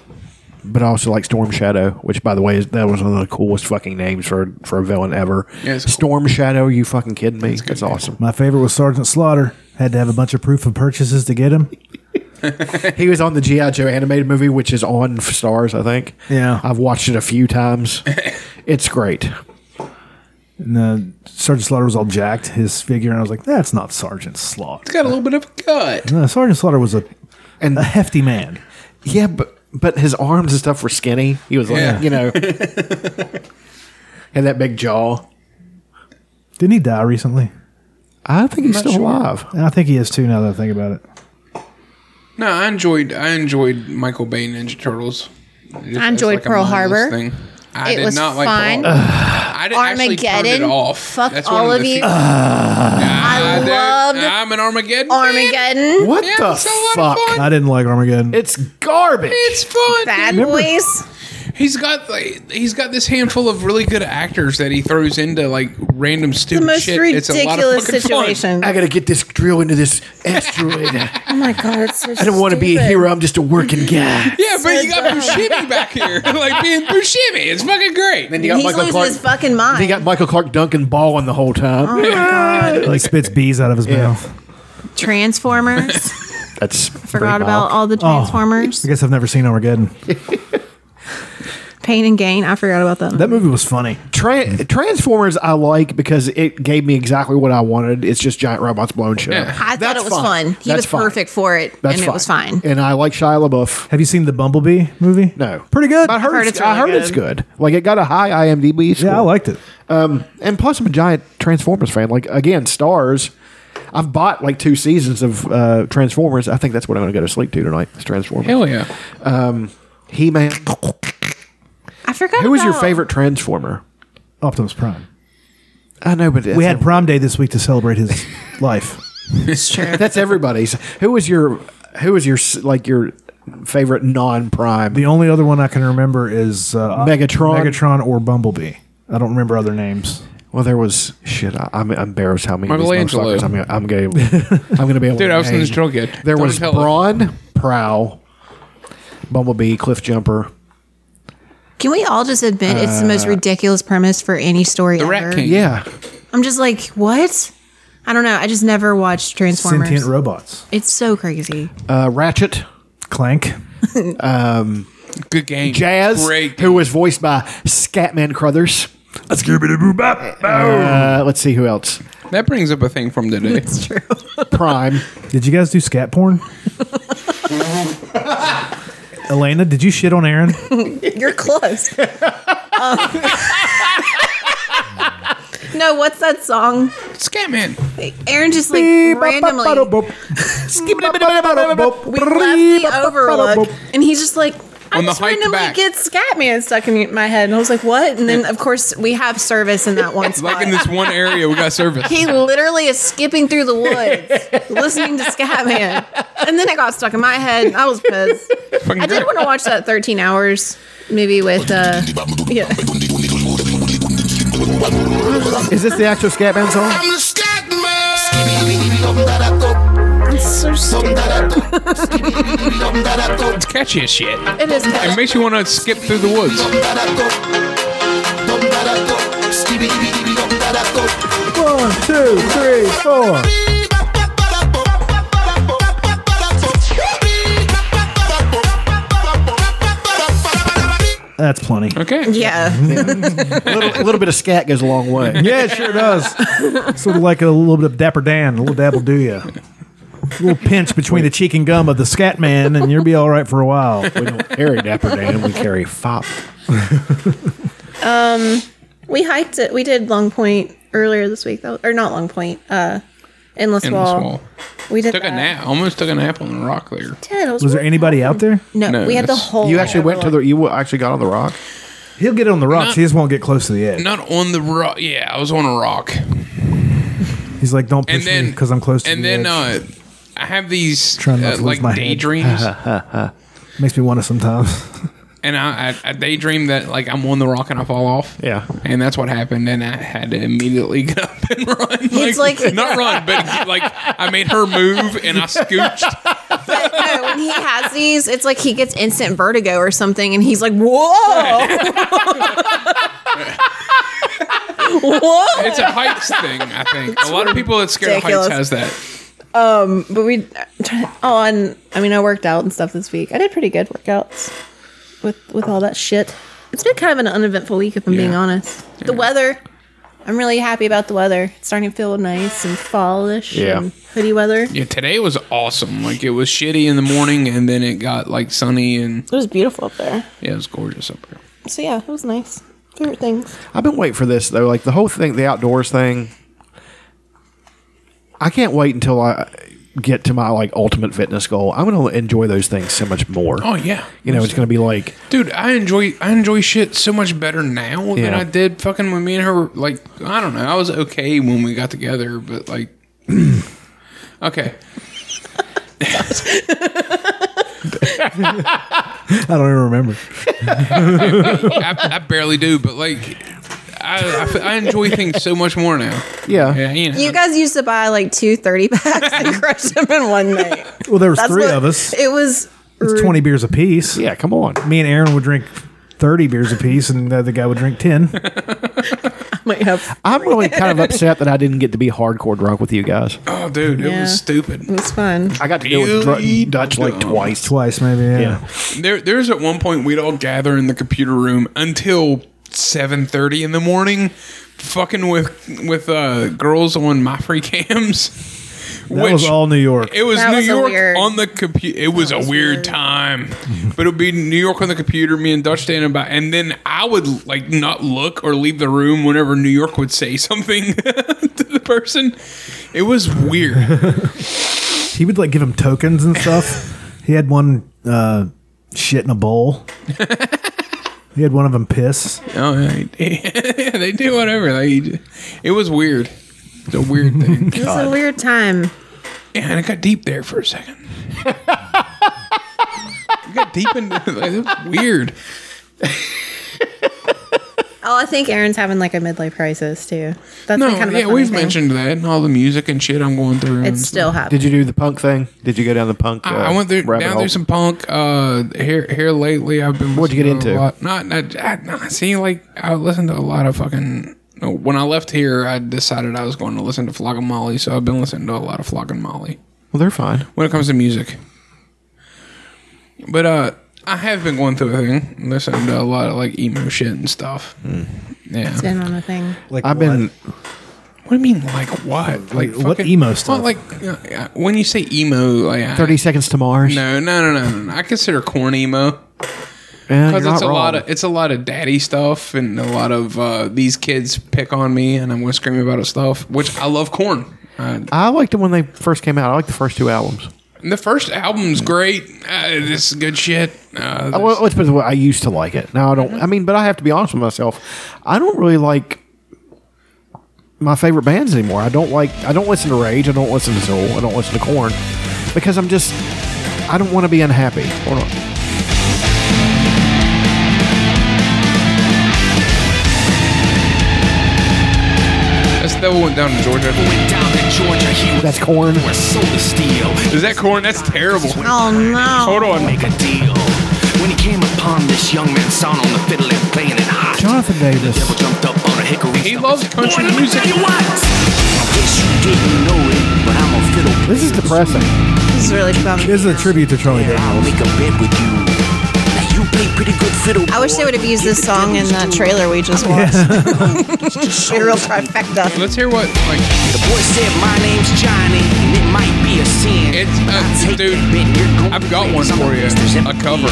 Speaker 4: but I also like Storm Shadow, which by the way is that was one of the coolest fucking names for for a villain ever. Storm Shadow, you fucking kidding me? That's, awesome. <laughs>
Speaker 1: My favorite was Sergeant Slaughter. Had to have a bunch of proof of purchases to get him.
Speaker 4: he was on the GI Joe animated movie, which is on Stars, I think.
Speaker 1: Yeah.
Speaker 4: I've watched it a few times. it's great.
Speaker 1: And uh, Sergeant Slaughter was all jacked, his figure, and I was like, "That's not Sergeant Slaughter."
Speaker 2: It's got a little bit of a gut.
Speaker 1: No, Sergeant Slaughter was a
Speaker 4: and
Speaker 1: a hefty man.
Speaker 4: Yeah, but but his arms and stuff were skinny. He was like,
Speaker 1: Yeah.
Speaker 4: you <laughs> know, and that big jaw.
Speaker 1: Didn't he die recently?
Speaker 4: I think
Speaker 2: he's I'm not still sure. alive.
Speaker 1: I think he is too. Now that I think about it,
Speaker 2: No, I enjoyed I enjoyed Michael Bay Ninja Turtles. It
Speaker 18: I enjoyed
Speaker 2: it's a
Speaker 18: Pearl
Speaker 2: mindless
Speaker 18: Harbor.
Speaker 2: Thing. I
Speaker 18: It
Speaker 2: did
Speaker 18: was
Speaker 2: not like
Speaker 18: fine.
Speaker 2: Pearl Harbor. I did actually turned
Speaker 18: Armageddon.
Speaker 2: it off.
Speaker 18: Fuck
Speaker 2: That's
Speaker 18: all
Speaker 2: one
Speaker 18: of,
Speaker 2: the
Speaker 18: you.
Speaker 2: few- I loved. I'm an Armageddon.
Speaker 18: Armageddon.
Speaker 4: What the fuck?
Speaker 1: I didn't like Armageddon.
Speaker 4: It's garbage.
Speaker 2: It's fun.
Speaker 18: Bad
Speaker 2: dude.
Speaker 18: boys.
Speaker 2: He's got like, he's got this handful of really good actors that he throws into like random stupid
Speaker 3: The most
Speaker 2: shit. it's a lot of
Speaker 3: ridiculous
Speaker 2: fucking
Speaker 3: situation.
Speaker 4: I gotta get this drill into this <laughs> asteroid. I
Speaker 3: Oh my god, it's so
Speaker 4: don't want to be a
Speaker 3: stupid.
Speaker 4: hero. I'm just a working guy.
Speaker 2: Yeah, but you got Buscemi back here, <laughs> like being Buscemi. It's fucking great. Then
Speaker 4: you got
Speaker 3: He's
Speaker 4: Michael
Speaker 3: losing
Speaker 4: Clark.
Speaker 3: his fucking
Speaker 4: They
Speaker 3: mind.
Speaker 4: got Michael Clark Duncan balling the whole time.
Speaker 3: Oh my God.
Speaker 1: like spits bees out of his mouth.
Speaker 3: Transformers.
Speaker 2: <laughs>
Speaker 3: <laughs>
Speaker 4: That's
Speaker 3: Forgot about all
Speaker 4: Oh,
Speaker 3: the Transformers.
Speaker 1: I guess I've never seen Armageddon.
Speaker 3: Pain and Gain. I forgot about that.
Speaker 1: That movie was funny. Hmm.
Speaker 4: Tran Transformers I like because it gave me exactly what I wanted. It's just giant robots blowing shit. up.
Speaker 3: I thought it was fun. He
Speaker 4: That's
Speaker 3: was
Speaker 4: fine.
Speaker 3: perfect for it,
Speaker 4: That's
Speaker 3: and
Speaker 4: fine.
Speaker 3: it was fine.
Speaker 4: And I like Shia LaBeouf.
Speaker 1: Have you seen the Bumblebee movie?
Speaker 4: No,
Speaker 1: pretty good.
Speaker 4: I heard,
Speaker 3: heard
Speaker 4: it's,
Speaker 3: it's really
Speaker 4: I heard
Speaker 3: good.
Speaker 4: it's good. Like it got a high IMDb score.
Speaker 1: Yeah, I liked it.
Speaker 4: Um, and plus, I'm a giant Transformers fan. Like again, Stars. I've bought like two seasons of uh, Transformers. I think that's what I'm going to go to sleep to tonight. Is Transformers.
Speaker 2: Hell yeah.
Speaker 4: Um, he Man.
Speaker 3: I forgot.
Speaker 4: Who was your
Speaker 3: about-
Speaker 4: favorite Transformer?
Speaker 1: Optimus Prime.
Speaker 4: I know, but
Speaker 1: we had Prime Day this week to celebrate his <laughs> life.
Speaker 3: It's true.
Speaker 4: That's everybody's. Who was your who was your s- like your favorite non prime?
Speaker 1: The only other one I can remember is uh,
Speaker 4: Megatron?
Speaker 1: Megatron or Bumblebee. I don't remember other names.
Speaker 4: Well, there was shit. I, I'm embarrassed how many. of these
Speaker 2: Michelangelo.
Speaker 4: motherfuckers I'm, gonna- I'm gonna I'm gonna be
Speaker 2: <laughs>
Speaker 4: able.
Speaker 2: Dude,
Speaker 4: to
Speaker 2: I was in
Speaker 4: name.
Speaker 2: this drill kid.
Speaker 4: There
Speaker 2: Tony
Speaker 4: was
Speaker 2: Pellet.
Speaker 4: Brawn, Prowl, Bumblebee, Cliff Jumper.
Speaker 3: Can we all just admit it's the most
Speaker 4: Uh,
Speaker 3: ridiculous premise for any story
Speaker 2: The
Speaker 3: ever?
Speaker 2: Rat King.
Speaker 4: Yeah,
Speaker 3: I'm just like, what? I don't know. I just never watched Transformers.
Speaker 1: Sentient robots.
Speaker 3: It's so crazy.
Speaker 4: Uh, Ratchet,
Speaker 1: Clank,
Speaker 4: um,
Speaker 2: Good game.
Speaker 4: Jazz,
Speaker 2: Great.
Speaker 4: who was voiced by Scatman Crothers.
Speaker 1: Let's give it a boo bop.
Speaker 4: Uh, let's see who else.
Speaker 2: That brings up a thing from today. That's
Speaker 3: true.
Speaker 4: Prime.
Speaker 1: Did you guys do scat porn? Elena, did you shit on Aaron?
Speaker 3: You're close. Um, <laughs> no, what's that song?
Speaker 2: Scatman.
Speaker 3: Aaron just like randomly. We left the overlook, and he's just like. I
Speaker 2: On the
Speaker 3: just
Speaker 2: hike
Speaker 3: randomly
Speaker 2: back.
Speaker 3: get Scatman stuck in my head, and I was like, "What?" And then, of course, we have service in that one spot.
Speaker 2: Like in this one area, we got service.
Speaker 3: He literally is skipping through the woods, listening to Scatman, and then it got stuck in my head. And I was pissed. I did want to watch that 13 hours movie with. Uh, yeah.
Speaker 4: Is this the actual Scatman song?
Speaker 19: I'm the Scatman.
Speaker 3: I'm so
Speaker 2: It's catchy as shit.
Speaker 3: It is.
Speaker 2: It makes you want to skip through the woods.
Speaker 1: One, two, three, four. That's plenty.
Speaker 2: Okay.
Speaker 3: Yeah.
Speaker 4: a,
Speaker 1: <laughs>
Speaker 4: little, a little bit of scat goes a long way.
Speaker 1: Yeah, it sure does. sort of like a little bit of Dapper Dan, a little dabble do ya. A little pinch between the cheek and gum of the scat man, and you'll be all right for a while.
Speaker 4: We don't carry Dapper Dan, we carry Fop.
Speaker 3: Um, we hiked it. We did Long Point earlier this week, though, or not Long Point. Uh, Endless,
Speaker 2: Endless
Speaker 3: Wall.
Speaker 2: Wall.
Speaker 3: We did
Speaker 2: Took a
Speaker 3: that.
Speaker 2: nap. Almost took a nap on the rock there.
Speaker 3: Ted, it was,
Speaker 1: Was there anybody out there?
Speaker 3: No,
Speaker 2: No,
Speaker 3: we had the
Speaker 2: that's-
Speaker 3: whole.
Speaker 4: You actually went to the. You actually got on the rock.
Speaker 1: He'll get it on the rocks. He just won't get close to the edge.
Speaker 2: Not on the rock. Yeah, I was on a rock.
Speaker 1: He's like, don't
Speaker 2: and
Speaker 1: push me
Speaker 2: then
Speaker 1: because I'm close to
Speaker 2: and
Speaker 1: the
Speaker 2: then
Speaker 1: edge.
Speaker 2: uh, I have these
Speaker 1: Trying not to
Speaker 2: uh,
Speaker 1: lose
Speaker 2: like
Speaker 1: my <laughs>
Speaker 2: daydreams,
Speaker 1: Head. Makes me want to sometimes. <laughs>
Speaker 2: and I, I, I daydream that like I'm on the rock and I fall off.
Speaker 1: Yeah.
Speaker 2: and that's what happened, and I had to immediately <laughs> get up and run. Like,
Speaker 3: It's like-
Speaker 2: not run, but like I made her move and
Speaker 3: <laughs>
Speaker 2: I scooched.
Speaker 3: <laughs> No, when he has these, it's like he gets instant vertigo or something, and he's like,
Speaker 2: <laughs>
Speaker 3: "Whoa, <laughs> whoa!"
Speaker 2: It's a heights thing, I think. A lot of people that scared of heights has
Speaker 3: ridiculous.
Speaker 2: that.
Speaker 3: Um, but we, oh, and I mean, I worked out and stuff this week. I did pretty good workouts with with all that shit. It's been kind of an uneventful week, if I'm being
Speaker 18: Yeah.
Speaker 3: honest. The weather, I'm really happy about the weather. It's starting to feel nice and fallish.
Speaker 2: Yeah.
Speaker 3: and hoodie weather.
Speaker 2: Yeah, today was awesome. Like it was shitty in the morning, and then it got like sunny and
Speaker 3: It was beautiful up there.
Speaker 2: yeah, it was gorgeous up there.
Speaker 3: So yeah, it was nice. Favorite things.
Speaker 5: I've been waiting for this though. Like the whole thing, the outdoors thing. I can't wait until I get to my like ultimate fitness goal. I'm gonna enjoy those things so much more.
Speaker 2: Oh, yeah.
Speaker 5: you know it's gonna be like
Speaker 2: Dude, I enjoy I enjoy shit so much better now than
Speaker 5: Yeah.
Speaker 2: I did fucking when me and her were, like I don't know. I was okay when we got together, but like <clears throat> okay.
Speaker 1: I don't even remember.
Speaker 2: I, I barely do, but like I, I, I enjoy things so much more now.
Speaker 5: Yeah.
Speaker 2: Yeah, you know.
Speaker 3: You guys used to buy like two 30 packs and
Speaker 1: <laughs>
Speaker 3: crush them in one night.
Speaker 1: Well, there was
Speaker 3: That's
Speaker 1: three
Speaker 3: what-
Speaker 1: of us.
Speaker 3: It was
Speaker 1: It's
Speaker 3: rude. <laughs>
Speaker 1: twenty beers apiece.
Speaker 5: Yeah, come on.
Speaker 1: Me and Aaron would drink thirty beers apiece, and the other guy would drink ten.
Speaker 3: might have.
Speaker 5: I'm really kind of upset that I didn't get to be hardcore drunk with you guys.
Speaker 2: Oh, dude, it
Speaker 3: Yeah.
Speaker 2: was stupid.
Speaker 3: It was
Speaker 1: Oh
Speaker 3: fun.
Speaker 5: I got to deal with
Speaker 2: Really
Speaker 5: dr- Dutch like
Speaker 2: dumb.
Speaker 5: twice.
Speaker 1: Twice, maybe. Yeah.
Speaker 2: There, there's at one point we'd all gather in the computer room until seven thirty in the morning, fucking with with uh, girls on my free cams.
Speaker 1: That was all New York.
Speaker 2: It was
Speaker 1: That
Speaker 2: New
Speaker 1: was a
Speaker 2: York
Speaker 1: weird-
Speaker 2: on the computer. It was, a weird, time, but it'd be New York on the computer. Me and Dutch standing by, and then I would like not look or leave the room whenever New York would say <laughs> something to the person. It was weird.
Speaker 1: He would like give him tokens and stuff. he had one uh, shit in a
Speaker 2: <laughs>
Speaker 1: bowl. he had one of them piss.
Speaker 2: Oh yeah, <laughs> yeah, they do whatever. Like, you ju- it was weird. It's a
Speaker 3: <laughs>
Speaker 2: weird thing.
Speaker 3: It was a weird time.
Speaker 2: Yeah, and it got deep there for a
Speaker 3: <laughs>
Speaker 2: second. it got deep into <laughs> like, it was weird.
Speaker 3: Oh, I think Aaron's having like a midlife crisis too. That's
Speaker 2: no,
Speaker 3: like, kind of a
Speaker 2: yeah,
Speaker 3: funny
Speaker 2: we've
Speaker 3: thing.
Speaker 2: mentioned that and all the music and shit I'm going through. and
Speaker 3: It's still
Speaker 2: stuff.
Speaker 3: happening.
Speaker 5: Did you do the punk thing? Did you go down the punk? uh,
Speaker 2: I- I went through,
Speaker 5: rabbit
Speaker 2: down
Speaker 5: hole?
Speaker 2: through some punk uh, here here lately. I've been.
Speaker 5: What'd you get
Speaker 2: listening to
Speaker 5: into?
Speaker 2: A lot. Not not I, not- see like I listened to a lot of fucking. When I left here, I decided I was going to listen to Flock and Molly, so I've been listening to a lot of Flock and Molly.
Speaker 5: Well, they're fine.
Speaker 2: when it comes to music. But uh, I have been going through a thing, listening to a lot of like emo shit and stuff. Yeah,
Speaker 3: It's been on the thing.
Speaker 5: I've been.
Speaker 2: What do you mean, like what? Like
Speaker 5: what emo
Speaker 2: well,
Speaker 5: stuff?
Speaker 2: like uh, uh, when you say emo, like I-
Speaker 5: Thirty Seconds to Mars.
Speaker 2: No, no, no, no, no, no. I consider corn emo
Speaker 5: Yeah,
Speaker 2: because
Speaker 5: you're
Speaker 2: it's a
Speaker 5: not
Speaker 2: lot
Speaker 5: wrong.
Speaker 2: of it's a lot of daddy stuff and a lot of uh, these kids pick on me and I'm gonna scream about it stuff. Which I love corn. Uh,
Speaker 5: I liked them when they first came out. I liked the first two albums.
Speaker 2: and the first album's great. Uh, this is good shit. Uh,
Speaker 5: Uh, well, let's put it this way, I used to like it. Now I don't. I mean, but I have to be honest with myself. I don't really like my favorite bands anymore. I don't like. I don't listen to Rage. I don't listen to Soul. I don't listen to Corn because I'm just. I don't want to be unhappy. Hold on.
Speaker 2: That's the one down in Georgia.
Speaker 5: That's corn.
Speaker 2: Is that corn? That's terrible.
Speaker 3: Oh no!
Speaker 2: Hold on.
Speaker 20: Make a deal. When he came upon this young man sound on the fiddle and playing it hot.
Speaker 5: Jonathan Davis.
Speaker 20: Devil jumped up on a hickory.
Speaker 2: He loves country
Speaker 20: Boy, let me
Speaker 2: music.
Speaker 20: tell you what. In case you didn't know it, but I'm a fiddle.
Speaker 5: This is depressing.
Speaker 3: This is really fun.
Speaker 1: This is a tribute to Charlie
Speaker 20: I'll make a bet with you. Now you play pretty good fiddle.
Speaker 3: I wish they would have used
Speaker 2: <laughs>
Speaker 3: this song in that trailer we just watched. Be a real trifecta.
Speaker 2: Let's hear what like
Speaker 20: The boy said my name's Johnny, and it might be a sin.
Speaker 2: It's uh, dude. I've got one for you. A cover.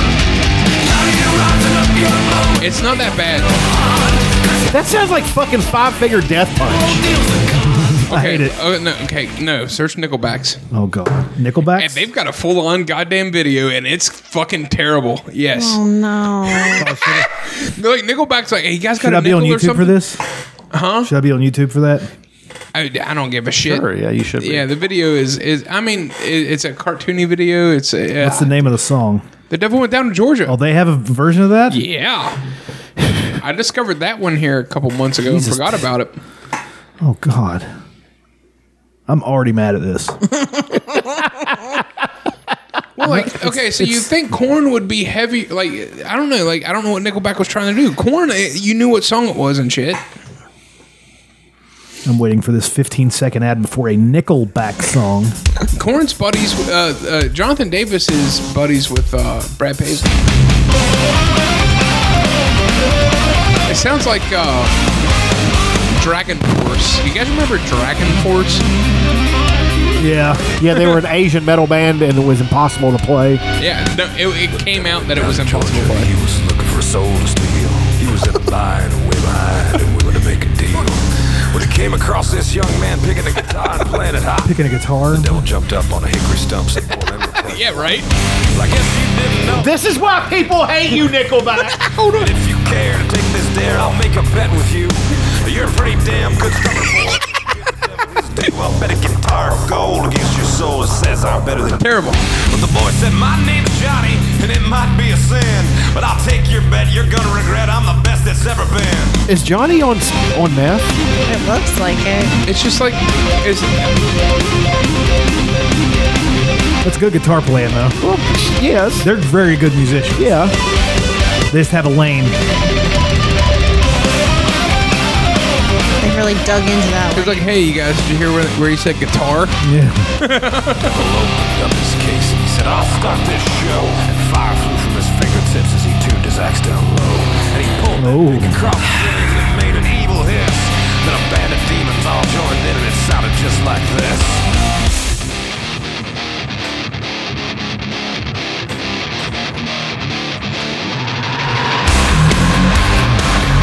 Speaker 2: It's not that bad.
Speaker 5: That sounds like fucking five figure death punch.
Speaker 2: Okay. Oh, no, okay. No. Search Nickelbacks.
Speaker 1: Oh god, Nickelback.
Speaker 2: And they've got a full-on goddamn video, and it's fucking terrible. Yes.
Speaker 3: Oh no!
Speaker 2: They're like Nickelback's like, hey, you guys
Speaker 1: Oh, Should
Speaker 2: got a
Speaker 1: I be
Speaker 2: nickel
Speaker 1: on
Speaker 2: or
Speaker 1: YouTube
Speaker 2: something? Uh-huh.
Speaker 1: for this?
Speaker 2: Huh?
Speaker 1: Should I be on YouTube for that?
Speaker 2: I, I don't give a shit.
Speaker 5: Sure, yeah, you should be.
Speaker 2: Yeah, the video is is. I mean, it, it's a cartoony video. It's a,
Speaker 1: What's the name of the song?
Speaker 2: The Devil Went Down to Georgia.
Speaker 1: Oh, they have a version of that.
Speaker 2: Yeah. <sighs> I discovered that one here a couple months ago
Speaker 1: Jesus.
Speaker 2: and forgot about it.
Speaker 1: Oh God, I'm already mad at this.
Speaker 2: Well, like, okay, so you think Corn would be heavy? Like, I don't know. Like, I don't know what Nickelback was trying to do. Corn, eh, you knew what song it was and shit.
Speaker 1: I'm waiting for this 15 second ad before a Nickelback song.
Speaker 2: Corn's buddies, uh, uh, Jonathan Davis is buddies with uh, Brad Paisley. It sounds like uh, Dragon Force. You guys remember Dragon Force?
Speaker 4: Yeah, yeah, they were an Asian metal band, and it was impossible to play.
Speaker 2: Yeah, no, it, it came out that it was impossible. But
Speaker 21: He was looking for a soul to steal. He was in line way behind and willing to make a deal. When he came across this young man picking a guitar and playing it hot,
Speaker 1: Picking a guitar.
Speaker 21: the devil jumped up on a hickory stump. said, "Boy, let me play."
Speaker 2: yeah, right.
Speaker 21: Like if you didn't know,
Speaker 4: This is why people hate you, Nickelback. Hold on.
Speaker 21: if you care to take this dare, I'll make a bet with you. You're a pretty damn good drummer boy. Do I'll bet a guitar of gold against your soul. It says I'm better than
Speaker 2: terrible.
Speaker 21: But the boy said, My name's Johnny, and it might be a sin, but I'll take your bet. You're gonna regret I'm the best that's ever been.
Speaker 4: Is Johnny on on meth?
Speaker 3: It looks like it.
Speaker 2: It's just like it's
Speaker 1: That's good guitar playing though.
Speaker 4: yes,
Speaker 1: they're very good musicians.
Speaker 4: Yeah,
Speaker 1: they just have a lane.
Speaker 3: They really dug into that.
Speaker 2: It's like, hey, you guys, did you hear where, where he said guitar?
Speaker 1: Yeah.
Speaker 21: Devil opened up his case and he said, I'll start this show. And fire flew from his fingertips as he tuned his axe down low. And he pulled that big across the strings and made an evil hiss. Then a band of demons all joined in and it sounded just like this.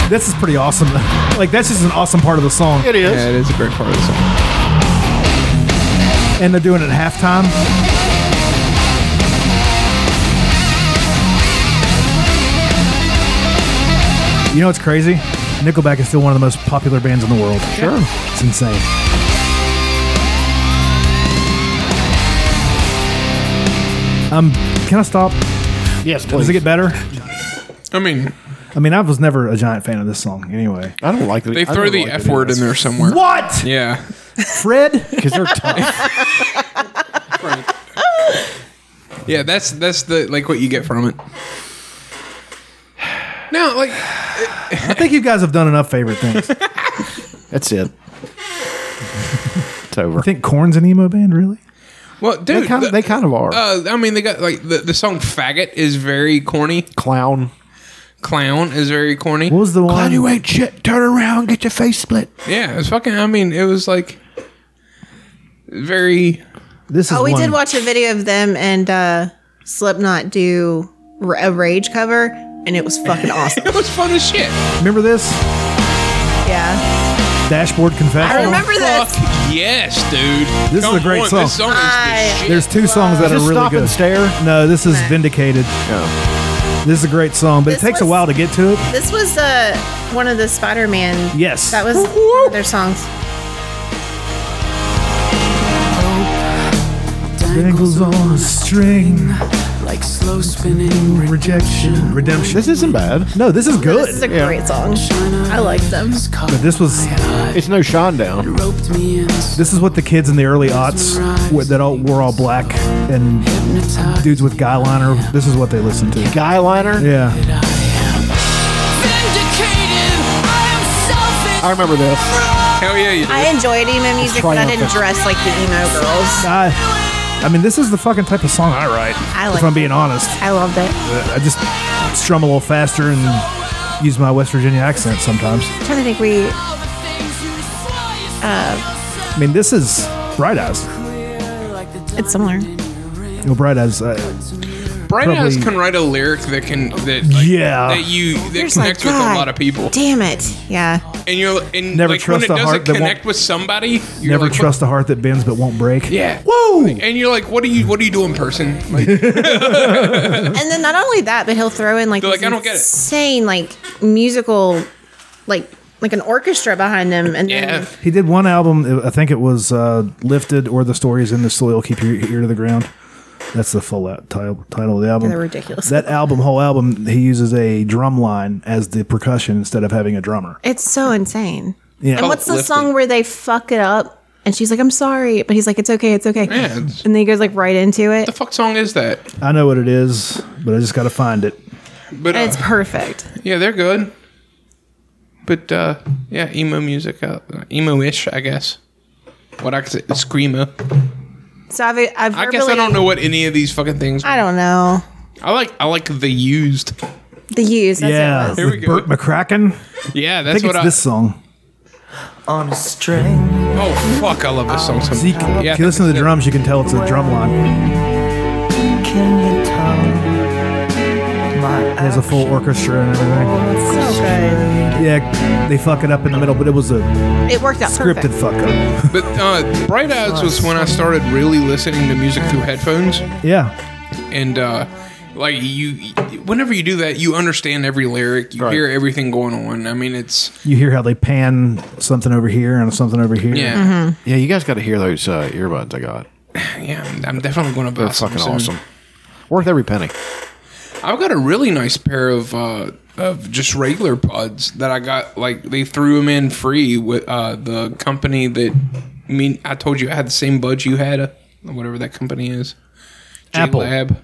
Speaker 1: This is pretty awesome. Like that's just an awesome part of the song.
Speaker 4: It is.
Speaker 2: Yeah, it is a great part of the song.
Speaker 1: And they're doing it at halftime. You know what's crazy? Nickelback is still one of the most popular bands in the world. Sure. It's insane. Um, can I stop?
Speaker 4: Yes,
Speaker 1: Does
Speaker 4: please.
Speaker 1: it get better?
Speaker 2: I mean,
Speaker 1: I mean, I was never a giant fan of this song anyway.
Speaker 4: I don't like
Speaker 2: they throw the f word in there somewhere.
Speaker 1: What?
Speaker 2: Yeah.
Speaker 1: Fred? <laughs>
Speaker 4: Because they're tough.
Speaker 2: Yeah, that's that's the like what you get from it. No, like
Speaker 1: I think you guys have done enough favorite things.
Speaker 4: That's <laughs> it. it's over.
Speaker 1: I think Corn's an emo band, really?
Speaker 2: well, dude,
Speaker 4: they kind of
Speaker 2: the-
Speaker 4: they kind of are
Speaker 2: Uh, I mean, they got like the, the song "Faggot" is very corny.
Speaker 4: clown.
Speaker 2: Clown is very corny.
Speaker 1: What was the one?
Speaker 4: ain't shit. Turn around, get your face split.
Speaker 2: Yeah, it's fucking. I mean, it was like very.
Speaker 1: This is
Speaker 3: Oh, we
Speaker 1: one.
Speaker 3: did watch a video of them and uh, Slipknot do r- a Rage cover, and it was
Speaker 2: <laughs>
Speaker 3: fucking awesome.
Speaker 2: It was fun as shit.
Speaker 1: Remember this?
Speaker 3: yeah,
Speaker 1: Dashboard Confession.
Speaker 3: I remember
Speaker 2: Oh, Fuck
Speaker 3: this.
Speaker 2: yes, dude.
Speaker 1: This is a great
Speaker 2: on, This
Speaker 1: song.
Speaker 2: song is the shit.
Speaker 1: There's two songs that
Speaker 4: Is
Speaker 1: are
Speaker 4: this
Speaker 1: really
Speaker 4: stop
Speaker 1: good.
Speaker 4: and stare?
Speaker 1: No, this is Vindicated. This is a great song, but
Speaker 3: This
Speaker 1: it takes
Speaker 3: was-
Speaker 1: a while to get to it.
Speaker 3: This was uh, one of the Spider-Man.
Speaker 1: Yes.
Speaker 3: that
Speaker 2: <laughs>
Speaker 3: was one of their songs.
Speaker 1: Dangles on a string.
Speaker 22: Like slow spinning
Speaker 1: Rejection. Redemption.
Speaker 4: This isn't bad.
Speaker 1: No, this is good.
Speaker 3: This is a great song. I like them.
Speaker 1: But this was
Speaker 4: It's no Sean down.
Speaker 22: Roped me in,
Speaker 1: this is what the kids in the early aughts were- that all were all black and dudes with guy liner. This is what they listened to.
Speaker 4: Guyliner.
Speaker 1: Yeah.
Speaker 4: I remember this.
Speaker 2: Hell yeah, you did.
Speaker 3: I enjoyed emo music, but I didn't dress like the emo girls.
Speaker 1: I, I mean, this is the fucking type of song I write.
Speaker 3: I
Speaker 1: if
Speaker 3: like
Speaker 1: I'm being
Speaker 3: it.
Speaker 1: honest,
Speaker 3: I loved it.
Speaker 1: I just strum a little faster and use my West Virginia accent sometimes.
Speaker 3: I'm trying to think, we. Uh,
Speaker 1: I mean, this is Bright Eyes.
Speaker 3: it's similar.
Speaker 1: You know, Bright Eyes. Uh,
Speaker 2: Brian Eyes
Speaker 1: probably-
Speaker 2: can write a lyric that can that like,
Speaker 1: Yeah.
Speaker 2: that you that
Speaker 3: Here's my
Speaker 2: connects with a
Speaker 3: God.
Speaker 2: lot of people.
Speaker 3: Damn it. Yeah.
Speaker 2: And you're and
Speaker 1: Never
Speaker 2: like,
Speaker 1: trust
Speaker 2: when it
Speaker 1: a
Speaker 2: doesn't
Speaker 1: heart that won't-
Speaker 2: connect with somebody. You're
Speaker 1: Never
Speaker 2: like, what-
Speaker 1: trust a heart that bends but won't break.
Speaker 2: Yeah.
Speaker 1: Whoa!
Speaker 2: And you're like, what are you what are you doing, person?
Speaker 1: <laughs>
Speaker 2: Like,
Speaker 3: And then not only that, but he'll throw in like,
Speaker 2: They're like,
Speaker 3: these
Speaker 2: "I don't get it."
Speaker 3: insane like musical like like an orchestra behind him, and then
Speaker 1: He did one album. I think it was uh, "Lifted" or "The Stories in the Soil." Keep your ear to the ground. That's the full out, title, title of the album.
Speaker 3: Yeah, they're ridiculous.
Speaker 1: That album, whole album, he uses a drum line as the percussion instead of having a drummer.
Speaker 3: it's so insane.
Speaker 1: Yeah.
Speaker 3: And what's the
Speaker 1: Uplifting.
Speaker 3: song where they fuck it up? And she's like, "I'm sorry," but he's like, "It's okay, it's okay." and then he goes like right into it.
Speaker 2: The fuck song is that?
Speaker 1: I know what it is, but I just got to find it.
Speaker 2: But uh,
Speaker 3: and it's perfect.
Speaker 2: Yeah, they're good. But uh, yeah, emo music, uh, emo-ish, I guess. What I could say, screamo.
Speaker 3: So I've, I've
Speaker 2: I guess I don't know what any of these fucking things.
Speaker 3: I don't know
Speaker 2: I like I like the used.
Speaker 3: the use. That's
Speaker 1: yeah,
Speaker 3: it was.
Speaker 2: Here we
Speaker 1: with Burt McCracken.
Speaker 2: Yeah,
Speaker 1: I
Speaker 2: that's
Speaker 1: think
Speaker 2: what
Speaker 1: it's
Speaker 2: I.
Speaker 1: this song.
Speaker 2: On a string. Oh fuck! I love this song so much.
Speaker 1: Zeke,
Speaker 2: Yeah,
Speaker 1: if you listen to the drums, you can tell it's a drum line.
Speaker 23: Can you tell?
Speaker 1: It has a full orchestra and everything.
Speaker 3: So good.
Speaker 1: Yeah, they fuck it up in the middle, but it was a
Speaker 3: It worked out
Speaker 1: scripted
Speaker 3: perfect.
Speaker 1: fuck up. <laughs>
Speaker 2: But uh, Bright Eyes was when I started really listening to music through headphones,
Speaker 1: Yeah,
Speaker 2: and uh, like you, whenever you do that, you understand every lyric, you hear everything going on. I mean, it's
Speaker 1: you hear how they pan something over here and something over here.
Speaker 2: Yeah. Mhm.
Speaker 5: Yeah, you guys got to hear those uh, earbuds I got.
Speaker 3: Mm-hmm.
Speaker 2: yeah, I'm- I'm definitely going to buy.
Speaker 5: They're
Speaker 2: some
Speaker 5: fucking
Speaker 2: soon.
Speaker 5: awesome. Worth every penny.
Speaker 2: I've got a really nice pair of uh, of just regular pods that I got. Like they threw them in free with uh, the company that. I mean, I told you I had the same buds you had, uh, whatever that company is.
Speaker 1: Apple.
Speaker 2: Lab.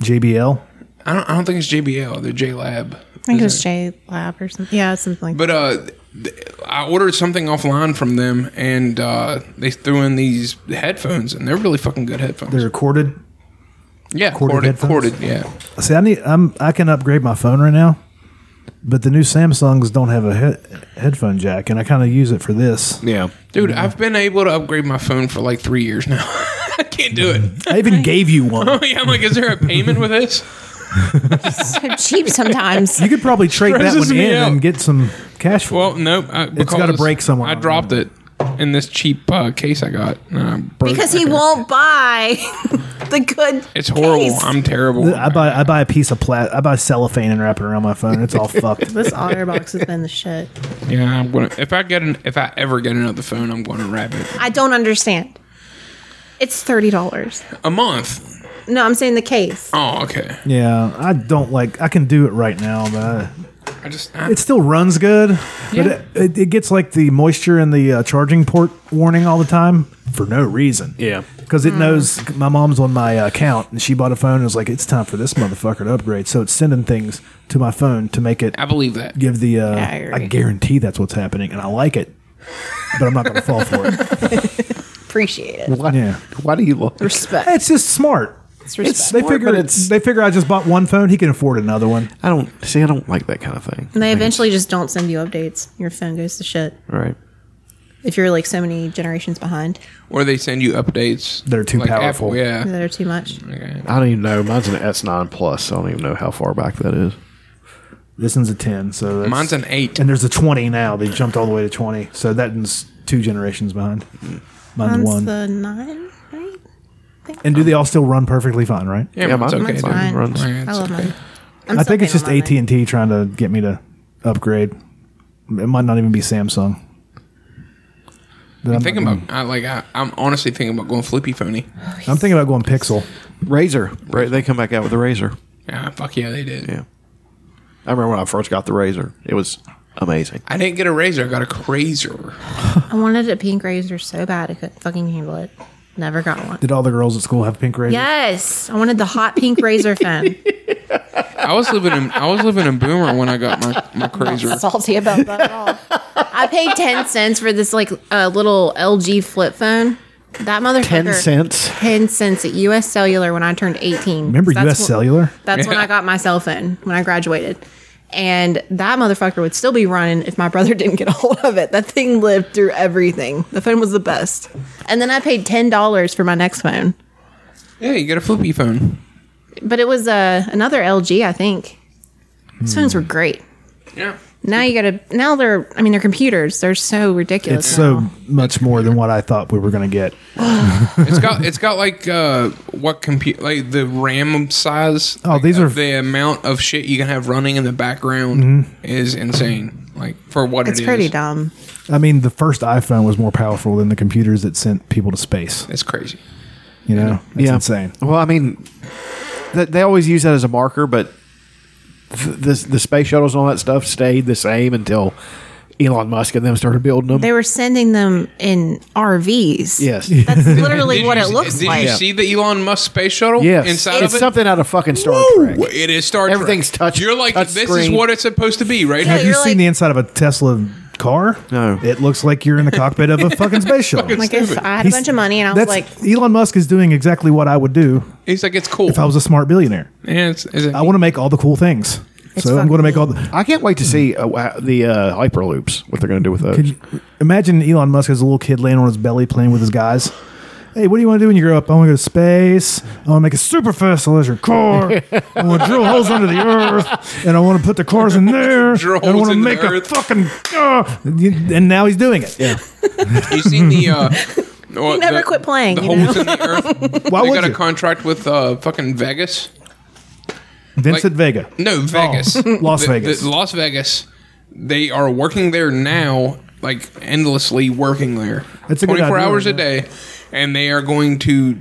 Speaker 1: JBL.
Speaker 2: I don't. I don't think it's JBL. They're J Lab.
Speaker 3: I think it was J Lab or something. Yeah, something like.
Speaker 2: But uh, th- I ordered something offline from them, and uh, they threw in these headphones, and they're really fucking good headphones.
Speaker 1: They're recorded.
Speaker 2: yeah,
Speaker 1: corded
Speaker 2: corded,
Speaker 1: headphones?
Speaker 2: corded, yeah.
Speaker 1: See, I need. I'm. I can upgrade my phone right now, but the new Samsungs don't have a he- headphone jack, and I kind of use it for this.
Speaker 5: Yeah,
Speaker 2: Dude, I've been able to upgrade my phone for like three years now. <laughs> I can't do it.
Speaker 1: I even gave you one.
Speaker 2: <laughs> Oh <laughs> yeah, I'm like, is there a payment with this?
Speaker 3: <laughs> so cheap sometimes.
Speaker 1: You could probably trade that
Speaker 2: Stresses
Speaker 1: one
Speaker 2: me
Speaker 1: in
Speaker 2: out.
Speaker 1: and get some cash for.
Speaker 2: Well, nope. I, because
Speaker 1: gotta break somewhere
Speaker 2: I
Speaker 1: on
Speaker 2: dropped it in this cheap uh, case I got. and I broke
Speaker 3: <laughs> Because
Speaker 2: my
Speaker 3: he
Speaker 2: hair.
Speaker 3: won't buy <laughs> the good.
Speaker 2: It's horrible.
Speaker 3: case.
Speaker 2: I'm terrible.
Speaker 1: it. I buy. I buy a piece of plat. I buy cellophane and wrap it around my phone.
Speaker 2: <laughs>
Speaker 1: It's all fucked.
Speaker 3: This honor box has been the shit.
Speaker 2: Yeah, I'm gonna. If I get an, if I ever get another phone, I'm going to wrap it.
Speaker 3: I don't understand. It's thirty dollars.
Speaker 2: A month.
Speaker 3: No, I'm saying the case.
Speaker 2: Oh, okay.
Speaker 1: Yeah, I don't like. I can do it right now, but I-
Speaker 2: I just.
Speaker 1: it still runs good.
Speaker 2: Yeah.
Speaker 1: But it, it, it gets like the moisture and the uh, charging port warning all the time for no reason.
Speaker 4: Yeah.
Speaker 1: Because
Speaker 2: Mm.
Speaker 1: it knows my mom's on my uh, account and she bought a phone and was like, it's time for this motherfucker to upgrade. So it's sending things to my phone to make it.
Speaker 2: I believe that.
Speaker 1: Give the. Uh,
Speaker 2: Yeah, I
Speaker 1: I,
Speaker 2: agree.
Speaker 1: guarantee that's what's happening and I like it, but I'm not going to fall for it.
Speaker 2: <laughs>
Speaker 3: Appreciate it.
Speaker 1: Why, yeah.
Speaker 5: why do you look?
Speaker 3: Respect.
Speaker 1: It's just smart. It's,
Speaker 3: It's respect.
Speaker 1: they figure it's, they figure I just bought one phone. He can afford another one.
Speaker 5: I don't see. I don't like that kind of thing.
Speaker 3: and they eventually just don't send you updates. Your phone goes to shit
Speaker 5: Right.
Speaker 3: if you're like so many generations behind.
Speaker 2: Or they send you updates.
Speaker 5: They're too powerful.
Speaker 2: Apple, yeah.
Speaker 3: They're too much.
Speaker 5: I don't even know. Mine's an S9 Plus. So I don't even know how far back that is.
Speaker 1: This one's a 10, so that's,
Speaker 2: Mine's an 8.
Speaker 1: And there's a 20 now. They jumped all the way to 20. So that's two generations behind. Mine's,
Speaker 3: Mine's
Speaker 1: one.
Speaker 3: the nine, right?
Speaker 1: and do they all still run perfectly fine, right?
Speaker 2: Yeah, Yeah, mine's mine's okay. Mine
Speaker 3: Mine.
Speaker 2: runs. Mine,
Speaker 3: I
Speaker 2: it's
Speaker 3: love
Speaker 2: okay.
Speaker 3: mine. I'm
Speaker 1: I
Speaker 3: still
Speaker 1: think it's
Speaker 3: paying
Speaker 1: just
Speaker 3: on mine.
Speaker 1: AT&T trying to get me to upgrade. It might not even be Samsung.
Speaker 2: I'm thinking about. I like. I, I'm honestly thinking about going flippy phony.
Speaker 1: I'm thinking about going Pixel.
Speaker 5: Razor. Right. They come back out with the Razor.
Speaker 2: Yeah, fuck yeah, they did.
Speaker 5: Yeah. I remember when I first got the Razor. It was amazing.
Speaker 2: I didn't get a razor. I got a crazer.
Speaker 3: I wanted a pink razor so bad I couldn't fucking handle it. Never got one.
Speaker 1: Did all the girls at school have pink razors?
Speaker 3: Yes, I wanted the hot <laughs> pink razor fan.
Speaker 2: I was living in. I was living in Boomer when I got my my crazer.
Speaker 3: Salty about that at all. I paid ten cents for this like uh, little LG flip phone. That motherfucker.
Speaker 4: 10 cents?
Speaker 3: Ten cents at U.S. Cellular when I turned eighteen.
Speaker 1: Remember
Speaker 3: That's
Speaker 1: US
Speaker 3: when-
Speaker 1: Cellular?
Speaker 3: That's when I got my cell phone when I graduated. And that motherfucker would still be running if my brother didn't get a hold of it. That thing lived through everything. The phone was the best. And then I paid ten dollars for my next phone,
Speaker 2: Yeah, you get a flippy phone.
Speaker 3: but it was uh, another LG, I think. These phones were great.
Speaker 2: Yeah.
Speaker 3: Now you gotta. Now they're. I mean, they're computers. They're so ridiculous.
Speaker 1: It's so much more than what I thought we were going to get.
Speaker 2: It's got. It's got like uh, what compute like the RAM size.
Speaker 1: Oh, these are
Speaker 2: The amount of shit you can have running in the background
Speaker 1: Mhm.
Speaker 2: is insane. like for what
Speaker 3: It's
Speaker 2: it is.
Speaker 3: pretty dumb.
Speaker 1: I mean, the first iPhone was more powerful than the computers that sent people to space.
Speaker 2: It's crazy.
Speaker 1: You know, it's
Speaker 5: Yeah.
Speaker 1: insane.
Speaker 5: Well, I mean, th- they always use that as a marker, but th- the the space shuttles and all that stuff stayed the same until Elon Musk and them started building them.
Speaker 3: They were sending them in RVs.
Speaker 5: Yes.
Speaker 1: <laughs>
Speaker 3: That's literally
Speaker 2: Did
Speaker 3: what
Speaker 2: you-
Speaker 3: it looks
Speaker 2: did
Speaker 3: like.
Speaker 2: you see the Elon Musk space shuttle?
Speaker 5: yes,
Speaker 2: inside
Speaker 5: it's
Speaker 2: of it.
Speaker 5: something out of fucking Star Trek.
Speaker 2: Well, It is Star Everything's touch. You're like,
Speaker 5: touch
Speaker 2: this is
Speaker 5: screen.
Speaker 2: what it's supposed to be, right?
Speaker 1: Have you seen the inside of a Tesla car? No. It looks like you're in the cockpit of a fucking
Speaker 2: <laughs>
Speaker 1: space shuttle.
Speaker 3: I'm like if I had
Speaker 1: He's-
Speaker 3: a bunch of money and I was
Speaker 1: That's
Speaker 3: like,
Speaker 1: Elon Musk is doing exactly what I would do
Speaker 2: He's like, it's cool.
Speaker 1: if I was a smart billionaire.
Speaker 2: Yeah, it's, is it,
Speaker 1: I want to make all the cool things. so I'm going to make all the.
Speaker 5: I can't wait to see uh, wha- the uh, hyperloops. What they're going to do with those?
Speaker 1: Could you- imagine Elon Musk as a little kid laying on his belly playing with his guys. Hey, what do you want to do when you grow up? I want to go to space. I want to make a super fast electric car. I want to
Speaker 2: <laughs>
Speaker 1: drill holes under the earth, and I want to put the cars in there.
Speaker 2: Drill
Speaker 1: and I
Speaker 2: holes
Speaker 1: want to
Speaker 2: in the
Speaker 1: make a
Speaker 2: earth.
Speaker 1: fucking. Uh, and now he's doing it. Yeah.
Speaker 2: you seen the?
Speaker 1: <laughs>
Speaker 2: Uh, well,
Speaker 3: you never
Speaker 2: the-
Speaker 3: quit playing.
Speaker 2: The
Speaker 3: you
Speaker 2: holes
Speaker 3: know?
Speaker 2: in the
Speaker 3: <laughs>
Speaker 2: earth.
Speaker 1: Why
Speaker 2: they
Speaker 1: would
Speaker 2: got
Speaker 1: you?
Speaker 2: a contract with uh, fucking Vegas.
Speaker 1: Vincent Vega. <laughs>
Speaker 2: No, Vegas.
Speaker 1: Oh. Las
Speaker 2: The- the
Speaker 1: Vegas.
Speaker 2: Las Vegas. They are working there now, like endlessly working there.
Speaker 1: That's a good
Speaker 2: 24
Speaker 1: idea,
Speaker 2: hours a day, and they are going to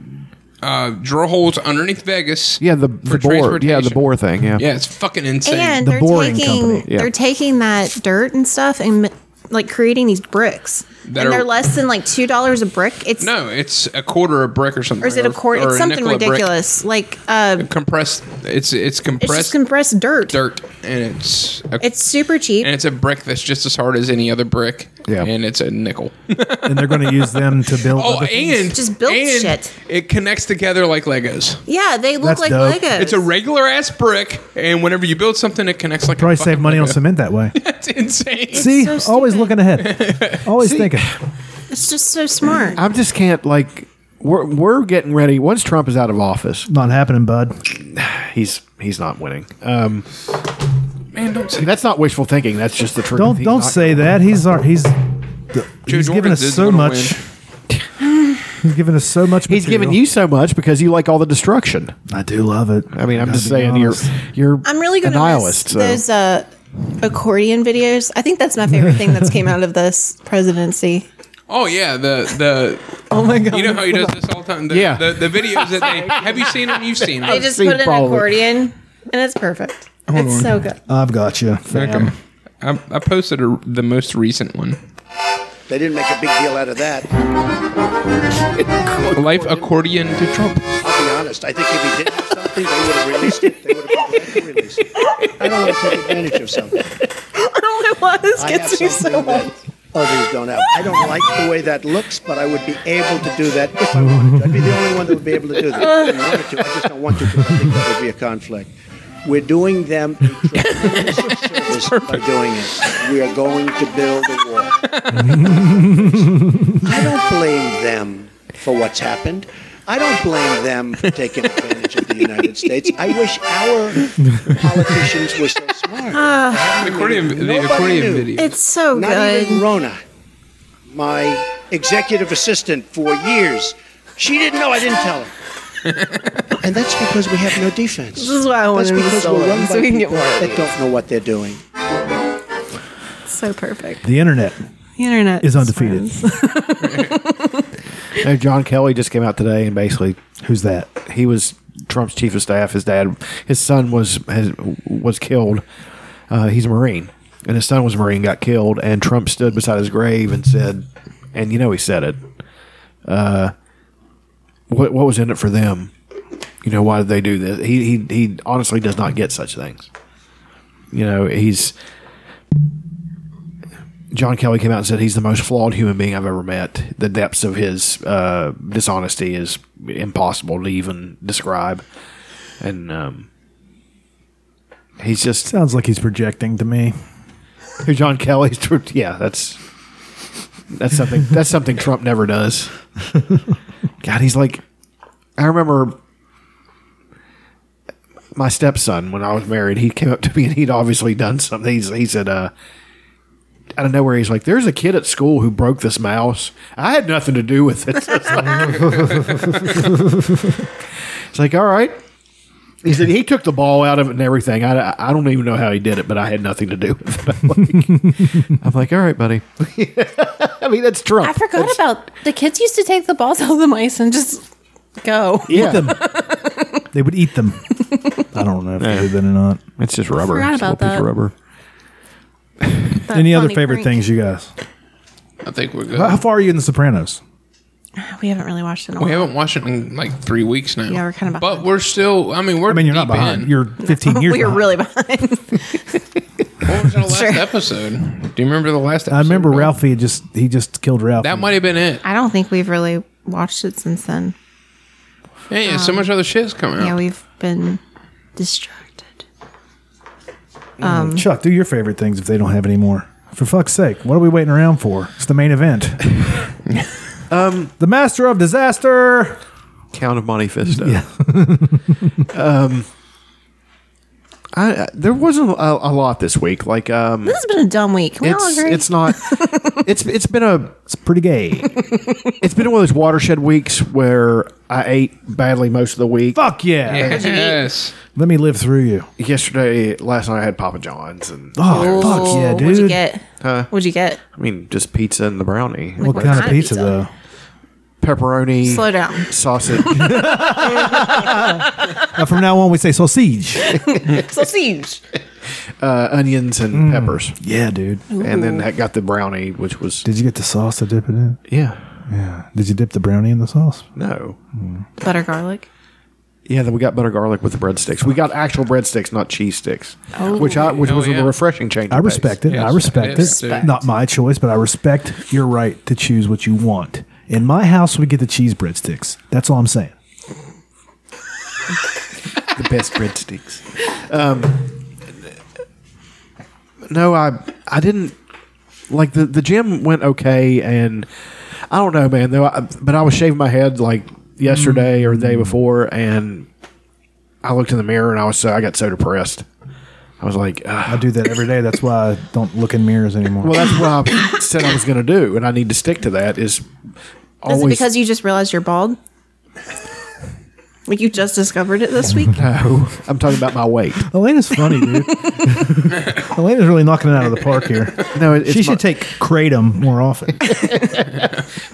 Speaker 2: uh, drill holes underneath Vegas.
Speaker 5: Yeah, the the bore. Yeah, the bore thing. Yeah.
Speaker 2: Yeah, it's fucking insane.
Speaker 3: and they're taking
Speaker 5: Yeah.
Speaker 3: they're taking that dirt and stuff and m- like creating these bricks.
Speaker 2: That
Speaker 3: and
Speaker 2: are-
Speaker 3: they're less than like two dollars a brick. It's
Speaker 2: no, it's a quarter of brick or something.
Speaker 3: or is it a quarter?
Speaker 2: or
Speaker 3: It's something
Speaker 2: nickel a brick.
Speaker 3: ridiculous. Like uh,
Speaker 2: Compressed. It's it's
Speaker 3: it's just
Speaker 2: compressed
Speaker 3: compressed dirt.
Speaker 2: dirt, and it's a,
Speaker 3: It's super cheap.
Speaker 2: and it's a brick that's just as hard as any other brick. Yeah, and it's a
Speaker 3: <laughs>
Speaker 2: nickel.
Speaker 1: and they're going to use them to build.
Speaker 2: Oh,
Speaker 1: other things.
Speaker 2: <laughs> and
Speaker 3: Just build
Speaker 2: and
Speaker 3: shit.
Speaker 2: It connects together like Legos.
Speaker 3: Yeah, they look
Speaker 1: That's
Speaker 3: like
Speaker 1: dope.
Speaker 3: Legos.
Speaker 2: It's a regular ass brick, and whenever you build something, it connects like.
Speaker 1: probably
Speaker 2: a fucking
Speaker 1: save money on
Speaker 2: Lego.
Speaker 1: cement that way.
Speaker 2: <laughs> That's insane.
Speaker 1: See, always looking ahead, always thinking.
Speaker 3: it's just so smart.
Speaker 5: I just can't like. We're, we're getting ready. Once Trump is out of office,
Speaker 1: Not happening, bud.
Speaker 5: he's he's not winning. Um,
Speaker 2: Man, don't say
Speaker 5: that's not wishful thinking. That's just the truth.
Speaker 1: Don't
Speaker 5: He's
Speaker 1: don't
Speaker 5: not-
Speaker 1: say that. He's our he's he's given
Speaker 5: Ortiz
Speaker 1: us
Speaker 5: is
Speaker 1: so
Speaker 5: gonna
Speaker 1: much. he's given us so much.
Speaker 5: He's given you so much because you like all the destruction.
Speaker 1: I do love it.
Speaker 5: I mean, I'm
Speaker 1: Gotta
Speaker 5: just
Speaker 1: be
Speaker 5: saying you're
Speaker 1: honest.
Speaker 5: you're
Speaker 3: I'm really
Speaker 5: a
Speaker 3: gonna
Speaker 5: nihilist.
Speaker 3: miss those uh, accordion videos. I think that's my favorite thing that's came out of this presidency.
Speaker 2: Oh yeah, the the.
Speaker 3: Oh my God.
Speaker 2: You know how he does this all the time. The,
Speaker 3: Yeah.
Speaker 2: The, the videos that
Speaker 3: <laughs>
Speaker 2: they have you seen them? You've seen them.
Speaker 3: They just put in an accordion, and it's perfect.
Speaker 2: Hold
Speaker 3: it's
Speaker 2: on.
Speaker 3: so good.
Speaker 1: I've got you.
Speaker 2: Okay. um, I, I posted a, the most recent one.
Speaker 9: They didn't make a big deal out of that.
Speaker 2: Life accordion to Trump.
Speaker 9: I'll be honest. I think if he did something, they would have released it. They would have been glad to release it. I don't want to take advantage of something.
Speaker 3: <laughs> I don't know why this
Speaker 9: I
Speaker 3: gets
Speaker 9: have
Speaker 3: me so
Speaker 9: something
Speaker 3: much.
Speaker 9: that others don't have. I don't like the way that looks, but I would be able to do that if I wanted to. I'd be the only one that would be able to do that. If I wanted to, I just don't want to because I think that would be a conflict. We're doing them a
Speaker 3: <laughs>
Speaker 9: tremendous service by doing it. We are going to build a wall. I don't blame them for what's happened. I don't blame them for taking advantage of the United States. I wish our politicians were so smart.
Speaker 2: The accordion, the
Speaker 9: Nobody
Speaker 2: accordion
Speaker 9: knew.
Speaker 2: video.
Speaker 3: so
Speaker 9: Not
Speaker 3: Ah. Oh, good.
Speaker 9: even Rona, my executive assistant for years, she didn't know. I didn't tell her. and that's because we have no defense.
Speaker 3: This is why I wanted
Speaker 9: that's
Speaker 3: to be
Speaker 9: because
Speaker 3: so
Speaker 9: we're
Speaker 3: <laughs>
Speaker 9: run
Speaker 3: so
Speaker 9: by
Speaker 3: we can get
Speaker 9: people
Speaker 3: more. of
Speaker 9: that
Speaker 3: these.
Speaker 9: don't know what they're doing.
Speaker 3: So perfect.
Speaker 1: The internet
Speaker 3: The internet
Speaker 1: is undefeated.
Speaker 5: And John Kelly just came out today and basically
Speaker 1: who's that?
Speaker 5: He was Trump's chief of staff. His dad, his son was has, was killed. Uh, he's a Marine, and his son was a Marine, got killed, and Trump stood beside his grave and said, and you know he said it. Uh, what what was in it for them? You know why did they do this? He he he honestly does not get such things. You know he's John Kelly came out and said he's the most flawed human being I've ever met. The depths of his uh, dishonesty is impossible to even describe, and um, he's just
Speaker 1: sounds like he's projecting to me.
Speaker 5: who John Kelly's. <laughs> Yeah, that's that's something that's something Trump never does. God, he's like I remember my stepson when I was married. He came up to me and he'd obviously done something. He's, he said, uh, "I don't know where he's like." There's a kid at school who broke this mouse. I had nothing to <laughs> do with it. it's like, all right.
Speaker 4: He said he took the ball out of it and everything. I, I- I don't even know how he did it, but I had nothing
Speaker 5: <laughs>
Speaker 4: to do with it. I'm like,
Speaker 5: I'm like all right, buddy.
Speaker 4: I mean, that's Trump.
Speaker 3: I forgot about the kids used to take the balls out of the mice and just go.
Speaker 1: Eat them. they would eat them. I don't know if they did that or not.
Speaker 5: It's just rubber.
Speaker 3: Forgot
Speaker 5: It's a little
Speaker 3: about
Speaker 5: piece of
Speaker 3: that.
Speaker 5: rubber.
Speaker 3: That
Speaker 1: Any other
Speaker 3: funny
Speaker 1: favorite
Speaker 3: prank.
Speaker 1: things you guys?
Speaker 2: I think we're good.
Speaker 1: How, how far are you in The Sopranos?
Speaker 3: We haven't really watched it. in a
Speaker 2: We
Speaker 3: while.
Speaker 2: haven't watched it in like three weeks now.
Speaker 3: Yeah, we're kind of
Speaker 2: But we're still. I mean, we're. I mean,
Speaker 1: You're not behind. You're 15 years
Speaker 3: we were
Speaker 1: behind.
Speaker 3: really behind.
Speaker 2: What was our
Speaker 3: <laughs>
Speaker 2: last episode? Do you remember the last? episode?
Speaker 1: I remember Ralphie just he just killed Ralph.
Speaker 2: That might have been it.
Speaker 3: I don't think we've really watched it since then.
Speaker 2: Yeah, yeah, so much other shit's coming
Speaker 3: Um, Yeah,
Speaker 2: out.
Speaker 3: we've been distracted. Um,
Speaker 1: Chuck, do your favorite things if they don't have any more. For fuck's sake, what are we waiting around for? It's the main <laughs> event. um, the master of disaster.
Speaker 5: Count of Monte Fisto. <laughs> um, I, I- there wasn't a, a lot this week. Like, um,
Speaker 3: this has been a dumb week. Can we all
Speaker 5: it's
Speaker 3: agree?
Speaker 5: it's not. It's it's been a
Speaker 1: it's pretty gay.
Speaker 5: it's been one of those watershed weeks where I ate badly most of the week.
Speaker 1: <laughs> Fuck yeah!
Speaker 2: Yes.
Speaker 1: Let me live through you.
Speaker 5: Yesterday, last night I had Papa John's and
Speaker 1: Oh, fuck yeah,
Speaker 3: What'd you
Speaker 1: dude.
Speaker 3: get?
Speaker 5: Huh?
Speaker 3: What'd you get?
Speaker 5: I mean, just pizza and the brownie.
Speaker 1: What
Speaker 3: Like,
Speaker 1: kind of
Speaker 3: what kind of
Speaker 1: pizza, though?
Speaker 5: Pepperoni.
Speaker 3: Slow
Speaker 5: <laughs>
Speaker 3: down.
Speaker 5: Sausage.
Speaker 1: Uh, from <laughs> now on, we say sausage.
Speaker 3: Sausage.
Speaker 5: uh, onions and peppers.
Speaker 1: <laughs> Yeah, dude.
Speaker 5: And then
Speaker 1: Ooh.
Speaker 5: that got the brownie, which was
Speaker 1: Did you get the sauce to dip it in?
Speaker 5: yeah,
Speaker 1: Yeah. Did you dip the brownie in the sauce?
Speaker 5: no,
Speaker 3: Butter garlic.
Speaker 5: yeah. Then we got butter garlic with the breadsticks. We got actual breadsticks, not cheese sticks,
Speaker 3: Oh.
Speaker 5: which I which
Speaker 2: Oh,
Speaker 5: was
Speaker 2: yeah.
Speaker 5: a refreshing change.
Speaker 1: I
Speaker 5: of pace.
Speaker 1: respect it. I
Speaker 2: Yes,
Speaker 1: respect
Speaker 2: it is,
Speaker 1: it.
Speaker 2: dude.
Speaker 1: Not my choice, but I respect your right to choose what you want. In my house, we get the cheese breadsticks. That's all I'm saying.
Speaker 5: the <laughs> best breadsticks. Um, no, I I didn't like the the gym went okay, and I don't know, man. Though, I, but I was shaving my head like
Speaker 3: Mm.
Speaker 5: yesterday or the day before, and I looked in the mirror <laughs> and I was so I got so depressed. I was like, "Ugh."
Speaker 1: I do that every day. That's why I don't look in mirrors anymore.
Speaker 5: well, that's what <laughs> I said I was going to do, and I need to stick to that. Is
Speaker 3: Is
Speaker 5: always
Speaker 3: it because you just realized you're bald? Like you just discovered it this week?
Speaker 5: no. I'm talking about my weight.
Speaker 1: Elena's funny,
Speaker 5: <laughs>
Speaker 1: dude. Elena's really knocking it out of the park here.
Speaker 5: No, it- it's
Speaker 1: she should
Speaker 5: my-
Speaker 1: take kratom more often.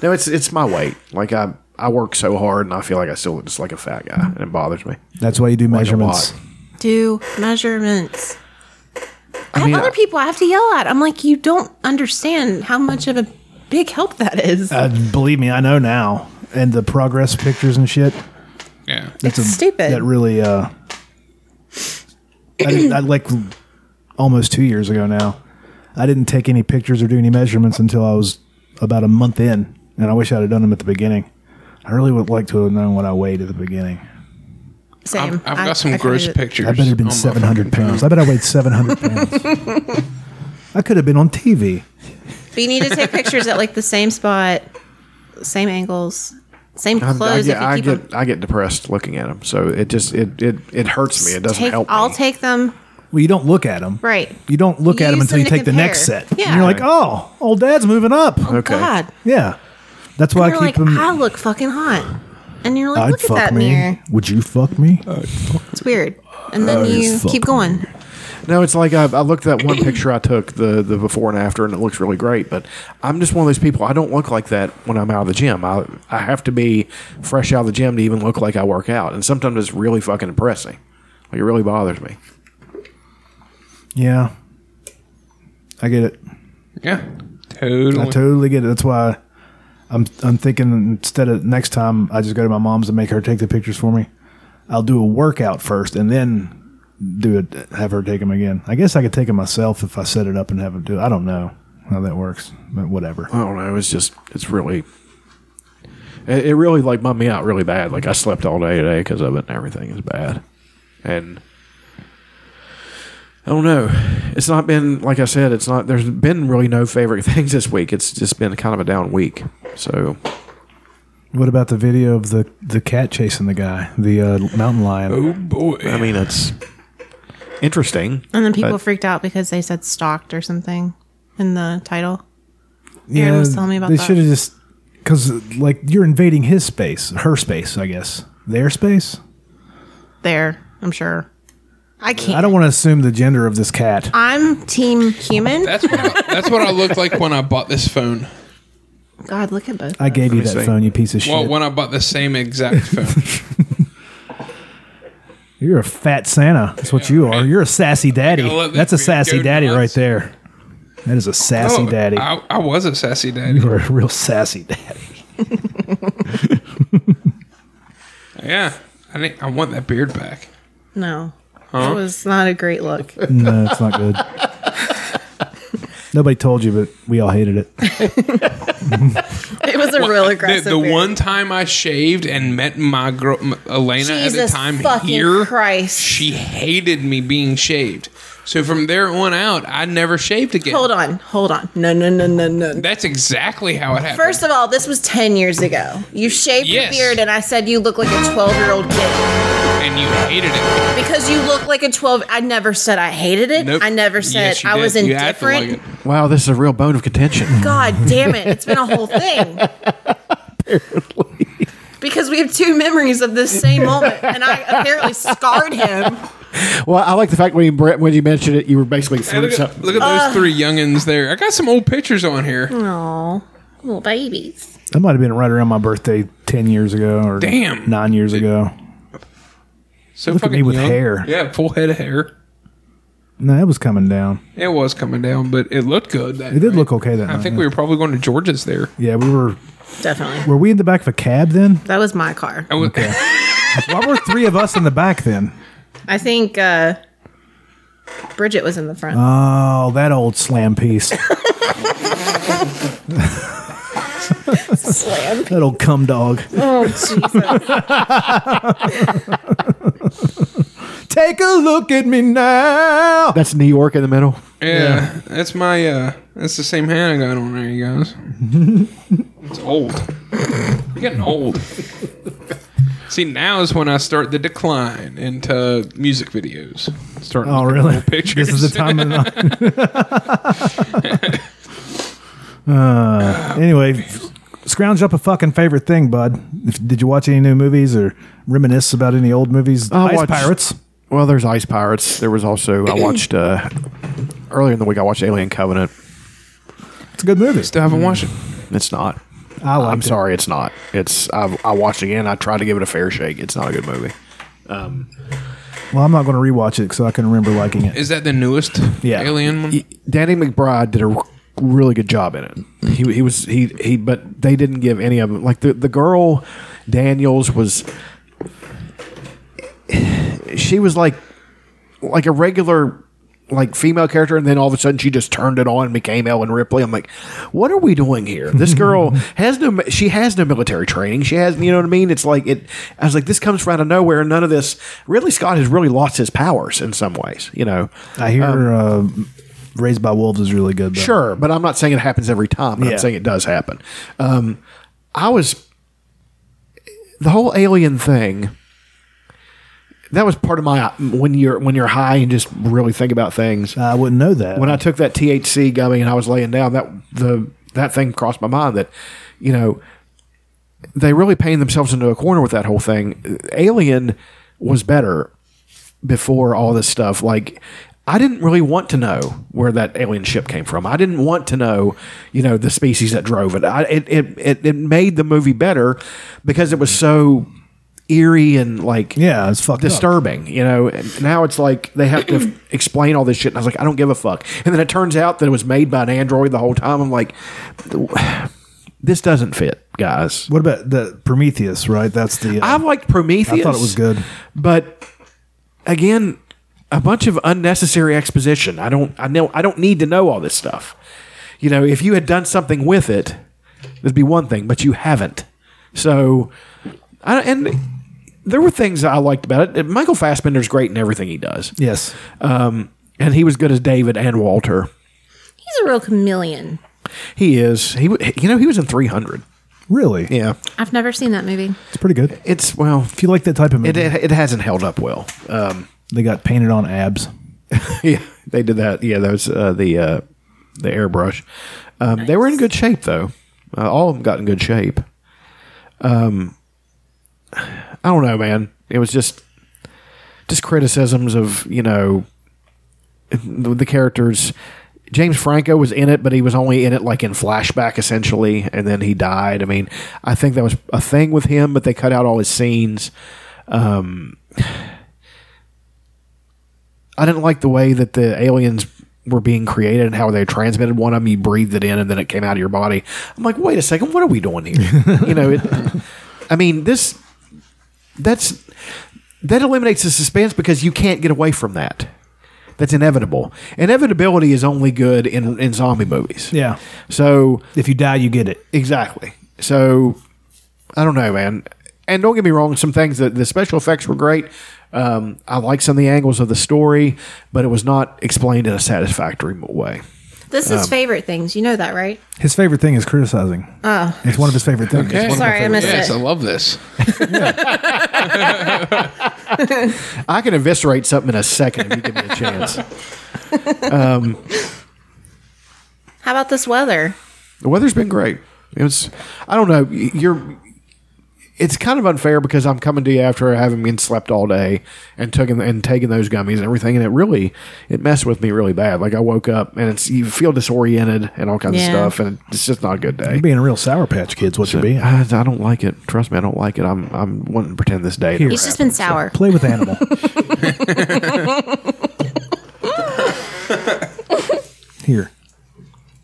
Speaker 5: No, it's it's my weight. Like I I work so hard, and I feel like I still look just like a fat guy, and it bothers me.
Speaker 1: That's why you do
Speaker 5: Like a
Speaker 1: measurements.
Speaker 5: lot.
Speaker 3: Do measurements. I,
Speaker 5: I mean,
Speaker 3: have other people I have to yell at. I'm like, you don't understand how much of a big help that is.
Speaker 1: Uh, believe me, I know now. And the progress pictures and shit.
Speaker 2: Yeah.
Speaker 1: That's
Speaker 3: It's
Speaker 1: a,
Speaker 3: stupid.
Speaker 1: That really, uh, I, didn't, I like almost two years ago now. I didn't take any pictures or do any measurements until I was about a month in, and I wish I'd have done them at the beginning. I really would like to have known what I weighed at the beginning.
Speaker 3: Same.
Speaker 2: I've
Speaker 3: I-
Speaker 2: got some
Speaker 3: I
Speaker 2: gross
Speaker 3: created-
Speaker 2: pictures.
Speaker 1: I better have
Speaker 2: on
Speaker 1: been
Speaker 2: my
Speaker 1: seven hundred
Speaker 2: fucking
Speaker 1: pounds.
Speaker 2: phone.
Speaker 1: I bet I weighed seven hundred pounds. I could have been on TV.
Speaker 3: But you need to take pictures at like the same spot, same angles, same
Speaker 5: I'm- I,
Speaker 3: clothes.
Speaker 5: get, I
Speaker 3: if you keep
Speaker 5: get I get depressed looking at them, so it just it it, it hurts me. It
Speaker 3: them,
Speaker 5: doesn't
Speaker 3: take,
Speaker 5: help.
Speaker 3: I'll
Speaker 5: me.
Speaker 3: take them.
Speaker 1: Well, you don't look at them.
Speaker 3: Right.
Speaker 1: You don't look
Speaker 3: You
Speaker 1: at them
Speaker 3: use
Speaker 1: until
Speaker 3: them
Speaker 1: you
Speaker 3: to
Speaker 1: take the next
Speaker 3: compare.
Speaker 1: set. And
Speaker 3: Yeah.
Speaker 1: you're like, oh, old dad's moving up.
Speaker 5: okay.
Speaker 3: Oh, God.
Speaker 1: Yeah. That's why I
Speaker 3: And you're
Speaker 1: keep
Speaker 3: like,
Speaker 1: them.
Speaker 3: I look fucking hot. And you're like,
Speaker 1: I'd
Speaker 3: look at
Speaker 1: fuck
Speaker 3: that
Speaker 1: me.
Speaker 3: mirror.
Speaker 1: Would you fuck me?
Speaker 3: It's weird. And then
Speaker 1: I'd
Speaker 3: you
Speaker 1: fuck
Speaker 3: keep going.
Speaker 5: No, it's like I, I looked at that one picture I took the the before and after, and it looks really great. But I'm just one of those people. I don't look like that when I'm out of the gym. I I have to be fresh out of the gym to even look like I work out, and sometimes it's really fucking depressing. Like it really bothers me.
Speaker 1: Yeah. I get it.
Speaker 2: Yeah. Totally.
Speaker 1: I totally get it. That's why I'm I'm thinking instead of next time I just go to my mom's and make her take the pictures for me. I'll do a workout first and then do it have her take them again. I guess I could take them myself if I set it up and have them do it. I don't know how that works, but whatever.
Speaker 5: I don't know. It's just it's really it, it really like bummed me out really bad. Like I slept all day today because of it, and everything is bad. And I don't know. It's not been like I said. It's not. There's been really no favorite <laughs> things this week. It's just been kind of a down week. So
Speaker 1: What about the video of the the cat chasing the guy, the uh, mountain lion?
Speaker 2: Oh boy.
Speaker 5: I mean, it's interesting.
Speaker 3: And then people
Speaker 5: but
Speaker 3: freaked out because they said stalked or something in the title.
Speaker 1: Yeah,
Speaker 3: Aaron was telling me about
Speaker 1: they
Speaker 3: that.
Speaker 1: should have just because like you're invading his space, her space, I guess, their space.
Speaker 3: There. I'm sure. I can't.
Speaker 1: I don't want to assume the gender of this cat.
Speaker 3: I'm team human.
Speaker 2: That's what I, that's what I looked like when I bought this phone.
Speaker 3: God, look at both.
Speaker 1: I gave you
Speaker 2: Let me
Speaker 1: that
Speaker 2: see.
Speaker 1: phone, you piece of
Speaker 2: Well,
Speaker 1: shit.
Speaker 2: when I bought the same exact phone,
Speaker 1: You're a fat Santa. That's what you are. You're a sassy daddy.
Speaker 2: let
Speaker 1: That's a
Speaker 2: this man
Speaker 1: sassy
Speaker 2: go
Speaker 1: daddy right there. That is a sassy
Speaker 2: Oh,
Speaker 1: daddy.
Speaker 2: I, I was a sassy daddy.
Speaker 1: You <laughs> are a real sassy daddy. <laughs>
Speaker 2: Yeah, I think I want that beard back.
Speaker 3: No,
Speaker 2: Huh?
Speaker 3: that was not a
Speaker 2: <laughs>
Speaker 3: great look.
Speaker 1: No, it's not good. Nobody told you, but we all hated it.
Speaker 3: It was a
Speaker 2: Well,
Speaker 3: real
Speaker 2: the-
Speaker 3: aggressive.
Speaker 2: The, one time I shaved and met my girl m- Elena at
Speaker 3: Jesus
Speaker 2: the time
Speaker 3: fucking
Speaker 2: here,
Speaker 3: Christ.
Speaker 2: she hated me being shaved. So from there on out, I never shaved again.
Speaker 3: Hold on, hold on. No, no, no, no, no.
Speaker 2: That's exactly how it happened.
Speaker 3: First of all, this was ten years ago. You shaved
Speaker 2: Yes.
Speaker 3: your beard, and I said you look like a twelve-year-old kid
Speaker 2: and you hated it.
Speaker 3: because you look like a twelve. I never said I hated it.
Speaker 5: Nope.
Speaker 3: I never said
Speaker 5: Yes, you
Speaker 3: I
Speaker 5: did.
Speaker 3: was
Speaker 5: You acted like
Speaker 3: indifferent.
Speaker 5: Wow, this is a real bone of contention.
Speaker 3: God damn it! It's been a whole
Speaker 5: <laughs>
Speaker 3: thing. <laughs> Because we have two memories of this same moment, and I apparently scarred him.
Speaker 4: Well, I like the fact when you Brett, when you mentioned it, you were basically
Speaker 2: Hey,
Speaker 4: threw
Speaker 2: look, at,
Speaker 4: something.
Speaker 2: look at
Speaker 3: Uh.
Speaker 2: those three youngins there. I got some old pictures on here.
Speaker 3: Aw, little babies.
Speaker 1: That might have been right around my birthday 10 years ago or
Speaker 2: Damn.
Speaker 1: nine years ago.
Speaker 2: So
Speaker 1: Look at
Speaker 2: fucking
Speaker 1: me with
Speaker 2: young.
Speaker 1: hair.
Speaker 2: Yeah, full head of hair.
Speaker 1: No, that was coming down.
Speaker 2: It was coming down, but it looked good. That
Speaker 1: It did look okay that
Speaker 2: I
Speaker 1: night,
Speaker 2: think
Speaker 1: yeah.
Speaker 2: we were probably going to George's there.
Speaker 1: Yeah, we were.
Speaker 3: Definitely.
Speaker 1: Were we in the back of a cab then?
Speaker 3: That was my car.
Speaker 2: I
Speaker 5: Oh.
Speaker 2: was,
Speaker 1: Why were three of us in the back then?
Speaker 3: I think uh, Bridget was in the front.
Speaker 1: Oh, that old slam piece.
Speaker 3: Slam.
Speaker 1: That old cum dog.
Speaker 3: Oh, Jesus.
Speaker 1: <laughs> Take a look at me now.
Speaker 4: That's New York in the middle.
Speaker 2: yeah, that's my. uh That's the same hand I got on there, you <laughs> guys. It's old. We're getting old. See, now is when I start the decline into music videos. Start.
Speaker 1: Oh,
Speaker 2: looking
Speaker 1: really? <laughs>
Speaker 2: at old Pictures.
Speaker 1: This is the time. Of the <laughs> uh, anyway, scrounge up a fucking favorite thing, bud. If, did you watch any new movies or reminisce about any old movies?
Speaker 5: I
Speaker 1: Ice
Speaker 5: watched-
Speaker 1: Pirates.
Speaker 5: Well, there's Ice Pirates. There was also I watched uh, earlier in the week. I watched Alien Covenant. Mm,
Speaker 1: It's a good movie.
Speaker 2: Still haven't watched it.
Speaker 5: It's not.
Speaker 1: I
Speaker 5: I'm sorry, it's not. It's I, I watched it again. I tried to give it a fair shake. It's not a good movie. Um,
Speaker 1: Well, I'm not going to rewatch it so I can remember liking it.
Speaker 2: Is that the newest
Speaker 5: Yeah.
Speaker 2: Alien one?
Speaker 5: Danny McBride did a r- really good job in it. He, he was he he, but they didn't give any of them. Like the the girl, Daniels was. She was like, like a regular, like female character, and then all of a sudden she just turned it on and became Ellen Ripley. I'm like, what are we doing here? This girl has no, she has no military training. She has, you know what I mean? It's like it. I was like, this comes from out of nowhere. None of this. Ridley Scott has really lost his powers in some ways. You know,
Speaker 1: I hear uh, Raised by Wolves is really good. Though.
Speaker 5: Um, Sure, but I'm not saying it happens every time. But
Speaker 1: Yeah.
Speaker 5: I'm saying it does happen. Um, I was the whole alien thing. That was part of my when you're when you're high and just really think about things.
Speaker 1: I wouldn't know that.
Speaker 5: When I took that THC gummy and I was laying down, that the that thing crossed my mind that you know they really painted themselves into a corner with that whole thing. Alien was better before all this stuff. Like, I didn't really want to know where that alien ship came from. I didn't want to know, you know, the species that drove it. I, it, it, it. It made the movie better because it was so eerie and like
Speaker 1: yeah, it's fucked up.
Speaker 5: disturbing. You know, and now it's like they have
Speaker 1: <clears throat>
Speaker 5: to explain all this shit, and I was like, I don't give a fuck. And then it turns out that it was made by an android the whole time. I'm like, this doesn't fit, guys.
Speaker 1: What about the Prometheus? Right, that's the. uh,
Speaker 5: I liked Prometheus.
Speaker 1: I thought it was good.
Speaker 5: but again, a bunch of unnecessary exposition. I don't. I know. I don't need to know all this stuff. You know, if you had done something with it, that'd be one thing. But you haven't. So, I, and there were things that I liked about it. Michael Fassbender's great in everything he does.
Speaker 1: Yes.
Speaker 5: Um, and he was good as David and Walter.
Speaker 3: He's a real chameleon.
Speaker 5: He is. He. w- You know, he was in Three Hundred.
Speaker 1: Really?
Speaker 5: Yeah.
Speaker 3: I've never seen that movie.
Speaker 1: It's pretty good.
Speaker 5: It's well. If
Speaker 1: you like that type of
Speaker 5: It,
Speaker 1: movie,
Speaker 5: it, it hasn't held up well. Um,
Speaker 1: they got painted on abs.
Speaker 4: <laughs>
Speaker 5: yeah, they did that. Yeah, that was uh, the uh, the airbrush. Um, They were in good shape though. Uh, all of them got in good shape. Um, I don't know, man. It was just
Speaker 4: just criticisms of you know the, the characters. James Franco was in it, but he was only in it like in flashback essentially, and then he died. I mean, I think that was a thing with him, but they cut out all his scenes. Um, I didn't like the way that the aliens were being created and how they transmitted. One of them, you breathed it in, and then it came out of your body. I'm like, wait a second, what are we doing here? <laughs> you know, it, I mean, this that's that eliminates the suspense because you can't get away from that. That's inevitable. Inevitability is only good in in zombie movies.
Speaker 1: Yeah.
Speaker 4: So
Speaker 1: if you die, you get it.
Speaker 4: Exactly. So I don't know, man. And don't get me wrong, some things that the special effects were great. Um, I like some of the angles of the story, but it was not explained in a satisfactory way.
Speaker 3: This is
Speaker 4: Um,
Speaker 3: favorite things. You know that, right?
Speaker 1: His favorite thing is criticizing.
Speaker 3: Oh.
Speaker 1: It's one of his favorite things.
Speaker 3: Okay. Sorry, I missed
Speaker 2: Yes,
Speaker 3: it.
Speaker 2: I love this.
Speaker 4: I can eviscerate something in a second if you give me a chance. Um,
Speaker 3: How about this weather?
Speaker 4: The weather's been great. It was. I don't know. y- You're. It's kind of unfair because I'm coming to you after having been slept all day and taking and taking those gummies and everything, and it really it messed with me really bad. Like I woke up and it's you feel disoriented and all kinds
Speaker 1: Yeah.
Speaker 4: of stuff, and it's just not a good day.
Speaker 1: You're being a real sour patch kids. What you be?
Speaker 4: I, I don't like it. Trust me, I don't like it. I'm I'm wanting to pretend this day.
Speaker 1: Here.
Speaker 4: never
Speaker 1: He's just
Speaker 3: It's been sour.
Speaker 4: happened.
Speaker 1: Play with animal. <laughs> Here.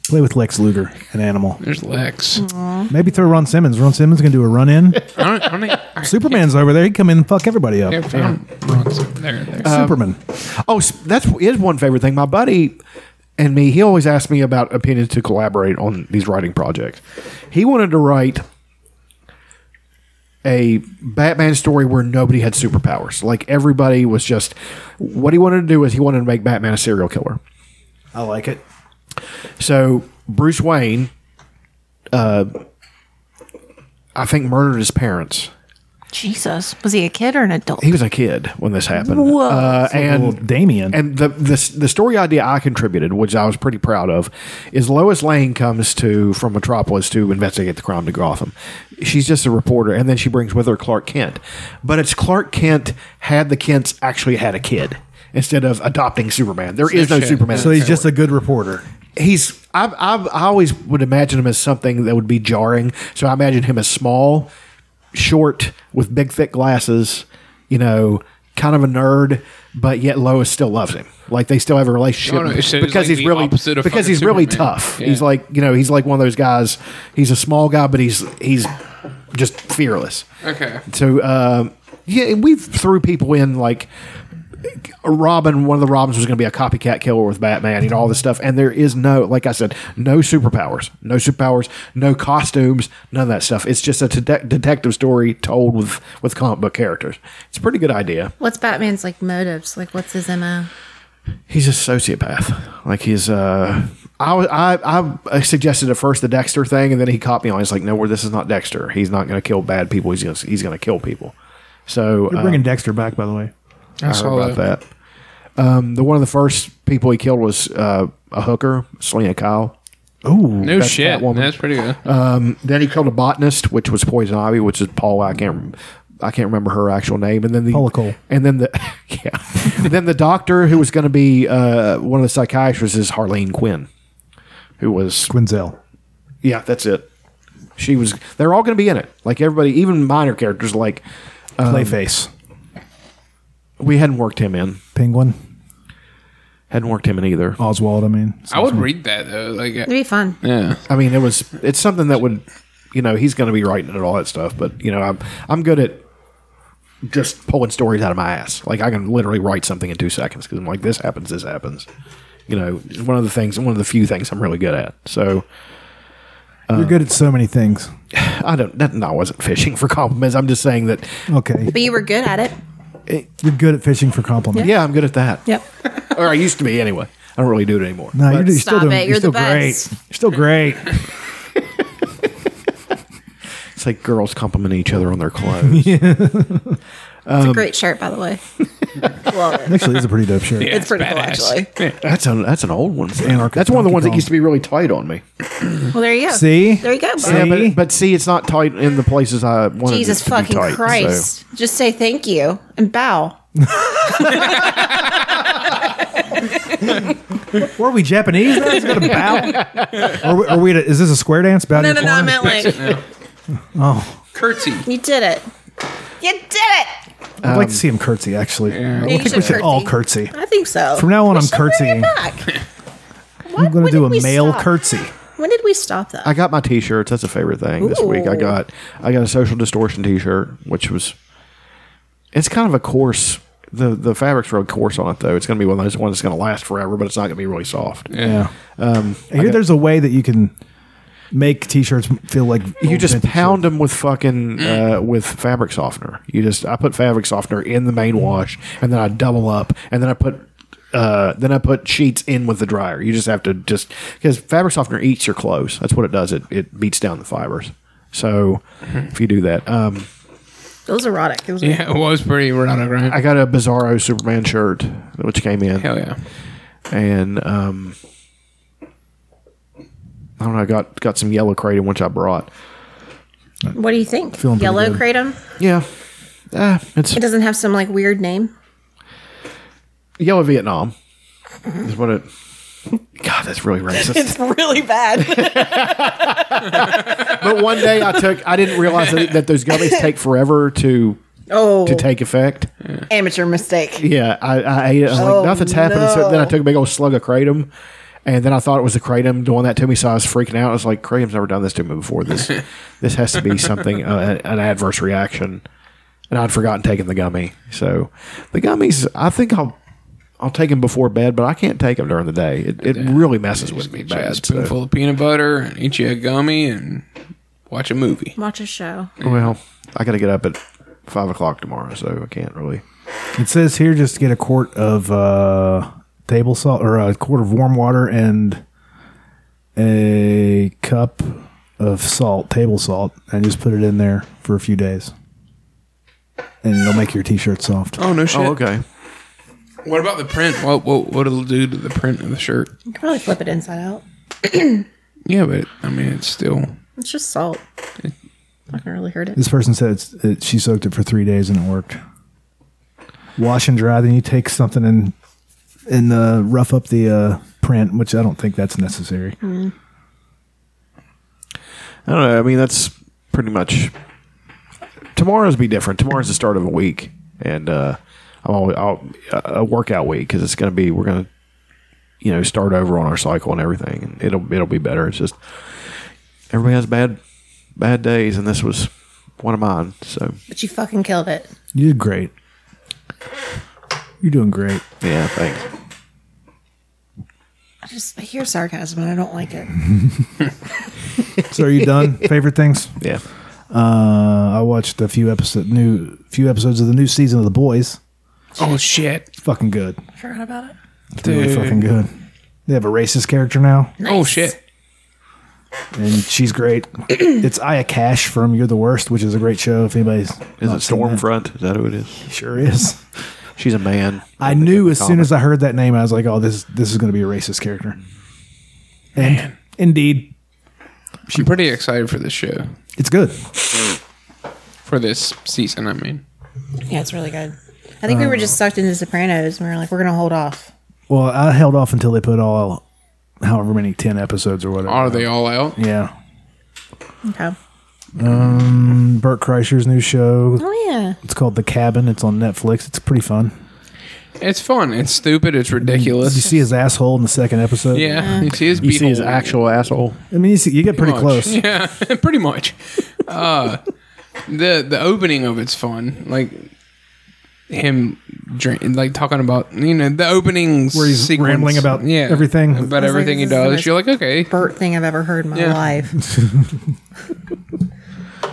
Speaker 1: Play with Lex Luger, an animal.
Speaker 2: There's Lex.
Speaker 1: Maybe throw Ron Simmons. Ron Simmons can do a run
Speaker 3: <laughs>
Speaker 1: in.
Speaker 2: I don't, I don't think- I
Speaker 1: Superman's over there. He'd come in and fuck everybody up.
Speaker 2: can't find Bronson. There, there.
Speaker 4: Um,
Speaker 1: Superman.
Speaker 4: Oh, s- that's is one favorite thing. My buddy and me, he always asked me about opinions to collaborate on these writing projects. He wanted to write a Batman story where nobody had superpowers. Like everybody was just what he wanted to do is he wanted to make Batman a serial killer.
Speaker 1: I like it.
Speaker 4: So Bruce Wayne, uh, I think murdered his parents.
Speaker 3: Jesus. Was he a kid or an adult?
Speaker 4: He was a kid when this happened.
Speaker 3: Whoa.
Speaker 4: Uh,
Speaker 1: like
Speaker 4: and
Speaker 1: old Damien.
Speaker 4: And the, the the story idea I contributed, which I was pretty proud of, is Lois Lane comes to from Metropolis to investigate the crime to Gotham. She's just a reporter, and then she brings with her Clark Kent. But it's Clark Kent had the Kents actually had a kid instead of adopting Superman. There is no Superman.
Speaker 1: So he's just a good reporter.
Speaker 4: he's I, I I always would imagine him as something that would be jarring. So I imagine him as small, short, with big thick glasses. You know, kind of a nerd, but yet Lois still loves him. Like they still have a relationship
Speaker 2: Oh, No, no, it's- it's
Speaker 4: because
Speaker 2: like
Speaker 4: he's
Speaker 2: the
Speaker 4: really
Speaker 2: opposite of
Speaker 4: because
Speaker 2: fucking
Speaker 4: he's really
Speaker 2: Superman.
Speaker 4: tough.
Speaker 2: Yeah.
Speaker 4: He's like you know he's like one of those guys. He's a small guy, but he's he's just fearless.
Speaker 2: Okay.
Speaker 4: So uh, yeah, we threw people in like Robin. One of the Robins was going to be a copycat killer with Batman, you know, all this stuff. And there is no, like I said, no superpowers, no superpowers, no costumes, none of that stuff. It's just a detec detective story told with with comic book characters. It's a pretty good idea.
Speaker 3: What's Batman's like motives? Like, what's his MO?
Speaker 4: He's a sociopath. Like he's uh I, was- I I suggested at first the Dexter thing, and then he caught me on. He's like, "No, well, this is not Dexter. He's not going to kill bad people. He's just, he's going to kill people." So
Speaker 1: They're
Speaker 4: uh,
Speaker 1: bringing Dexter back, by the way.
Speaker 4: I, heard about that. Um, the one of the first people he killed was uh, a hooker, Selena Kyle.
Speaker 1: Oh,
Speaker 2: No shit. That's pretty good.
Speaker 4: Um, then he killed a botanist, which was Poison Ivy, which is Paul. I can't. I can't remember her actual name. And then the
Speaker 1: Paula Cole.
Speaker 4: And then the <laughs> yeah. then the doctor who was going to be uh, one of the psychiatrists is Harlene Quinn, who was
Speaker 1: Quinzel.
Speaker 4: yeah. That's it. She was. They're all going to be in it. Like everybody, even minor characters like um,
Speaker 1: Clayface.
Speaker 4: We hadn't worked him in.
Speaker 1: Penguin.
Speaker 4: Hadn't worked him in either.
Speaker 1: Oswald, I mean.
Speaker 2: I would read that though. Like,
Speaker 3: It'd be fun.
Speaker 2: yeah.
Speaker 4: I mean, it was it's something that would, you know, he's going to be writing it and all that stuff. But you know, I'm I'm good at just pulling stories out of my ass. Like I can literally write something in two seconds because I'm like, this happens, this happens. You know, it's one of the things, one of the few things I'm really good at. So
Speaker 1: You're good at so many things.
Speaker 4: I don't. That, no, I wasn't fishing for <laughs> compliments. I'm just saying that.
Speaker 1: Okay.
Speaker 3: But you were good at it.
Speaker 1: You're good at fishing for compliments.
Speaker 4: Yeah, I'm good at that.
Speaker 3: Yep.
Speaker 4: or I used to be anyway. I don't really do it anymore.
Speaker 1: No, you're,
Speaker 4: But-
Speaker 1: you're still
Speaker 3: Stop
Speaker 1: doing.
Speaker 3: it,
Speaker 1: You're,
Speaker 3: you're
Speaker 1: still
Speaker 3: the
Speaker 1: great.
Speaker 3: best.
Speaker 1: You're still great.
Speaker 4: It's like girls compliment each other on their clothes.
Speaker 3: It's
Speaker 1: Um,
Speaker 3: a great shirt, by the
Speaker 1: <laughs>
Speaker 3: way. Love it.
Speaker 1: Actually, it's a pretty dope shirt.
Speaker 3: it's pretty cool, actually.
Speaker 4: <laughs> That's an that's an old one.
Speaker 1: Anarchist
Speaker 4: That's one of the
Speaker 1: Donkey
Speaker 4: ones that
Speaker 1: Kong.
Speaker 4: used to be really tight on me.
Speaker 3: Well, there you go.
Speaker 1: See?
Speaker 3: There you go. Bob.
Speaker 4: Yeah, but, but see, it's not tight in the places I wanted
Speaker 3: Jesus
Speaker 4: it to be
Speaker 3: fucking
Speaker 4: tight, so-
Speaker 3: Christ. Just say thank you and bow.
Speaker 1: Were we Japanese? now? Is it a bow? Are we, are we at a, is this a square dance? Bow to
Speaker 3: No,
Speaker 1: your
Speaker 3: no, no, I
Speaker 1: corner?
Speaker 3: meant
Speaker 1: <laughs>
Speaker 3: like,
Speaker 1: Oh,
Speaker 2: curtsy.
Speaker 3: you did it. You did it.
Speaker 1: I'd like to see him curtsy. Actually, I
Speaker 3: You
Speaker 1: think we should
Speaker 3: should
Speaker 1: all curtsy.
Speaker 3: I think so.
Speaker 1: From now on,
Speaker 3: We
Speaker 1: I'm
Speaker 3: should bring it
Speaker 1: curtsying.
Speaker 3: back.
Speaker 1: I'm going to do a
Speaker 3: did we
Speaker 1: male
Speaker 3: stop?
Speaker 1: curtsy.
Speaker 3: When did we stop that?
Speaker 4: I got my T-shirts. That's a favorite thing this week. I
Speaker 3: Ooh.
Speaker 4: got I got a Social Distortion T-shirt, which was it's kind of a coarse. The the fabric's real coarse on it though. It's going to be one of those ones that's going to last forever, but it's not going to be really soft.
Speaker 1: Yeah.
Speaker 4: Um,
Speaker 1: I hear there's a way that you can make T-shirts feel like
Speaker 4: you
Speaker 1: old
Speaker 4: just
Speaker 1: vintage
Speaker 4: pound them with fucking
Speaker 2: Mm.
Speaker 4: uh, with fabric softener. You just I put fabric softener in the main wash, and then I double up, and then I put uh, then I put sheets in with the dryer. You just have to just because fabric softener eats your clothes. That's what it does. It it beats down the fibers. So if you do that, um,
Speaker 3: It was erotic. It
Speaker 2: <laughs>
Speaker 3: was
Speaker 2: Yeah, it was pretty erotic, right?
Speaker 4: I got a Bizarro Superman shirt which came in.
Speaker 2: Hell yeah.
Speaker 4: And um, I don't know. I got got some yellow kratom which I brought.
Speaker 3: What do you think?
Speaker 4: Feeling pretty
Speaker 3: Yellow
Speaker 4: good.
Speaker 3: kratom.
Speaker 4: Yeah, Ah, it's
Speaker 3: It doesn't have some like weird name.
Speaker 4: Yellow Vietnam is what it. God, that's really racist.
Speaker 3: It's really bad.
Speaker 4: but one day I took, I didn't realize that, that those gummies take forever to
Speaker 3: oh,
Speaker 4: to take effect.
Speaker 3: amateur mistake.
Speaker 4: Yeah, I, I ate it. I was like,
Speaker 3: Oh,
Speaker 4: nothing's happening. So then I
Speaker 3: no.
Speaker 4: took a big old slug of kratom, and then I thought it was the kratom doing that to me. So I was freaking out. I was like, kratom's never done this to me
Speaker 3: <laughs>
Speaker 4: before. This this has to be something uh, an adverse reaction. And I'd forgotten taking the gummy. So the gummies, I think I'll. I'll take them before bed, but I can't take them during the day. It, it really messes with me
Speaker 2: Try a
Speaker 4: bad. so-
Speaker 2: spoonful of peanut butter and eat you a gummy and watch a movie.
Speaker 3: Watch a show.
Speaker 4: Well, I got to get up at five o'clock tomorrow, so I can't really.
Speaker 1: It says here just get a quart of uh, table salt or a quart of warm water and a cup of salt, table salt, and just put it in there for a few days, and it'll make your T-shirt soft.
Speaker 2: Oh no shit.
Speaker 4: Oh, okay.
Speaker 2: What about the print? What what what it'll do to the print of the shirt?
Speaker 3: You can probably flip it inside out.
Speaker 2: Yeah, but I mean it's still
Speaker 3: It's just salt. Not gonna really hurt it.
Speaker 1: This person said it's, it, she soaked it for three days and it worked. Wash and dry, then you take something and and uh, rough up the uh, print, which I don't think that's necessary.
Speaker 4: I don't know. I mean, that's pretty much. Tomorrow's be different. Tomorrow's the start of a week, and uh, I'm always I'll, a workout week because it's going to be we're going to, you know, start over on our cycle and everything, and it'll it'll be better. It's just everybody has bad bad days, and this was one of mine. So
Speaker 3: But you fucking killed it.
Speaker 1: You did great. You're doing great.
Speaker 4: yeah, thanks.
Speaker 3: I just I hear sarcasm and I don't like it.
Speaker 1: So are you <laughs> done? Favorite things?
Speaker 4: Yeah.
Speaker 1: Uh, I watched a few episode new few episodes of the new season of The Boys.
Speaker 2: Oh shit.
Speaker 1: It's fucking good.
Speaker 3: Forgot about it.
Speaker 1: It's really fucking good. They have a racist character now,
Speaker 2: Oh shit.
Speaker 1: and she's <clears throat> great. it's Aya Cash from You're the Worst, which is a great show. If anybody's
Speaker 4: Is it Stormfront? Is that who it is?
Speaker 1: Sure is.
Speaker 4: She's a man.
Speaker 1: I knew as soon as I heard that name, I was like, "Oh, this this is going to be a racist character." And indeed,
Speaker 2: I'm pretty excited for this show.
Speaker 1: it's good.
Speaker 2: For this season, I mean.
Speaker 3: Yeah, it's really good. I think we were
Speaker 4: Uh.
Speaker 3: just sucked into Sopranos and we were like, we're gonna hold off.
Speaker 1: Well, I held off until they put all, however many ten episodes or whatever.
Speaker 2: Are they all out?
Speaker 1: Yeah.
Speaker 3: Okay.
Speaker 1: Um, Burt Kreischer's new show.
Speaker 3: Oh yeah.
Speaker 1: It's called The Cabin. It's on Netflix. It's pretty fun.
Speaker 2: It's fun. It's stupid. It's
Speaker 1: Did you
Speaker 2: ridiculous.
Speaker 1: see his asshole in the second episode?
Speaker 2: Yeah. You see his
Speaker 4: you see his
Speaker 2: beehole.
Speaker 4: actual asshole.
Speaker 1: I mean, you, see, you get pretty
Speaker 2: much.
Speaker 1: close.
Speaker 2: <laughs> Yeah, pretty much. Uh, the the opening of it's fun, like him drink, like talking about you know the opening
Speaker 1: Where he's
Speaker 2: sequence.
Speaker 1: rambling about
Speaker 2: yeah
Speaker 1: everything. I was
Speaker 2: about
Speaker 1: like,
Speaker 2: everything he
Speaker 3: this is the
Speaker 2: does.
Speaker 3: most
Speaker 2: You're like okay,
Speaker 3: Burt thing I've ever heard in my
Speaker 2: Yeah.
Speaker 4: <laughs>
Speaker 3: life.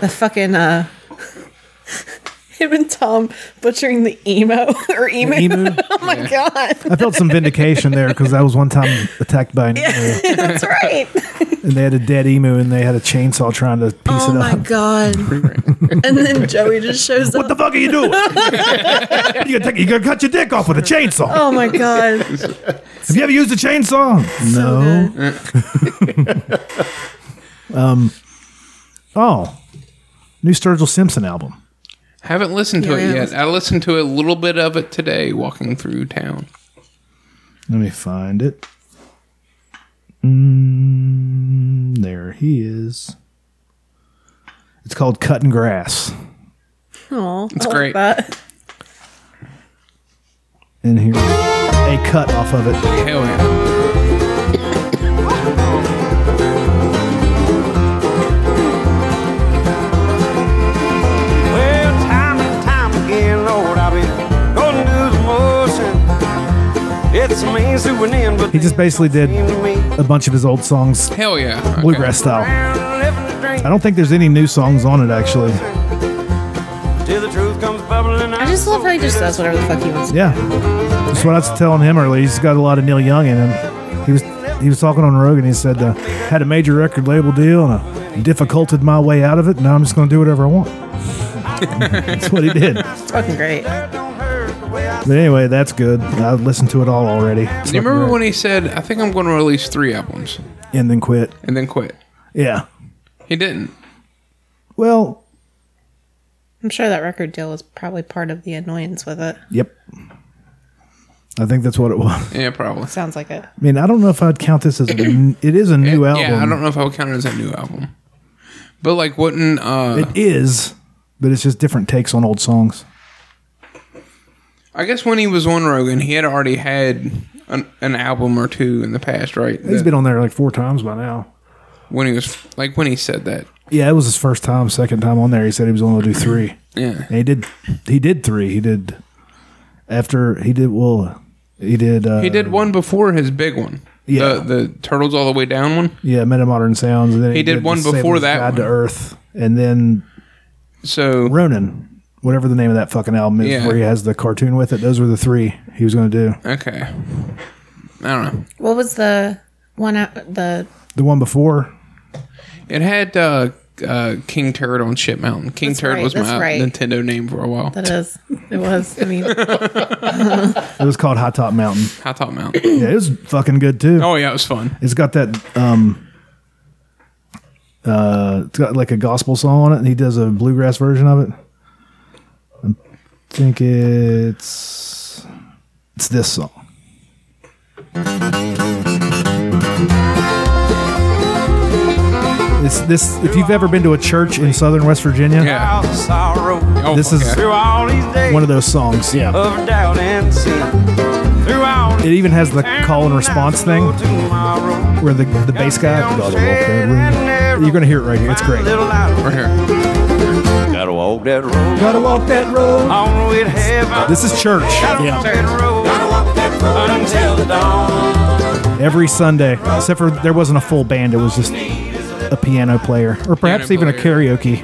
Speaker 3: the fucking uh <laughs> him and Tom butchering the emo or emu.
Speaker 1: emu?
Speaker 3: <laughs> oh my god.
Speaker 1: I felt some vindication there because I was one time attacked by an emu,
Speaker 3: That's right.
Speaker 1: and they had a dead emu, and they had a chainsaw trying to piece
Speaker 3: oh
Speaker 1: it
Speaker 3: my
Speaker 1: up.
Speaker 3: god. and then Joey just shows
Speaker 1: What the
Speaker 3: up.
Speaker 1: fuck are you
Speaker 3: <laughs>
Speaker 1: doing? you gonna take, you gonna cut your dick off with a chainsaw?
Speaker 3: Oh
Speaker 1: <laughs>
Speaker 3: my god.
Speaker 1: Have you ever used a chainsaw? no. <laughs> um. Oh, new Sturgill Simpson album.
Speaker 2: Haven't listened to
Speaker 1: Yeah,
Speaker 2: it
Speaker 1: yeah.
Speaker 2: yet. I listened to a little bit of it today walking through town.
Speaker 1: Let me find it. Mm, there he is. It's called Cutting Grass.
Speaker 3: Oh,
Speaker 2: It's great.
Speaker 1: In here, a cut off of it.
Speaker 2: Hell yeah.
Speaker 9: Well, time and time again, Lord, I've been going through the motion. It's a means to an end, but
Speaker 1: He just basically did a bunch of his old songs.
Speaker 9: Hell yeah, okay.
Speaker 1: Bluegrass style. I don't think there's any new songs on it, actually.
Speaker 9: till the truth comes bubbling out.
Speaker 3: I just love how he just does whatever the fuck he wants.
Speaker 1: Yeah. That's what I was telling him earlier. He's got a lot of Neil Young in him. He was he was talking on Rogan. He said, uh, had a major record label deal and I difficulted my way out of it. Now I'm just going to do whatever I want. <laughs> That's what he did.
Speaker 3: It's fucking great.
Speaker 1: But anyway, that's good. I listened to it all already. It's
Speaker 2: Do you
Speaker 1: fucking
Speaker 2: remember
Speaker 1: great.
Speaker 2: when he said, I think I'm going to release three albums
Speaker 1: And then quit.
Speaker 2: and then quit?
Speaker 1: Yeah.
Speaker 2: He didn't.
Speaker 1: Well,
Speaker 3: I'm sure that record deal was probably part of the annoyance with it.
Speaker 1: yep. I think that's what it was.
Speaker 2: Yeah, probably.
Speaker 3: Sounds like it.
Speaker 1: I mean, I don't know if I'd count this as a. n- it is a new album.
Speaker 2: Yeah, I don't know if I would count it as a new album. But like, wouldn't uh,
Speaker 1: It is, but it's just different takes on old songs.
Speaker 2: I guess when he was on Rogan, he had already had an, an album or two in the past, right?
Speaker 1: He's
Speaker 2: That-
Speaker 1: been on there like four times by now.
Speaker 2: when he was like when he said that.
Speaker 1: Yeah, it was his first time, second time on there. He said he was only to do three.
Speaker 2: Yeah.
Speaker 1: And he did. He did three. He did after he did well. He did. Uh,
Speaker 2: he did one before his big one. Yeah, the, the turtles all the way down one.
Speaker 1: Yeah, Meta Modern Sounds. And then
Speaker 2: He did
Speaker 1: the
Speaker 2: one
Speaker 1: Satan's
Speaker 2: before that
Speaker 1: Guide to
Speaker 2: one.
Speaker 1: Earth, and then
Speaker 2: so
Speaker 1: Ronin, whatever the name of that fucking album is,
Speaker 2: Yeah.
Speaker 1: where he has the cartoon with it. Those were the three he was going to do.
Speaker 2: Okay, I don't know.
Speaker 3: What was the one out the
Speaker 1: The one before.
Speaker 2: It had uh, uh, King Turd on Shit Mountain. King
Speaker 3: That's
Speaker 2: Turd
Speaker 3: right,
Speaker 2: was
Speaker 3: that's
Speaker 2: my
Speaker 3: right.
Speaker 2: Nintendo name for a while.
Speaker 3: that is it was. I mean
Speaker 1: It was called High Top Mountain.
Speaker 2: High Top Mountain.
Speaker 3: <coughs>
Speaker 1: yeah, it was fucking good too.
Speaker 2: Oh yeah, it was fun.
Speaker 1: It's got that um uh it's got like a gospel song on it and he does a bluegrass version of it. I think it's it's this song. It's this if you've ever been to a church in southern West Virginia,
Speaker 9: All the sorrow.
Speaker 2: Oh,
Speaker 1: this is
Speaker 9: through all these days
Speaker 1: one of those songs.
Speaker 9: of doubt and sin. Through all
Speaker 1: It even has the call and response thing
Speaker 9: tomorrow.
Speaker 1: where the, the bass guy. You're going to hear it right here. It's great. Right
Speaker 2: here.
Speaker 9: Gotta walk that road.
Speaker 1: Gotta walk that road.
Speaker 9: On with heaven.
Speaker 1: This is church.
Speaker 9: Gotta walk that road. Gotta walk that road until the dawn.
Speaker 1: Every Sunday, except for there wasn't a full band, it was just a piano player or perhaps even
Speaker 2: Piano
Speaker 1: a karaoke.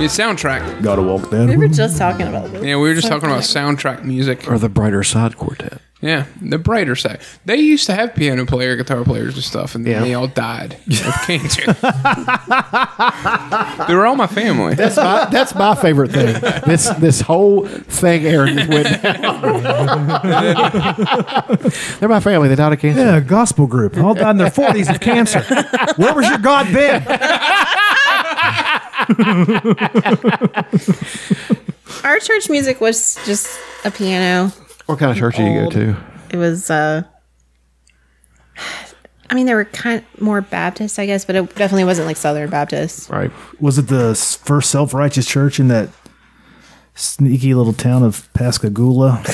Speaker 2: Your soundtrack.
Speaker 1: Gotta walk
Speaker 3: we
Speaker 1: that
Speaker 3: were just talking about this.
Speaker 2: Yeah, we were just talking about soundtrack music.
Speaker 5: Or the Brighter Side Quartet.
Speaker 2: Yeah, the brighter side. They used to have piano player, guitar players, and stuff, and then
Speaker 5: Yeah.
Speaker 2: they all died of cancer. <laughs> they were all my family.
Speaker 4: That's my that's my favorite thing. This this whole thing Aaron just went <laughs>
Speaker 5: They're my family. They died of cancer.
Speaker 1: Yeah, a gospel group. All died in their 40s of cancer. Where was your God been?
Speaker 3: Our church music was just a piano.
Speaker 5: What kind of church do you go
Speaker 3: Old.
Speaker 5: to?
Speaker 3: It was uh I mean, they were kind more Baptist, I guess, but it definitely wasn't like Southern Baptist.
Speaker 1: Right. Was it the s- first self righteous church in that sneaky little town of Pascagoula? <laughs>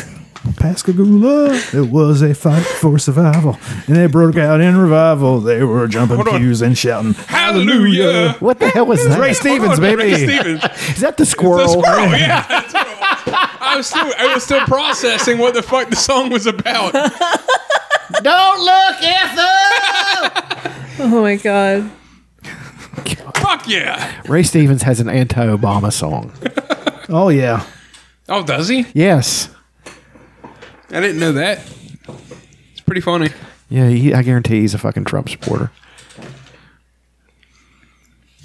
Speaker 1: Pascagoula. It was a fight for survival, and it broke out in revival. They were jumping pews and shouting, "Hallelujah!"
Speaker 4: What the hell was that?
Speaker 1: Ray Stevens,
Speaker 2: Hold on,
Speaker 1: baby.
Speaker 2: Ray Stevens.
Speaker 4: Is that the squirrel?
Speaker 2: squirrel, yeah. I was still I was still processing what the fuck the song was about.
Speaker 4: Don't look, Ethel.
Speaker 3: Oh my god.
Speaker 2: fuck yeah!
Speaker 5: Ray Stevens has an anti-Obama song.
Speaker 1: oh yeah.
Speaker 2: Oh, does he?
Speaker 5: Yes.
Speaker 2: I didn't know that. It's pretty funny.
Speaker 5: Yeah, he, I guarantee he's a fucking Trump supporter.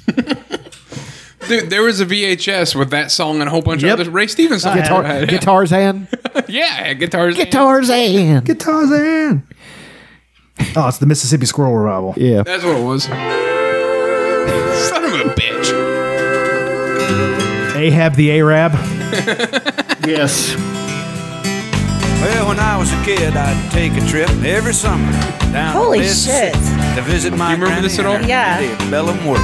Speaker 2: Dude, there was a VHS with that song and a whole bunch of other Ray Stevens songs.
Speaker 5: Guitar,
Speaker 2: Yeah.
Speaker 5: guitars and
Speaker 2: yeah, guitars.
Speaker 5: guitars and
Speaker 1: guitars and. Oh, it's the Mississippi Squirrel Revival.
Speaker 5: Yeah.
Speaker 2: That's <laughs> what it was. Son of a bitch.
Speaker 1: Ahab the Arab.
Speaker 24: yes.
Speaker 5: Well, when I was a kid, I'd take a trip every summer down
Speaker 3: Holy
Speaker 5: to Mississippi to visit my
Speaker 3: You remember this at all?
Speaker 5: granny
Speaker 3: Yeah.
Speaker 5: in the Bellum World.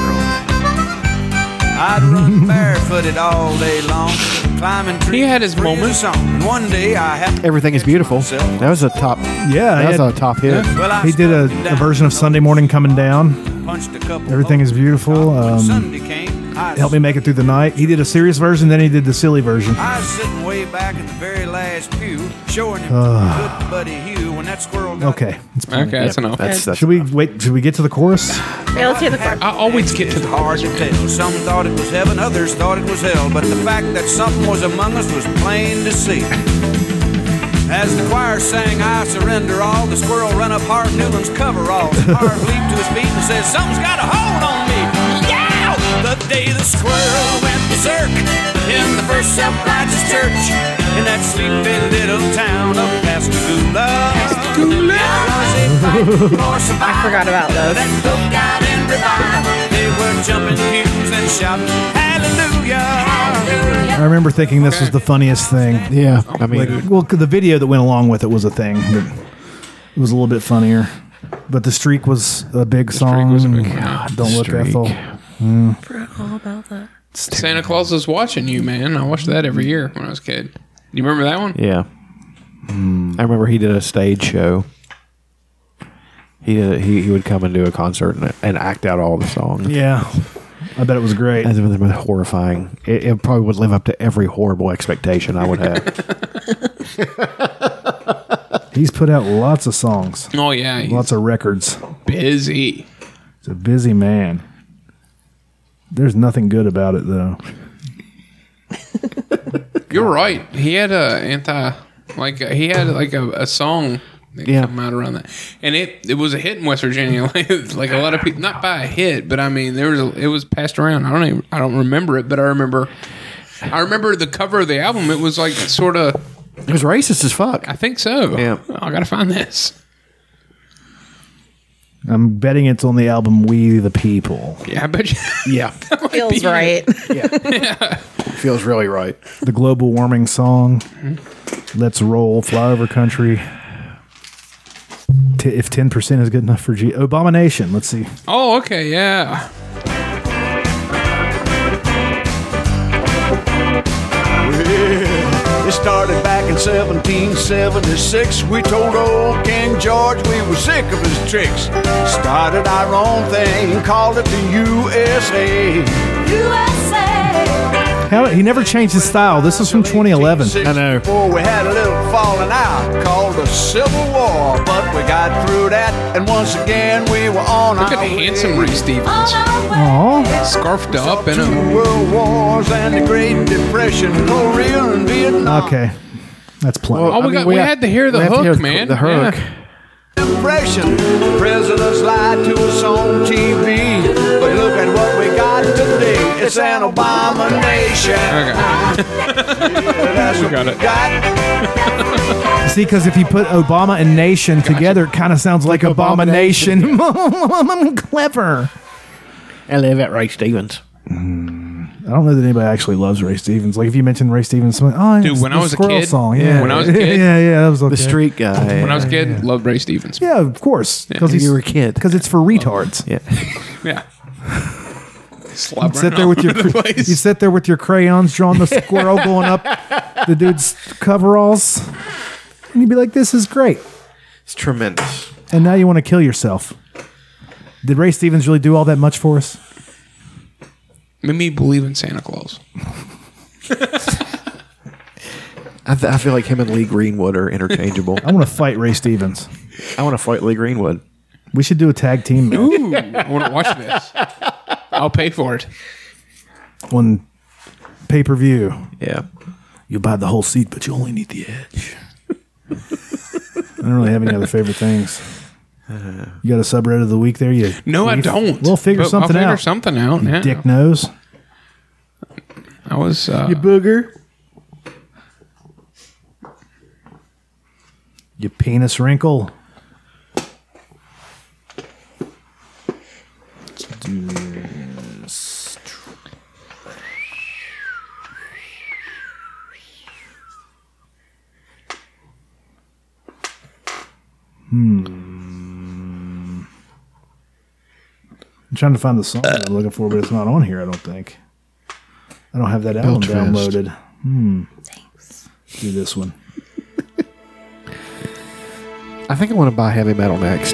Speaker 5: I'd run barefooted all day long, climbing trees. He had his moments. On. And one day I happened.
Speaker 24: Everything is beautiful. That was a top.
Speaker 1: Yeah,
Speaker 24: that was
Speaker 1: he had-
Speaker 24: a top hit.
Speaker 1: He did a, a version of Sunday Morning Coming Down. Everything is beautiful. Um, help me make it through the night. He did a serious version, then he did the silly version.
Speaker 5: I was sitting way back in the very last pew, showing him
Speaker 1: Ugh.
Speaker 5: good buddy Hugh when that squirrel got
Speaker 1: Okay, it's plenty.
Speaker 5: Okay, that's enough. That's- that's
Speaker 1: should we wait? Should we get to the chorus?
Speaker 5: Yeah, let's hear the part. I always get to the hard to tell. Some thought it was heaven, others thought it was hell. But the fact that something was among us was plain to see. As the choir sang, I surrender all, the squirrel ran up Harv Newland's coveralls. Harv leaped to his feet and said, Something's got a hold on me. Yeah! The day the squirrel went berserk in the first self righteous church in that sleepy little town of Pascagoula. Pascagoula!
Speaker 3: <laughs>
Speaker 5: I
Speaker 3: forgot about
Speaker 5: That
Speaker 3: those.
Speaker 5: book got in revival. They were jumping pews and shouting, Hallelujah! Hallelujah!
Speaker 1: I remember thinking this was the funniest thing. Yeah, I mean, well, 'cause the video that went along with it was a thing. That it was a little bit funnier, but the streak was a big song. God, don't look
Speaker 2: Streak.
Speaker 1: Ethel. Mm.
Speaker 2: forgot all about that. Santa Claus is watching you, man. I watched that every year when I was a kid. You remember that one?
Speaker 4: Yeah.
Speaker 1: Hmm.
Speaker 4: I remember he did a stage show. He did, he he would come and do a concert and, and act out all the songs.
Speaker 1: Yeah, I bet it was great.
Speaker 4: That's been been horrifying. It, it probably would live up to every horrible expectation I
Speaker 2: <laughs>
Speaker 4: would have.
Speaker 1: He's put out lots of songs.
Speaker 2: Oh, yeah, he's-
Speaker 1: lots of records.
Speaker 2: Busy.
Speaker 1: He's a busy man. There's nothing good about it though.
Speaker 2: You're right. He had a anti, like uh, he had like a, a song that
Speaker 1: Yeah.
Speaker 2: came out around that, and it it was a hit in West Virginia. <laughs> Like, like a lot of people, not by a hit, but I mean there was a, it was passed around. I don't even I don't remember it, but I remember, I remember the cover of the album. It was like sort of.
Speaker 4: It was racist as fuck.
Speaker 2: I think so. Yeah. I gotta find this.
Speaker 1: I'm betting it's on the album We the People.
Speaker 2: Yeah, I bet you. <laughs>
Speaker 24: Yeah.
Speaker 3: Feels right.
Speaker 24: Feels really right.
Speaker 1: The global warming song.
Speaker 4: Mm-hmm.
Speaker 1: Let's roll, fly over country. T- if ten percent is good enough for G, abomination. Let's see.
Speaker 2: Oh, okay, yeah.
Speaker 9: It started back in 1776. We told old King George we were sick of his tricks. Started our own thing, called it the USA. USA.
Speaker 1: How he never changed his style. This is from 2011. I know.
Speaker 9: Before we had a little falling out called a civil war, but we got through that, and once again we were on
Speaker 2: Look
Speaker 9: our
Speaker 2: at the handsome Ray Stevens. Scarfed up in a.
Speaker 9: World Wars and the Great Depression, Korea and Vietnam.
Speaker 1: Okay, that's plenty.
Speaker 2: oh, we, got, we had to hear the hook, man. Yeah.
Speaker 9: Depression. Presidents lied to us on TV, but look at what we got today. It's an abomination. That's
Speaker 2: We got
Speaker 9: what we got.
Speaker 1: See, because if you put Obama and Nation together, it kind of sounds like, abomination. <laughs> I'm clever.
Speaker 24: I live at Ray Stevens.
Speaker 1: I don't know that anybody actually loves Ray Stevens. Like if you mentioned Ray Stevens, something. Oh,
Speaker 2: Dude,
Speaker 1: it's
Speaker 2: when
Speaker 1: the
Speaker 2: I was a
Speaker 1: Squirrel
Speaker 2: kid-
Speaker 1: song.
Speaker 2: yeah,
Speaker 1: Yeah,
Speaker 2: when I was a
Speaker 1: <laughs>
Speaker 2: kid-
Speaker 1: yeah, yeah, that was okay.
Speaker 4: The street guy.
Speaker 2: When I was a kid, loved Ray Stevens.
Speaker 1: Yeah, of course, because
Speaker 4: You were a kid.
Speaker 1: Because
Speaker 2: <laughs>
Speaker 1: it's for retards.
Speaker 4: Yeah.
Speaker 2: Yeah.
Speaker 1: You
Speaker 2: Slobbering
Speaker 1: sit there
Speaker 2: all
Speaker 1: with your
Speaker 2: over the
Speaker 1: cr- <laughs>
Speaker 2: place.
Speaker 1: you sit there with your crayons drawing
Speaker 2: <laughs>
Speaker 1: the squirrel going up the dude's coveralls, and you'd be like, "This is great."
Speaker 4: It's tremendous.
Speaker 1: And now you want to kill yourself. Did Ray Stevens really do all that much for us?
Speaker 2: Made me believe in Santa Claus.
Speaker 4: I, th- I feel like him and Lee Greenwood
Speaker 2: <laughs>
Speaker 4: are interchangeable.
Speaker 1: I want to fight Ray Stevens.
Speaker 4: I want to fight Lee Greenwood.
Speaker 1: We should do a tag team match
Speaker 2: Ooh, I want to watch this. I'll pay for it.
Speaker 1: on pay per view.
Speaker 4: Yeah.
Speaker 1: You buy the whole seat, but you only need the edge. <laughs> I don't really have any other favorite things. You got a subreddit of the week there? You
Speaker 2: Uh, No, I
Speaker 1: we've-
Speaker 2: don't.
Speaker 1: We'll figure
Speaker 2: But I'll
Speaker 1: something
Speaker 2: figure
Speaker 1: out.
Speaker 2: something out,
Speaker 1: You
Speaker 2: yeah.
Speaker 1: Dick nose.
Speaker 2: I was. Uh,
Speaker 1: booger. You penis wrinkle. Hmm. I'm trying to find the song that I'm looking for, but it's not on here. I don't think. I don't have that album
Speaker 5: Belchfest.
Speaker 1: downloaded. Hmm. Thanks. Do this one.
Speaker 4: I think I want to buy heavy metal next.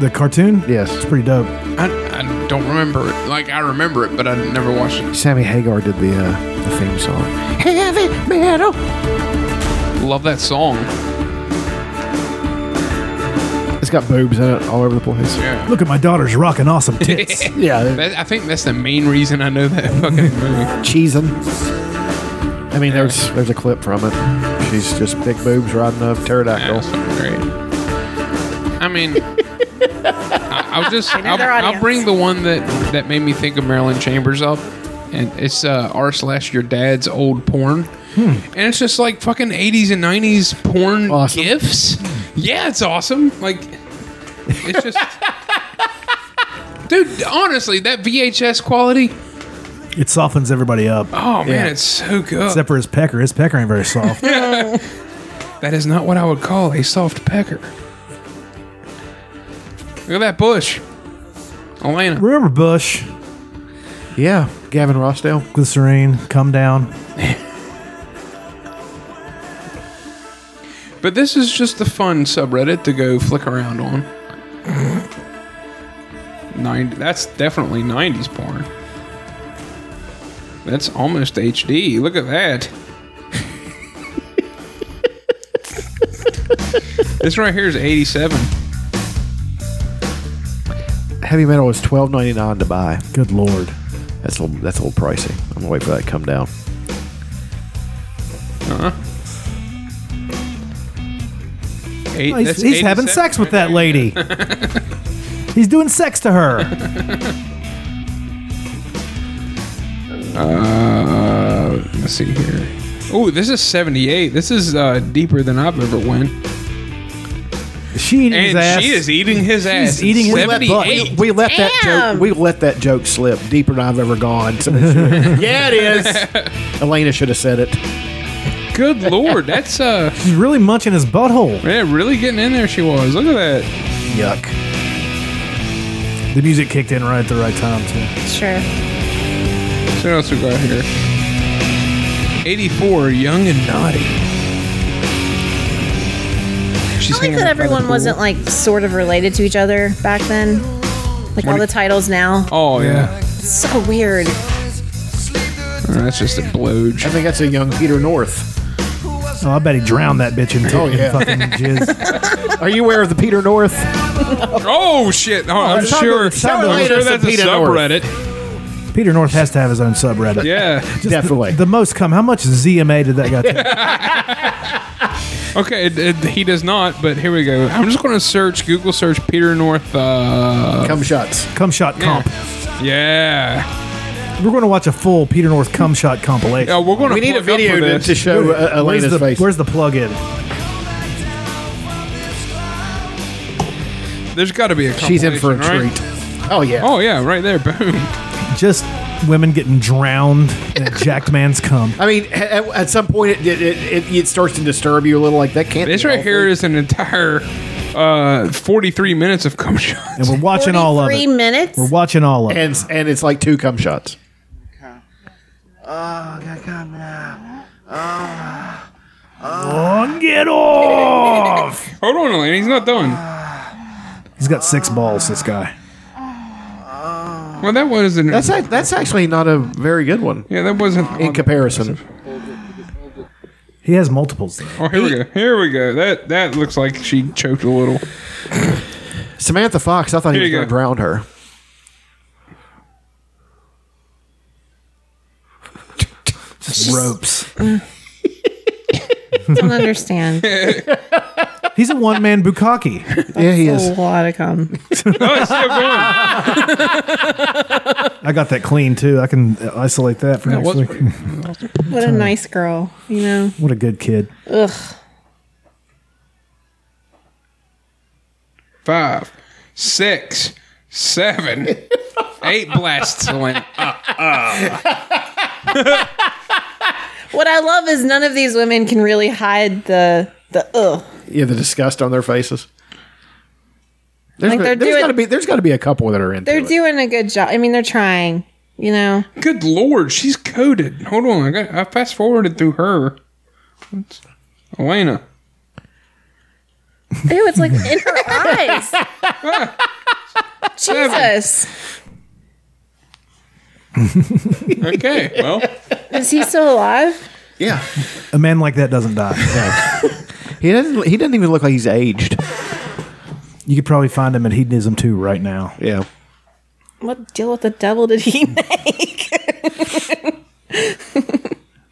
Speaker 1: The cartoon?
Speaker 4: Yes.
Speaker 1: It's pretty dope.
Speaker 2: I, I don't remember it. Like I remember it, but I never watched it.
Speaker 4: Sammy Hagar did the uh, the theme song.
Speaker 2: Heavy metal. Love that song.
Speaker 4: It's got boobs in it all over the place.
Speaker 2: Yeah.
Speaker 1: Look at my daughter's rocking awesome
Speaker 2: <laughs>
Speaker 1: tits.
Speaker 4: yeah.
Speaker 2: That, I think that's the main reason I know that <laughs> fucking movie.
Speaker 4: Cheesing. I mean, there's there's a clip from it. She's just big boobs riding a pterodactyl.
Speaker 2: I mean, I, I'll just
Speaker 3: know
Speaker 2: I'll,
Speaker 3: their
Speaker 2: I'll
Speaker 3: audience.
Speaker 2: bring the one that that made me think of Marilyn Chambers up, and it's uh, r slash your dad's old porn, and it's just like fucking eighties and nineties porn gifs. Yeah, it's awesome. Like, it's just. Dude, honestly, that VHS quality,
Speaker 1: It softens everybody up.
Speaker 2: Oh, man, it's so good.
Speaker 1: Except for his pecker. His pecker ain't very
Speaker 2: <laughs>
Speaker 1: soft.
Speaker 2: that is not what I would call a soft pecker. Look at that bush. Elena.
Speaker 1: Remember Bush?
Speaker 4: Yeah. Gavin Rossdale.
Speaker 1: Glycerine, come down.
Speaker 2: But this is just a fun subreddit to go flick around on. 90, that's definitely 90s porn. That's almost HD. Look
Speaker 1: <laughs>
Speaker 2: at that. this right here is 87.
Speaker 4: Heavy metal is twelve ninety nine to buy.
Speaker 1: Good lord.
Speaker 4: That's a little, that's a little pricey. I'm gonna wait for that to come down.
Speaker 2: Uh-huh. Eight,
Speaker 1: Oh, he's
Speaker 2: that's
Speaker 1: he's having
Speaker 2: 87.
Speaker 1: sex with that lady.
Speaker 2: <laughs>
Speaker 1: he's doing sex to her.
Speaker 2: Uh, let's see here. Oh, this is 78. This is uh, deeper than I've ever went.
Speaker 1: She
Speaker 2: and
Speaker 4: his ass.
Speaker 2: she is eating his ass. in
Speaker 4: We let-
Speaker 2: 78.
Speaker 4: We, we let that joke. We let that joke slip deeper than I've ever gone. So
Speaker 1: <laughs>
Speaker 4: we should- yeah, it <laughs> is. Elena should have said it.
Speaker 2: Good lord, that's uh.
Speaker 1: She's really munching his butthole.
Speaker 2: Yeah, really getting in there she was. Look at that.
Speaker 4: Yuck.
Speaker 1: The music kicked in right at the right time, too.
Speaker 3: Sure.
Speaker 2: So what else we got here? 84, young and naughty. She's
Speaker 3: I like that everyone wasn't like sort of related to each other back then. Like all
Speaker 2: What-
Speaker 3: the titles now.
Speaker 2: Oh, yeah.
Speaker 3: It's so weird.
Speaker 2: Oh, that's just a bloge.
Speaker 4: I think that's a young Peter North.
Speaker 1: Oh, I bet he drowned that bitch in,
Speaker 4: Oh,
Speaker 1: in
Speaker 4: yeah.
Speaker 1: fucking jizz.
Speaker 4: Are you aware of the Peter North?
Speaker 2: <laughs> Oh shit! Oh, I'm
Speaker 4: it's time
Speaker 2: sure.
Speaker 4: to- it's time to
Speaker 2: I'm
Speaker 4: lead
Speaker 2: sure
Speaker 4: us to
Speaker 2: that's a
Speaker 4: Peter
Speaker 2: subreddit.
Speaker 1: Peter North has to have his own subreddit.
Speaker 2: Yeah.
Speaker 1: Just Definitely. The, the most come. How much ZMA did that guy take?
Speaker 2: Okay, it, it- he does not. But here we go. I'm just going to search Google search Peter North. Uh,
Speaker 4: Cum shots.
Speaker 1: Cum shot comp.
Speaker 2: Yeah.
Speaker 1: We're going to watch a full Peter North cum shot compilation.
Speaker 2: Yeah, we're going
Speaker 4: We need a video to, to show
Speaker 1: Where-
Speaker 4: uh, Elena's
Speaker 1: where's the,
Speaker 4: face.
Speaker 1: Where's the plug-in?
Speaker 2: There's got to be a.
Speaker 4: She's in for a
Speaker 2: compilation,
Speaker 4: treat.
Speaker 2: right?
Speaker 4: Oh yeah.
Speaker 2: Oh yeah, right there. Boom.
Speaker 4: <laughs>
Speaker 1: Just women getting drowned in a jacked man's cum.
Speaker 4: I mean, at, at some point it it, it it it starts to disturb you a little. Like that can't.
Speaker 2: This
Speaker 4: be
Speaker 2: right
Speaker 4: all-
Speaker 2: here is an entire uh, 43 minutes of cum <laughs> shots.
Speaker 1: And we're watching all of
Speaker 3: Three
Speaker 1: it.
Speaker 3: minutes?
Speaker 1: We're watching all of it.
Speaker 4: And and it's like two cum shots.
Speaker 1: On, get off!
Speaker 2: Hold on, Elaine. He's not done.
Speaker 1: He's got six balls, this guy.
Speaker 2: Well, that wasn't.
Speaker 4: That's act- that's actually not a very good one
Speaker 2: yeah, that wasn't.
Speaker 4: in comparison.
Speaker 1: He has multiples. Though.
Speaker 2: Oh, here we go. Here we go. That that looks like she choked a little.
Speaker 4: Samantha Fox, I thought
Speaker 2: Here
Speaker 4: he was
Speaker 2: you
Speaker 4: going to
Speaker 2: go.
Speaker 4: drown her.
Speaker 1: Ropes.
Speaker 3: Don't understand.
Speaker 1: He's a one-man bukkake.
Speaker 4: Yeah, he
Speaker 3: a
Speaker 4: is.
Speaker 3: lot of cum.
Speaker 2: Oh, it's still
Speaker 4: <laughs>
Speaker 2: going.
Speaker 1: I got that clean too. I can isolate that for
Speaker 2: That
Speaker 1: next
Speaker 2: was
Speaker 1: week. <laughs>
Speaker 2: pretty-
Speaker 3: What a nice girl, you know?
Speaker 1: What a good kid.
Speaker 3: Ugh.
Speaker 2: Five, six, seven,
Speaker 4: <laughs>
Speaker 2: eight blasts. Elaine.
Speaker 3: What I love is none of these women can really hide the the ugh.
Speaker 4: Yeah, the disgust on their faces. There's,
Speaker 3: Like,
Speaker 4: gotta-
Speaker 3: they're
Speaker 4: there's
Speaker 3: doing-
Speaker 4: gotta be there's gotta be a couple that are in.
Speaker 3: They're doing a good job. I mean, they're trying. You know.
Speaker 2: Good lord, she's coded. Hold on, I got I fast forwarded through her. What's- Elena.
Speaker 3: Ew, it's like in
Speaker 4: <laughs>
Speaker 3: her eyes. Jesus.
Speaker 2: Okay, well.
Speaker 3: Is he still alive?
Speaker 4: Yeah.
Speaker 1: A man like that doesn't die.
Speaker 4: he doesn't. He doesn't even look like he's aged.
Speaker 1: You could probably find him at Hedonism too right now.
Speaker 4: Yeah.
Speaker 3: What deal with the devil did he <laughs> make?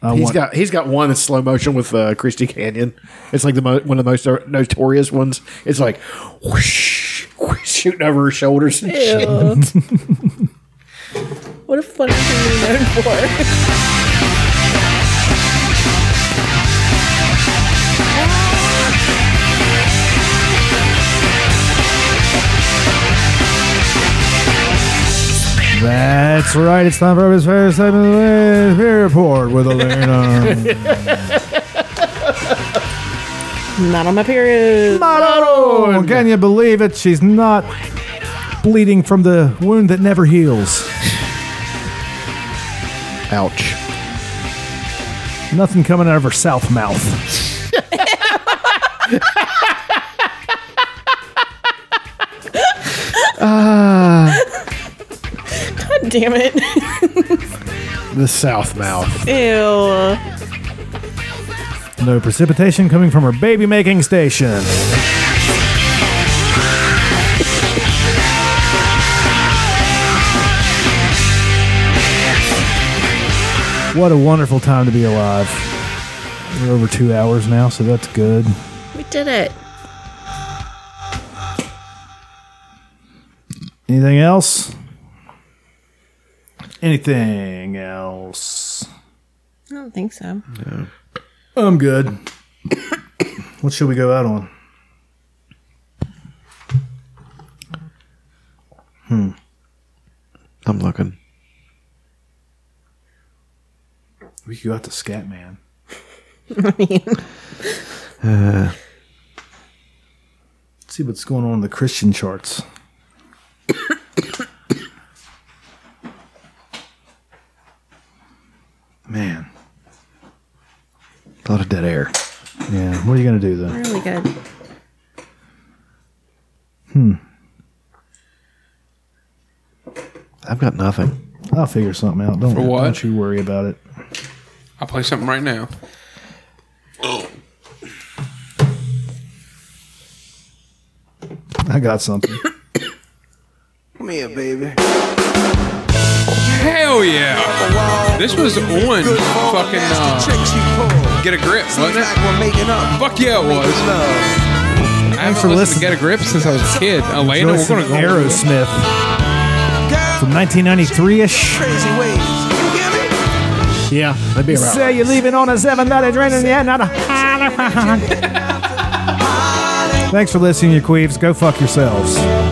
Speaker 4: He's
Speaker 1: want-
Speaker 4: got he's got one that's slow motion with uh, Christy Canyon. It's like the mo- one of the most notorious ones. It's like whoosh, <laughs> whoosh, shooting over her shoulders and
Speaker 3: Ew.
Speaker 4: shit.
Speaker 3: what a funny thing to be known for.
Speaker 1: <laughs> That's right. It's time for his first segment of the Beer report with Elena.
Speaker 3: <laughs> Not on my period.
Speaker 1: Oh, can you believe it? She's not bleeding from the wound that never heals.
Speaker 4: Ouch.
Speaker 1: Nothing coming out of her south mouth.
Speaker 3: God damn it.
Speaker 4: the south mouth.
Speaker 3: Ew.
Speaker 1: No precipitation coming from her baby making station. What a wonderful time to be alive. We're over two hours now, so that's good.
Speaker 3: We did it.
Speaker 1: Anything else? Anything else?
Speaker 3: I don't think so.
Speaker 1: I'm good. <coughs> what should we go out on?
Speaker 5: Hmm. I'm looking.
Speaker 1: We could go out to Scat Man.
Speaker 5: Uh,
Speaker 1: see what's going on in the Christian charts. Man.
Speaker 4: A lot of dead air.
Speaker 1: Yeah. What are you going to do then?
Speaker 3: Really good.
Speaker 1: Hmm.
Speaker 5: I've got nothing.
Speaker 1: I'll figure something out. Don't,
Speaker 2: For what?
Speaker 1: don't you worry about it.
Speaker 2: I'll play something right now.
Speaker 1: I got
Speaker 2: <laughs>
Speaker 1: something.
Speaker 9: Come here, baby.
Speaker 2: Hell yeah. This was on fucking uh, Get a Grip, wasn't it? Fuck yeah, it was. I haven't
Speaker 1: for
Speaker 2: listened to Get a Grip since I was a kid.
Speaker 1: Enjoy
Speaker 2: Elena, we're
Speaker 1: some
Speaker 2: going to go.
Speaker 1: Aerosmith from 1993-ish.
Speaker 4: Yeah, that'd be around.
Speaker 1: Say you're leaving on a seven dollar train and yeah, not a Thanks for listening, you queeves. Go fuck yourselves.